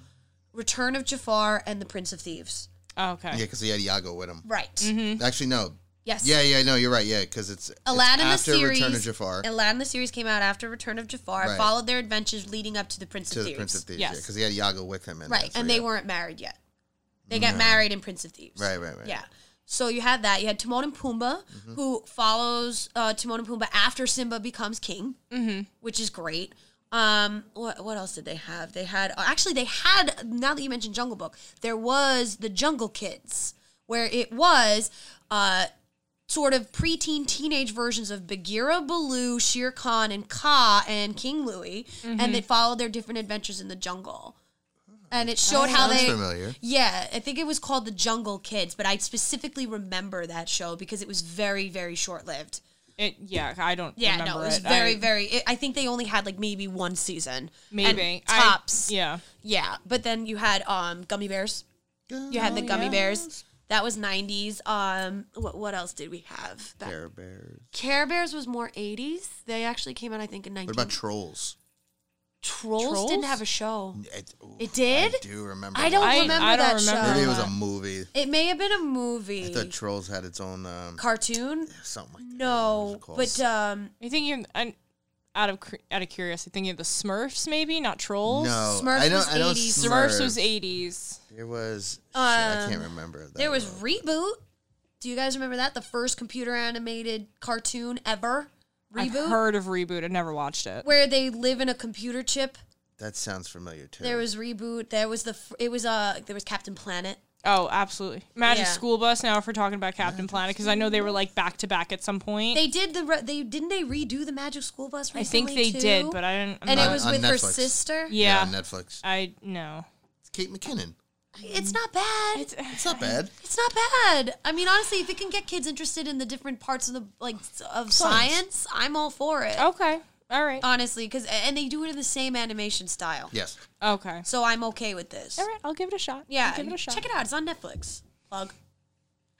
[SPEAKER 1] Return of Jafar and the Prince of Thieves.
[SPEAKER 2] okay.
[SPEAKER 3] yeah, because he had Iago with him.
[SPEAKER 1] Right. Mm-hmm.
[SPEAKER 3] Actually, no.
[SPEAKER 1] Yes.
[SPEAKER 3] Yeah, yeah, no, you're right. Yeah, because it's it's
[SPEAKER 1] Aladdin
[SPEAKER 3] after
[SPEAKER 1] the series.
[SPEAKER 3] Return of Jafar
[SPEAKER 1] Aladdin the series came out after Return of Jafar,
[SPEAKER 3] Right.
[SPEAKER 1] followed their adventures leading up to the Prince
[SPEAKER 3] to
[SPEAKER 1] of
[SPEAKER 3] the
[SPEAKER 1] Thieves.
[SPEAKER 3] Prince of Thieves.
[SPEAKER 2] Yes.
[SPEAKER 3] because he had Iago with him. And
[SPEAKER 1] Right, and they weren't married yet. They got married in Prince of Thieves.
[SPEAKER 3] Mm-hmm. Right, right, right. Mm-hmm.
[SPEAKER 1] Yeah. So you had that. You had Timon and Pumbaa, who follows uh, Timon and Pumbaa after Simba becomes king, which is great. Um, what what else did they have? They had uh, actually they had. Now that you mentioned Jungle Book, there was the Jungle Kids, where it was uh, sort of preteen teenage versions of Bagheera, Baloo, Shere Khan, and Ka, and King Louie, and they followed their different adventures in the jungle. And it showed how
[SPEAKER 3] Sounds
[SPEAKER 1] they
[SPEAKER 3] Oh, familiar.
[SPEAKER 1] yeah, I think it was called The Jungle Kids, but I specifically remember that show because it was very, very short lived.
[SPEAKER 2] It, yeah, I don't.
[SPEAKER 1] Yeah,
[SPEAKER 2] remember
[SPEAKER 1] no, it was
[SPEAKER 2] it. I-
[SPEAKER 1] very, very. It, I think they only had like maybe one season,
[SPEAKER 2] maybe
[SPEAKER 1] and tops.
[SPEAKER 2] I, yeah.
[SPEAKER 1] yeah. But then you had um gummy bears. You had the
[SPEAKER 2] Oh,
[SPEAKER 1] gummy bears. That was '90s. Um, what what else did we have? Back?
[SPEAKER 3] Care Bears.
[SPEAKER 1] Care Bears was more '80s. They actually came out, I think, in '90s.
[SPEAKER 3] What about Trolls?
[SPEAKER 1] Trolls?
[SPEAKER 2] Trolls?
[SPEAKER 1] Didn't have a show.
[SPEAKER 3] It, ooh,
[SPEAKER 1] It did?
[SPEAKER 3] I do remember.
[SPEAKER 1] I don't
[SPEAKER 3] that.
[SPEAKER 2] I-
[SPEAKER 1] remember
[SPEAKER 2] I don't
[SPEAKER 1] that
[SPEAKER 2] remember
[SPEAKER 1] show.
[SPEAKER 3] Maybe it was a movie.
[SPEAKER 1] It may have been a movie.
[SPEAKER 3] I thought Trolls had its own um,
[SPEAKER 1] cartoon.
[SPEAKER 3] something like that.
[SPEAKER 1] No,
[SPEAKER 3] What was
[SPEAKER 1] but
[SPEAKER 3] it called?
[SPEAKER 1] um,
[SPEAKER 2] I think you're I'm, out of cur- out of curiosity. Thinking of the Smurfs, maybe not trolls.
[SPEAKER 3] no,
[SPEAKER 1] Smurfs
[SPEAKER 3] I
[SPEAKER 1] was
[SPEAKER 3] don't. I know
[SPEAKER 1] 80s.
[SPEAKER 3] Smurfs.
[SPEAKER 2] Smurfs was '80s.
[SPEAKER 3] There was. shit, I can't remember. That
[SPEAKER 1] Um, there was
[SPEAKER 3] one.
[SPEAKER 1] reboot. Do you guys remember that? The first computer animated cartoon ever,
[SPEAKER 2] I've
[SPEAKER 1] reboot,
[SPEAKER 2] heard of reboot. I've never watched it.
[SPEAKER 1] where they live in a computer chip.
[SPEAKER 3] That sounds familiar too.
[SPEAKER 1] There was reboot. There was the. f- It was uh. There was Captain Planet.
[SPEAKER 2] Oh, absolutely. Magic
[SPEAKER 1] Yeah.
[SPEAKER 2] School Bus. Now, if we're talking about Captain Planet, because I know they were like back to back at some point.
[SPEAKER 1] They did the. Re- they didn't they redo the Magic School Bus
[SPEAKER 2] I think
[SPEAKER 1] recently
[SPEAKER 2] they
[SPEAKER 1] too?
[SPEAKER 2] did, but I didn't. I'm
[SPEAKER 1] and it
[SPEAKER 2] not-
[SPEAKER 1] was
[SPEAKER 3] on
[SPEAKER 1] with her
[SPEAKER 3] Netflix.
[SPEAKER 1] sister.
[SPEAKER 2] yeah.
[SPEAKER 3] on Netflix.
[SPEAKER 2] I no.
[SPEAKER 3] It's Kate McKinnon.
[SPEAKER 1] It's not bad. It's,
[SPEAKER 2] uh,
[SPEAKER 3] It's not bad.
[SPEAKER 1] not bad. I mean, honestly, if it can get kids interested in the different parts of the like s- of
[SPEAKER 3] Science.
[SPEAKER 1] science, I'm all for it.
[SPEAKER 2] Okay. All right.
[SPEAKER 1] honestly because and they do it in the same animation style
[SPEAKER 3] Yes.
[SPEAKER 2] Okay.
[SPEAKER 1] so i'm okay with this
[SPEAKER 2] All right. I'll give it a shot.
[SPEAKER 1] yeah
[SPEAKER 2] I'll give it a shot.
[SPEAKER 1] check it out it's on netflix plug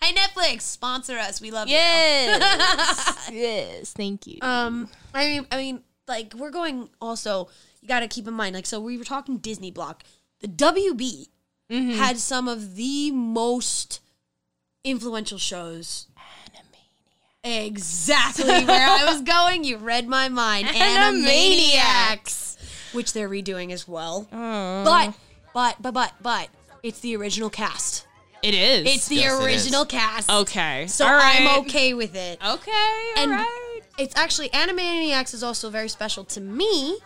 [SPEAKER 1] hey netflix sponsor us we love
[SPEAKER 2] Yes. yes. Thank you.
[SPEAKER 1] you um i mean i mean like we're going also you gotta keep in mind like so we were talking disney block the wb had some of the most influential shows Exactly where I was going. You read my mind. Animaniacs, which they're redoing as well. But, but, but, but, but, it's the original cast.
[SPEAKER 2] it is.
[SPEAKER 1] It's the
[SPEAKER 3] Yes, it is.
[SPEAKER 1] original cast.
[SPEAKER 2] okay.
[SPEAKER 1] So
[SPEAKER 2] All right.
[SPEAKER 1] I'm okay with it.
[SPEAKER 2] Okay. all
[SPEAKER 1] And-
[SPEAKER 2] right.
[SPEAKER 1] It's actually, Animaniacs is also very special to me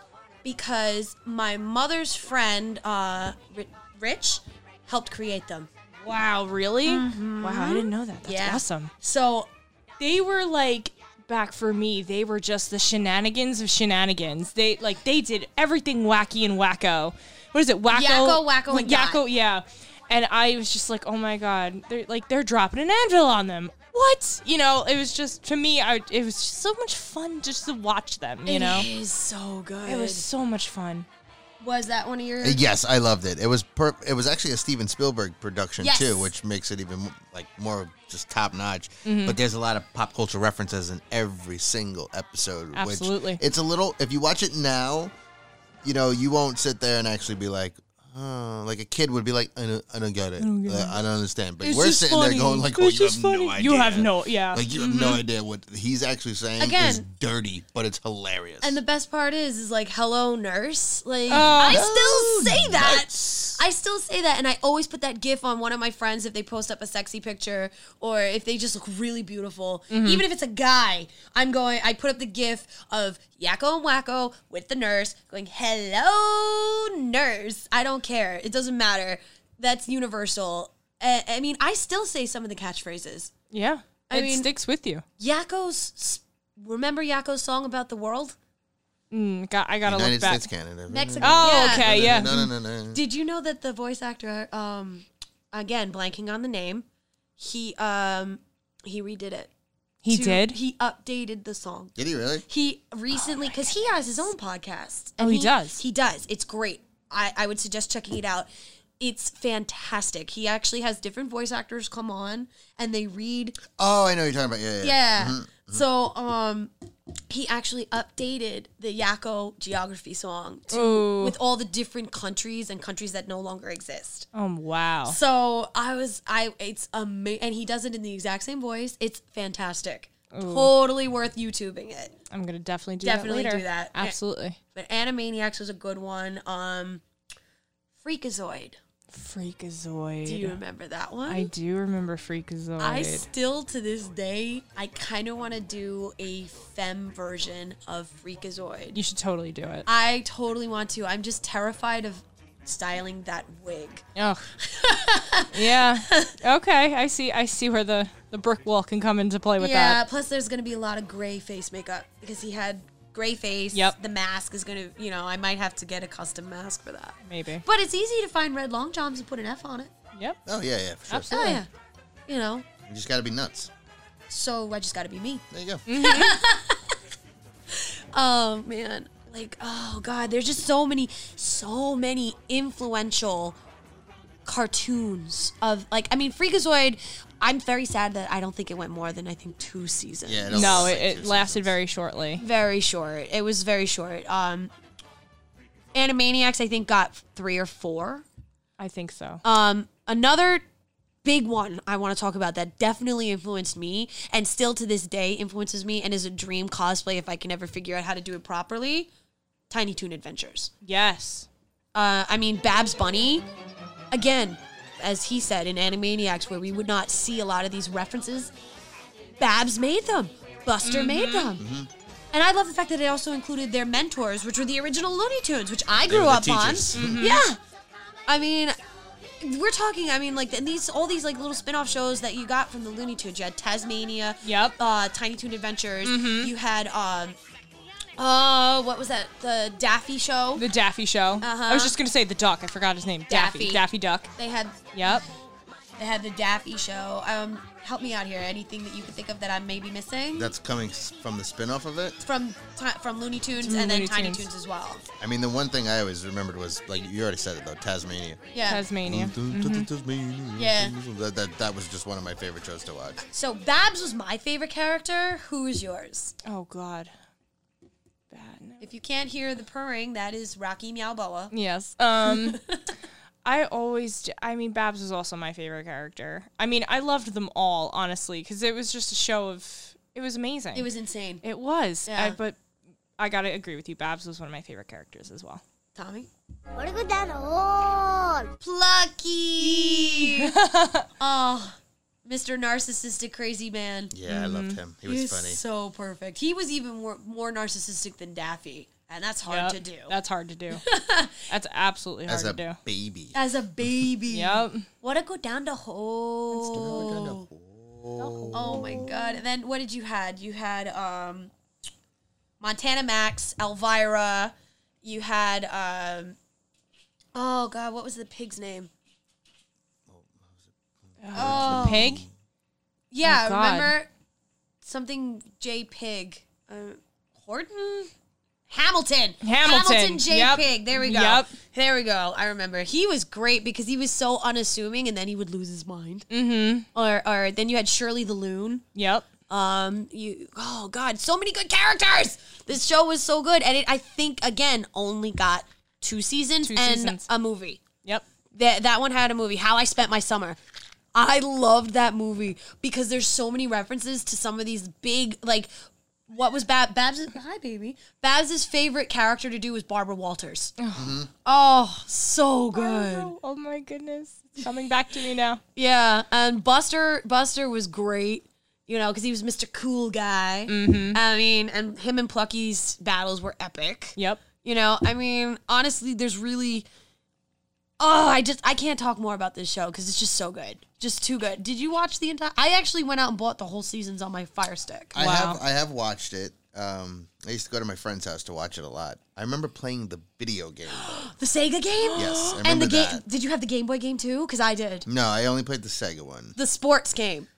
[SPEAKER 1] because my mother's friend, uh, Ri- Rich, helped create them.
[SPEAKER 2] Wow. Really? Wow. I didn't know that. That's
[SPEAKER 1] Yeah.
[SPEAKER 2] awesome.
[SPEAKER 1] So,
[SPEAKER 2] Mm-hmm. They were like. Back for me, they were just the shenanigans of shenanigans. They like they did everything wacky and wacko. What is it? Wacko,
[SPEAKER 1] Yakko, wacko, and
[SPEAKER 2] yakko.
[SPEAKER 1] dot.
[SPEAKER 2] Yeah, and I was just like, oh my god, they're like they're dropping an anvil on them. What? You know, it was just to me, I, it was just so much fun just to watch them. You know,
[SPEAKER 1] it is so good.
[SPEAKER 2] it was so much fun.
[SPEAKER 1] Was that one of your?
[SPEAKER 3] Yes, I loved it. It was per- it was actually a Steven Spielberg production
[SPEAKER 1] Yes.
[SPEAKER 3] too, which
[SPEAKER 4] makes it even like more just top notch. But there's a lot of pop culture references in every single episode.
[SPEAKER 2] Absolutely.
[SPEAKER 3] Which it's a little. If you watch it now, you know you won't sit there and actually be like, oh, like a kid would be like, I don't, I don't get it. I don't, I don't understand. But
[SPEAKER 2] It's
[SPEAKER 3] we're
[SPEAKER 2] just
[SPEAKER 3] sitting
[SPEAKER 2] funny.
[SPEAKER 3] there going like, well,
[SPEAKER 2] It's
[SPEAKER 3] you have
[SPEAKER 2] just
[SPEAKER 3] no
[SPEAKER 2] funny.
[SPEAKER 3] idea.
[SPEAKER 2] You have no- yeah.
[SPEAKER 3] Like you have no idea what he's actually saying is
[SPEAKER 1] Again.
[SPEAKER 3] dirty, but it's hilarious.
[SPEAKER 1] And the best part is, is like, hello, nurse. Like,
[SPEAKER 2] Oh.
[SPEAKER 1] I still say that.
[SPEAKER 3] Nice.
[SPEAKER 1] I still say that, and I always put that gif on one of my friends if they post up a sexy picture or if they just look really beautiful.
[SPEAKER 2] Mm-hmm.
[SPEAKER 1] Even if it's a guy, I'm going. I put up the gif of Yakko and Wacko with the nurse going, "Hello, nurse." I don't care. It doesn't matter. That's universal. I, I mean, I still say some of the catchphrases.
[SPEAKER 2] Yeah.
[SPEAKER 1] I
[SPEAKER 2] it
[SPEAKER 1] mean-
[SPEAKER 2] sticks with you.
[SPEAKER 1] Yakko's. s- Remember Yakko's song about the world?
[SPEAKER 2] Mm, got, I gotta
[SPEAKER 3] United
[SPEAKER 2] look back.
[SPEAKER 3] States, Canada,
[SPEAKER 1] Mexico.
[SPEAKER 2] Oh,
[SPEAKER 1] Yeah.
[SPEAKER 2] okay, yeah.
[SPEAKER 3] No, no, no, no, no.
[SPEAKER 1] Did you know that the voice actor, um, again blanking on the name, he um he redid it.
[SPEAKER 2] He
[SPEAKER 1] to-
[SPEAKER 2] did.
[SPEAKER 1] He updated the song.
[SPEAKER 3] Did he really?
[SPEAKER 1] He recently because he has his own podcast.
[SPEAKER 2] Oh, he does.
[SPEAKER 1] He does. It's great. I I would suggest checking it out. It's fantastic. He actually has different voice actors come on and they read
[SPEAKER 3] Oh, I know what you're talking about. Yeah, yeah. yeah.
[SPEAKER 1] yeah. So um he actually updated the Yakko geography song to,
[SPEAKER 2] Ooh.
[SPEAKER 1] with all the different countries and countries that no longer exist.
[SPEAKER 2] Um. Wow.
[SPEAKER 1] So I was I it's amazing and he does it in the exact same voice. It's fantastic. Totally worth YouTubing it.
[SPEAKER 2] I'm gonna definitely do
[SPEAKER 1] Definitely
[SPEAKER 2] that later.
[SPEAKER 1] do that.
[SPEAKER 2] Absolutely.
[SPEAKER 1] But Animaniacs was a good one. Um Freakazoid.
[SPEAKER 2] Freakazoid.
[SPEAKER 1] Do you remember that one?
[SPEAKER 2] I do remember Freakazoid.
[SPEAKER 1] I still to this day I kind of want to do a femme version of Freakazoid.
[SPEAKER 2] you should totally do it.
[SPEAKER 1] I totally want to. I'm just terrified of styling that wig.
[SPEAKER 2] Oh. yeah. Okay. I see. I see where the the brick wall can come into play with
[SPEAKER 1] yeah.
[SPEAKER 2] that.
[SPEAKER 1] Plus, there's gonna be a lot of gray face makeup because he had gray face.
[SPEAKER 2] Yep.
[SPEAKER 1] The mask is gonna. You know, I might have to get a custom mask for that.
[SPEAKER 2] Maybe.
[SPEAKER 1] But it's easy to find red long johns and put an F on it.
[SPEAKER 2] Yep.
[SPEAKER 3] Oh, yeah, yeah, for sure.
[SPEAKER 1] Oh
[SPEAKER 2] Absolutely.
[SPEAKER 1] yeah. You know.
[SPEAKER 3] You just got to be nuts.
[SPEAKER 1] So I just gotta be me.
[SPEAKER 3] There you go.
[SPEAKER 2] Mm-hmm.
[SPEAKER 1] Oh man. Like oh god, there's just so many, so many influential cartoons of like I mean Freakazoid. I'm very sad that I don't think it went more than I think two seasons.
[SPEAKER 3] Yeah. don't
[SPEAKER 2] No,
[SPEAKER 3] like
[SPEAKER 2] it, it
[SPEAKER 3] your
[SPEAKER 2] lasted
[SPEAKER 3] seasons.
[SPEAKER 2] very shortly.
[SPEAKER 1] very short. It was very short. Um, Animaniacs, I think, got three or four.
[SPEAKER 2] I think so.
[SPEAKER 1] Um, another big one I want to talk about that definitely influenced me and still to this day influences me and is a dream cosplay if I can ever figure out how to do it properly. Tiny Toon Adventures.
[SPEAKER 2] yes.
[SPEAKER 1] Uh, I mean, Babs Bunny, again, as he said in Animaniacs, where we would not see a lot of these references, Babs made them.
[SPEAKER 4] Mm-hmm.
[SPEAKER 1] Buster made them. And I love the fact that it also included their mentors, which were the original Looney Tunes, which I grew
[SPEAKER 4] were the
[SPEAKER 1] up on.
[SPEAKER 4] teachers. Mm-hmm.
[SPEAKER 1] Yeah. I mean, we're talking, I mean, like, and these, all these, like, little spin off shows that you got from the Looney Tunes. You had Tasmania.
[SPEAKER 2] Yep.
[SPEAKER 1] Uh, Tiny Toon Adventures.
[SPEAKER 4] Mm-hmm.
[SPEAKER 1] You had, um, uh, what was that? The Daffy Show.
[SPEAKER 2] The Daffy Show. I was just gonna say the duck. I forgot his name. Daffy.
[SPEAKER 1] Uh-huh. Daffy.
[SPEAKER 2] Daffy Duck.
[SPEAKER 1] they had
[SPEAKER 2] Yep.
[SPEAKER 1] They had the Daffy show. Um, help me out here. Anything that you could think of that I may be missing
[SPEAKER 3] That's coming s- from the spin off of it.
[SPEAKER 1] from ti from Looney Tunes
[SPEAKER 2] From
[SPEAKER 1] and then
[SPEAKER 2] Looney
[SPEAKER 1] Tiny
[SPEAKER 2] Tunes.
[SPEAKER 1] Tunes as well.
[SPEAKER 3] I mean, the one thing I always remembered was, like, you already said it, though, Tasmania.
[SPEAKER 1] Yeah.
[SPEAKER 2] Tasmania.
[SPEAKER 3] Tasmania.
[SPEAKER 1] Yeah.
[SPEAKER 3] That, that, that was just one of my favorite shows to watch.
[SPEAKER 1] So Babs was my favorite character. Who is yours?
[SPEAKER 2] Oh God. Bad. no.
[SPEAKER 1] If you can't hear the purring, that is Rocky Meow Boa.
[SPEAKER 2] Yes. Um, I always. j- I mean, Babs was also my favorite character. I mean, I loved them all honestly because it was just a show of. It was amazing.
[SPEAKER 1] It was insane.
[SPEAKER 2] It was. I,
[SPEAKER 1] Yeah.
[SPEAKER 2] but I gotta agree with you. Babs was one of my favorite characters as well.
[SPEAKER 1] Tommy.
[SPEAKER 8] all.
[SPEAKER 1] Plucky. oh, Mr. Narcissistic Crazy Man.
[SPEAKER 3] Yeah, I loved
[SPEAKER 2] Mm-hmm.
[SPEAKER 3] him. He was
[SPEAKER 1] He's
[SPEAKER 3] funny.
[SPEAKER 1] so perfect. He was even more, more narcissistic than Daffy, and that's hard
[SPEAKER 2] Yep.
[SPEAKER 1] to do.
[SPEAKER 2] That's hard to do. That's absolutely hard
[SPEAKER 3] As a
[SPEAKER 2] to do. Uh,
[SPEAKER 3] baby.
[SPEAKER 1] As a baby.
[SPEAKER 2] Yep.
[SPEAKER 1] What a go down the hole. Oh my god. And then what did you had? You had um Montana Max, Elvira, you had um Oh god, what was the pig's name?
[SPEAKER 2] Pig.
[SPEAKER 1] Oh. Yeah,
[SPEAKER 2] Oh, God.
[SPEAKER 1] remember something J Pig. Uh, Horton? Hamilton.
[SPEAKER 2] Hamilton.
[SPEAKER 1] J.
[SPEAKER 2] Yep.
[SPEAKER 1] Pig. There we go.
[SPEAKER 2] Yep.
[SPEAKER 1] There we go. I remember. He was great because he was so unassuming and then he would lose his mind. Mm-hmm. Or, or then you had Shirley the Loon.
[SPEAKER 2] Yep.
[SPEAKER 1] Um, you oh god, so many good characters. This show was so good, and it I think again only got two seasons
[SPEAKER 2] Two
[SPEAKER 1] and
[SPEAKER 2] seasons.
[SPEAKER 1] a movie.
[SPEAKER 2] Yep.
[SPEAKER 1] That that one had a movie. How I Spent My Summer. I loved that movie because there's so many references to some of these big like. What was Bab Babs? Hi, baby. Babs's favorite character to do was Barbara Walters. Oh, so good.
[SPEAKER 2] Oh, oh my goodness. It's coming back to me now.
[SPEAKER 1] Yeah, and Buster Buster was great, you know, because he was Mr. Cool Guy. I mean, and him and Plucky's battles were epic.
[SPEAKER 2] Yep.
[SPEAKER 1] You know, I mean, honestly, there's really. Oh, I just I can't talk more about this show because it's just so good, just too good. Did you watch the entire? I actually went out and bought the whole seasons on my Fire Stick.
[SPEAKER 3] I have I have watched it. Um, I used to go to my friend's house to watch it a lot. I remember playing the video game. though.
[SPEAKER 1] The Sega game.
[SPEAKER 3] Yes, I
[SPEAKER 1] and
[SPEAKER 3] remember
[SPEAKER 1] the game.
[SPEAKER 3] that.
[SPEAKER 1] Did you have the Game Boy game too? Because I did.
[SPEAKER 3] no, I only played the Sega one.
[SPEAKER 1] The sports game.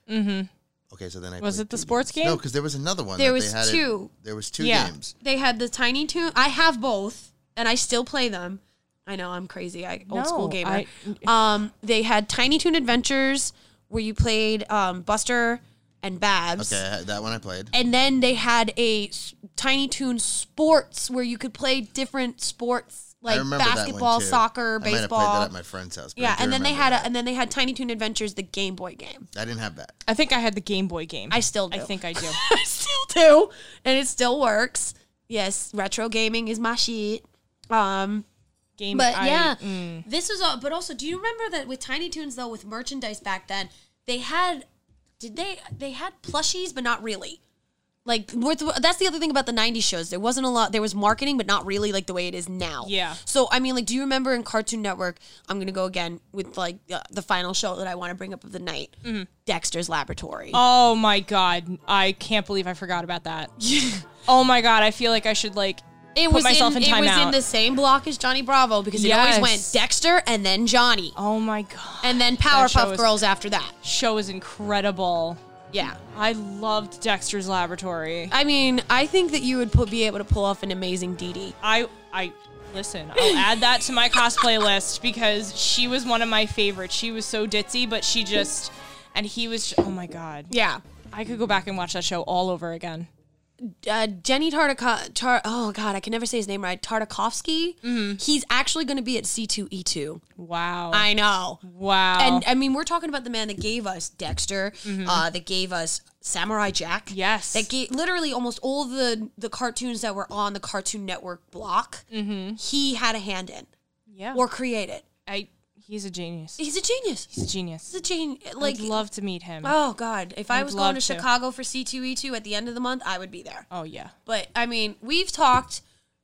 [SPEAKER 3] Okay, so then I
[SPEAKER 2] Was
[SPEAKER 3] played
[SPEAKER 2] it the
[SPEAKER 3] two
[SPEAKER 2] sports
[SPEAKER 3] games.
[SPEAKER 2] game?
[SPEAKER 3] No, because there was another one.
[SPEAKER 1] There
[SPEAKER 3] that
[SPEAKER 1] was
[SPEAKER 3] they had it-
[SPEAKER 1] two.
[SPEAKER 3] there was two
[SPEAKER 2] Yeah.
[SPEAKER 3] games.
[SPEAKER 1] They had the Tiny Toon. I have both, and I still play them. I know I'm crazy. I old school
[SPEAKER 2] No,
[SPEAKER 1] gamer.
[SPEAKER 2] I-
[SPEAKER 1] um, they had Tiny Toon Adventures where you played um, Buster and Babs.
[SPEAKER 3] Okay, I- that one I played.
[SPEAKER 1] And then they had a s- Tiny Toon Sports where you could play different sports
[SPEAKER 3] I
[SPEAKER 1] like
[SPEAKER 3] remember that one,
[SPEAKER 1] basketball,
[SPEAKER 3] too.
[SPEAKER 1] soccer,
[SPEAKER 3] I might have played that
[SPEAKER 1] baseball.
[SPEAKER 3] at my friend's house. but I
[SPEAKER 1] yeah,
[SPEAKER 3] do
[SPEAKER 1] and then they
[SPEAKER 3] remember
[SPEAKER 1] had
[SPEAKER 3] that.
[SPEAKER 1] a, and then they had Tiny Toon Adventures, the Game Boy game.
[SPEAKER 3] I didn't have that.
[SPEAKER 2] I think I had the Game Boy game.
[SPEAKER 1] I still do.
[SPEAKER 2] I think I do.
[SPEAKER 1] I still do, and it still works. Yes, retro gaming is my shit. Um,
[SPEAKER 2] Game
[SPEAKER 1] But
[SPEAKER 2] I- mm.
[SPEAKER 1] yeah, this was all. But also, do you remember that with Tiny Toons though, with merchandise back then, they had did they they had plushies, but not really. Like with, that's the other thing about the '90s shows. There wasn't a lot. There was marketing, but not really like the way it is now.
[SPEAKER 2] Yeah.
[SPEAKER 1] So I mean, like, do you remember in Cartoon Network? I'm gonna go again with like uh, the final show that I want to bring up of the night,
[SPEAKER 2] Mm-hmm.
[SPEAKER 1] Dexter's Laboratory.
[SPEAKER 2] Oh my god. I can't believe I forgot about that. oh my god, I feel like I should like
[SPEAKER 1] it
[SPEAKER 2] put myself in
[SPEAKER 1] it was in
[SPEAKER 2] timeout.
[SPEAKER 1] the same block as Johnny Bravo because it
[SPEAKER 2] Yes.
[SPEAKER 1] always went Dexter and then Johnny
[SPEAKER 2] Oh my god.
[SPEAKER 1] and then
[SPEAKER 2] show
[SPEAKER 1] Powerpuff
[SPEAKER 2] was-
[SPEAKER 1] Girls after that.
[SPEAKER 2] Show is incredible.
[SPEAKER 1] Yeah.
[SPEAKER 2] I loved Dexter's Laboratory.
[SPEAKER 1] I mean, I think that you would put, be able to pull off an amazing Dee Dee.
[SPEAKER 2] I I listen, I'll add that to my cosplay list because she was one of my favorites. She was so ditzy, but she just and he was oh my god.
[SPEAKER 1] Yeah.
[SPEAKER 2] I could go back and watch that show all over again.
[SPEAKER 1] Uh, Jenny Tartako- Tar Oh, God, I can never say his name right. Tartakovsky. He's actually going to be at C2E2.
[SPEAKER 2] Wow.
[SPEAKER 1] I know.
[SPEAKER 2] wow.
[SPEAKER 1] And I mean, we're talking about the man that gave us Dexter, uh, that gave us Samurai Jack.
[SPEAKER 2] Yes.
[SPEAKER 1] That gave literally almost all the, the cartoons that were on the Cartoon Network block, he had a hand in
[SPEAKER 2] yeah.
[SPEAKER 1] or created.
[SPEAKER 2] I he's a genius.
[SPEAKER 1] He's a genius.
[SPEAKER 2] He's a genius.
[SPEAKER 1] He's a genius. Like,
[SPEAKER 2] I'd love to meet him.
[SPEAKER 1] Oh God! If I
[SPEAKER 2] I'd
[SPEAKER 1] was going
[SPEAKER 2] love
[SPEAKER 1] to,
[SPEAKER 2] to.
[SPEAKER 1] Chicago for C two E two at the end of the month, I would be there.
[SPEAKER 2] Oh yeah.
[SPEAKER 1] But I mean, we've talked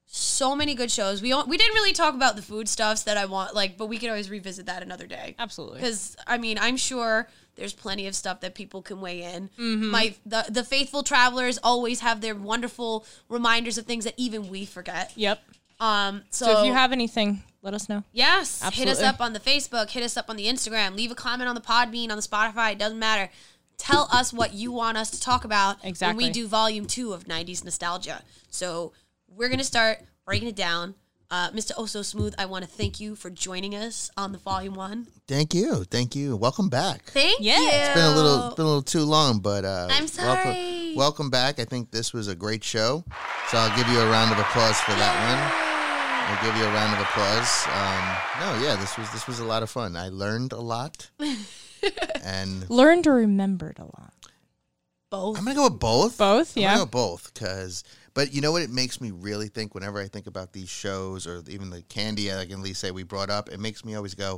[SPEAKER 1] so many good shows. We don't, we didn't really talk about the food stuffs that I want, like, but we could always revisit that another day.
[SPEAKER 2] Absolutely.
[SPEAKER 1] Because I mean, I'm sure there's plenty of stuff that people can weigh in.
[SPEAKER 2] Mm-hmm.
[SPEAKER 1] My the the faithful travelers always have their wonderful reminders of things that even we forget.
[SPEAKER 2] Yep.
[SPEAKER 1] Um, so,
[SPEAKER 2] So if you have anything, let us know.
[SPEAKER 1] Yes. Hit
[SPEAKER 2] Absolutely.
[SPEAKER 1] us up on the Facebook. Hit us up on the Instagram. Leave a comment on the Podbean, on the Spotify. It doesn't matter. Tell us what you want us to talk about
[SPEAKER 2] Exactly.
[SPEAKER 1] when we do volume two of 90s nostalgia. So we're going to start breaking it down. Uh, Mr. Oh So Smooth, I want to thank you for joining us on the volume one.
[SPEAKER 3] Thank you, thank you. Welcome back.
[SPEAKER 1] Thank
[SPEAKER 2] Yeah.
[SPEAKER 1] you.
[SPEAKER 2] It's
[SPEAKER 3] It's been a little, it's been a little too long, but uh,
[SPEAKER 1] I'm sorry.
[SPEAKER 3] Welcome, welcome back. I think this was a great show, so I'll give you a round of applause for that one. I'll give you a round of applause. Um, no, yeah, this was this was a lot of fun. I learned a lot, and
[SPEAKER 2] Learned or remembered a lot.
[SPEAKER 1] Both.
[SPEAKER 3] I'm gonna go with both.
[SPEAKER 2] Both,
[SPEAKER 3] I'm
[SPEAKER 2] yeah.
[SPEAKER 3] gonna go both because, but you know what? It makes me really think whenever I think about these shows or even the candy. I can at least say we brought up. It makes me always go.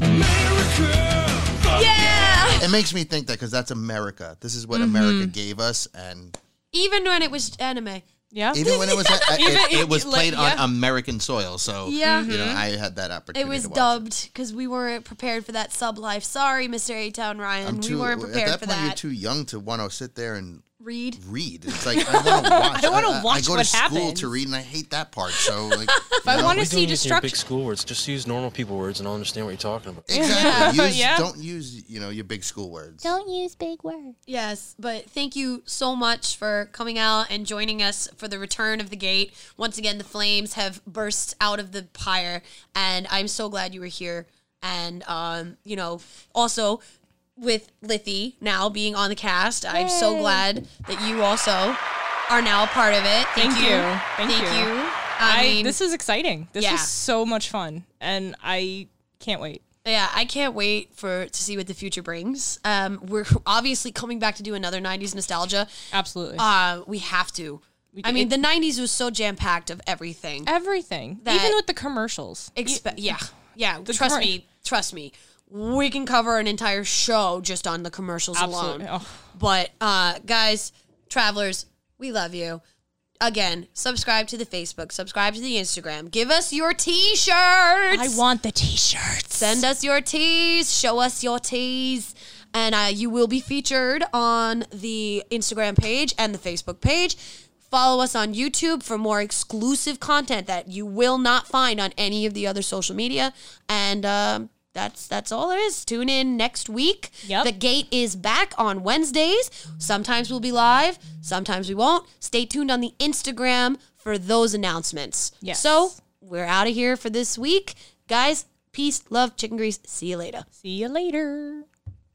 [SPEAKER 1] Yeah.
[SPEAKER 3] It makes me think that because that's America. This is
[SPEAKER 2] Mm-hmm.
[SPEAKER 3] what America gave us, and
[SPEAKER 1] Even when it was anime.
[SPEAKER 2] Yeah.
[SPEAKER 3] even when it was uh, it, it was
[SPEAKER 2] like,
[SPEAKER 3] played
[SPEAKER 2] yeah. Mm-hmm.
[SPEAKER 3] on American soil. So
[SPEAKER 1] Yeah.
[SPEAKER 3] you know, I had that
[SPEAKER 1] It
[SPEAKER 3] opportunity.
[SPEAKER 1] was
[SPEAKER 3] to watch
[SPEAKER 1] dubbed because we weren't prepared for that sub life. Sorry, Mr. A Town Ryan.
[SPEAKER 3] I'm
[SPEAKER 1] we
[SPEAKER 3] too,
[SPEAKER 1] weren't prepared
[SPEAKER 3] at that
[SPEAKER 1] for
[SPEAKER 3] point.
[SPEAKER 1] that.
[SPEAKER 3] You're too young to want to sit there and
[SPEAKER 2] Read.
[SPEAKER 3] read. It's like I want to watch.
[SPEAKER 2] I wanna
[SPEAKER 3] I
[SPEAKER 2] watch
[SPEAKER 3] go
[SPEAKER 2] what
[SPEAKER 3] to school
[SPEAKER 2] happens.
[SPEAKER 3] to read, and I hate that part. So like,
[SPEAKER 2] If I want to
[SPEAKER 8] We
[SPEAKER 2] see
[SPEAKER 8] don't need your big
[SPEAKER 2] destruction,
[SPEAKER 8] school words. Just use normal people words, and I'll understand what you're talking about.
[SPEAKER 3] exactly.
[SPEAKER 2] Yeah.
[SPEAKER 3] Use,
[SPEAKER 2] Yeah.
[SPEAKER 3] Don't use you know your big school words.
[SPEAKER 13] Don't use big words.
[SPEAKER 1] Yes, but thank you so much for coming out and joining us for the return of the gate. Once again, the flames have burst out of the pyre, and I'm so glad you were here. And um, you know, also with Lithy now being on the cast, I'm so glad that you also are now a part of it. Thank,
[SPEAKER 2] Thank
[SPEAKER 1] you.
[SPEAKER 2] you. Thank you.
[SPEAKER 1] I,
[SPEAKER 2] I,
[SPEAKER 1] mean,
[SPEAKER 2] this is exciting. This
[SPEAKER 1] Yeah.
[SPEAKER 2] is so much fun, and I can't wait.
[SPEAKER 1] Yeah, I can't wait for to see what the future brings. Um, we're obviously coming back to do another '90s nostalgia.
[SPEAKER 2] Absolutely,
[SPEAKER 1] Uh, we have to. I mean, the '90s was so jam packed of everything.
[SPEAKER 2] everything,
[SPEAKER 1] that-
[SPEAKER 2] even with the commercials.
[SPEAKER 1] Expe- yeah, yeah.
[SPEAKER 2] The
[SPEAKER 1] Trust
[SPEAKER 2] commer-
[SPEAKER 1] me, trust me. We can cover an entire show just on the commercials
[SPEAKER 2] Absolutely.
[SPEAKER 1] alone.
[SPEAKER 2] Oh.
[SPEAKER 1] But uh, guys, travelers, we love you. Again, subscribe to the Facebook, subscribe to the Instagram. Give us your T-shirts.
[SPEAKER 2] I want the T-shirts.
[SPEAKER 1] Send us your teas. Show us your teas. And uh, you will be featured on the Instagram page and the Facebook page. Follow us on YouTube for more exclusive content that you will not find on any of the other social media. And um, that's that's all there is. Tune in next week.
[SPEAKER 2] Yep.
[SPEAKER 1] The gate is back on Wednesdays. Sometimes we'll be live. Sometimes we won't. Stay tuned on the Instagram for those announcements.
[SPEAKER 2] Yes.
[SPEAKER 1] So we're out of here for this week. Guys, peace, love, chicken grease. See you later.
[SPEAKER 2] See you later.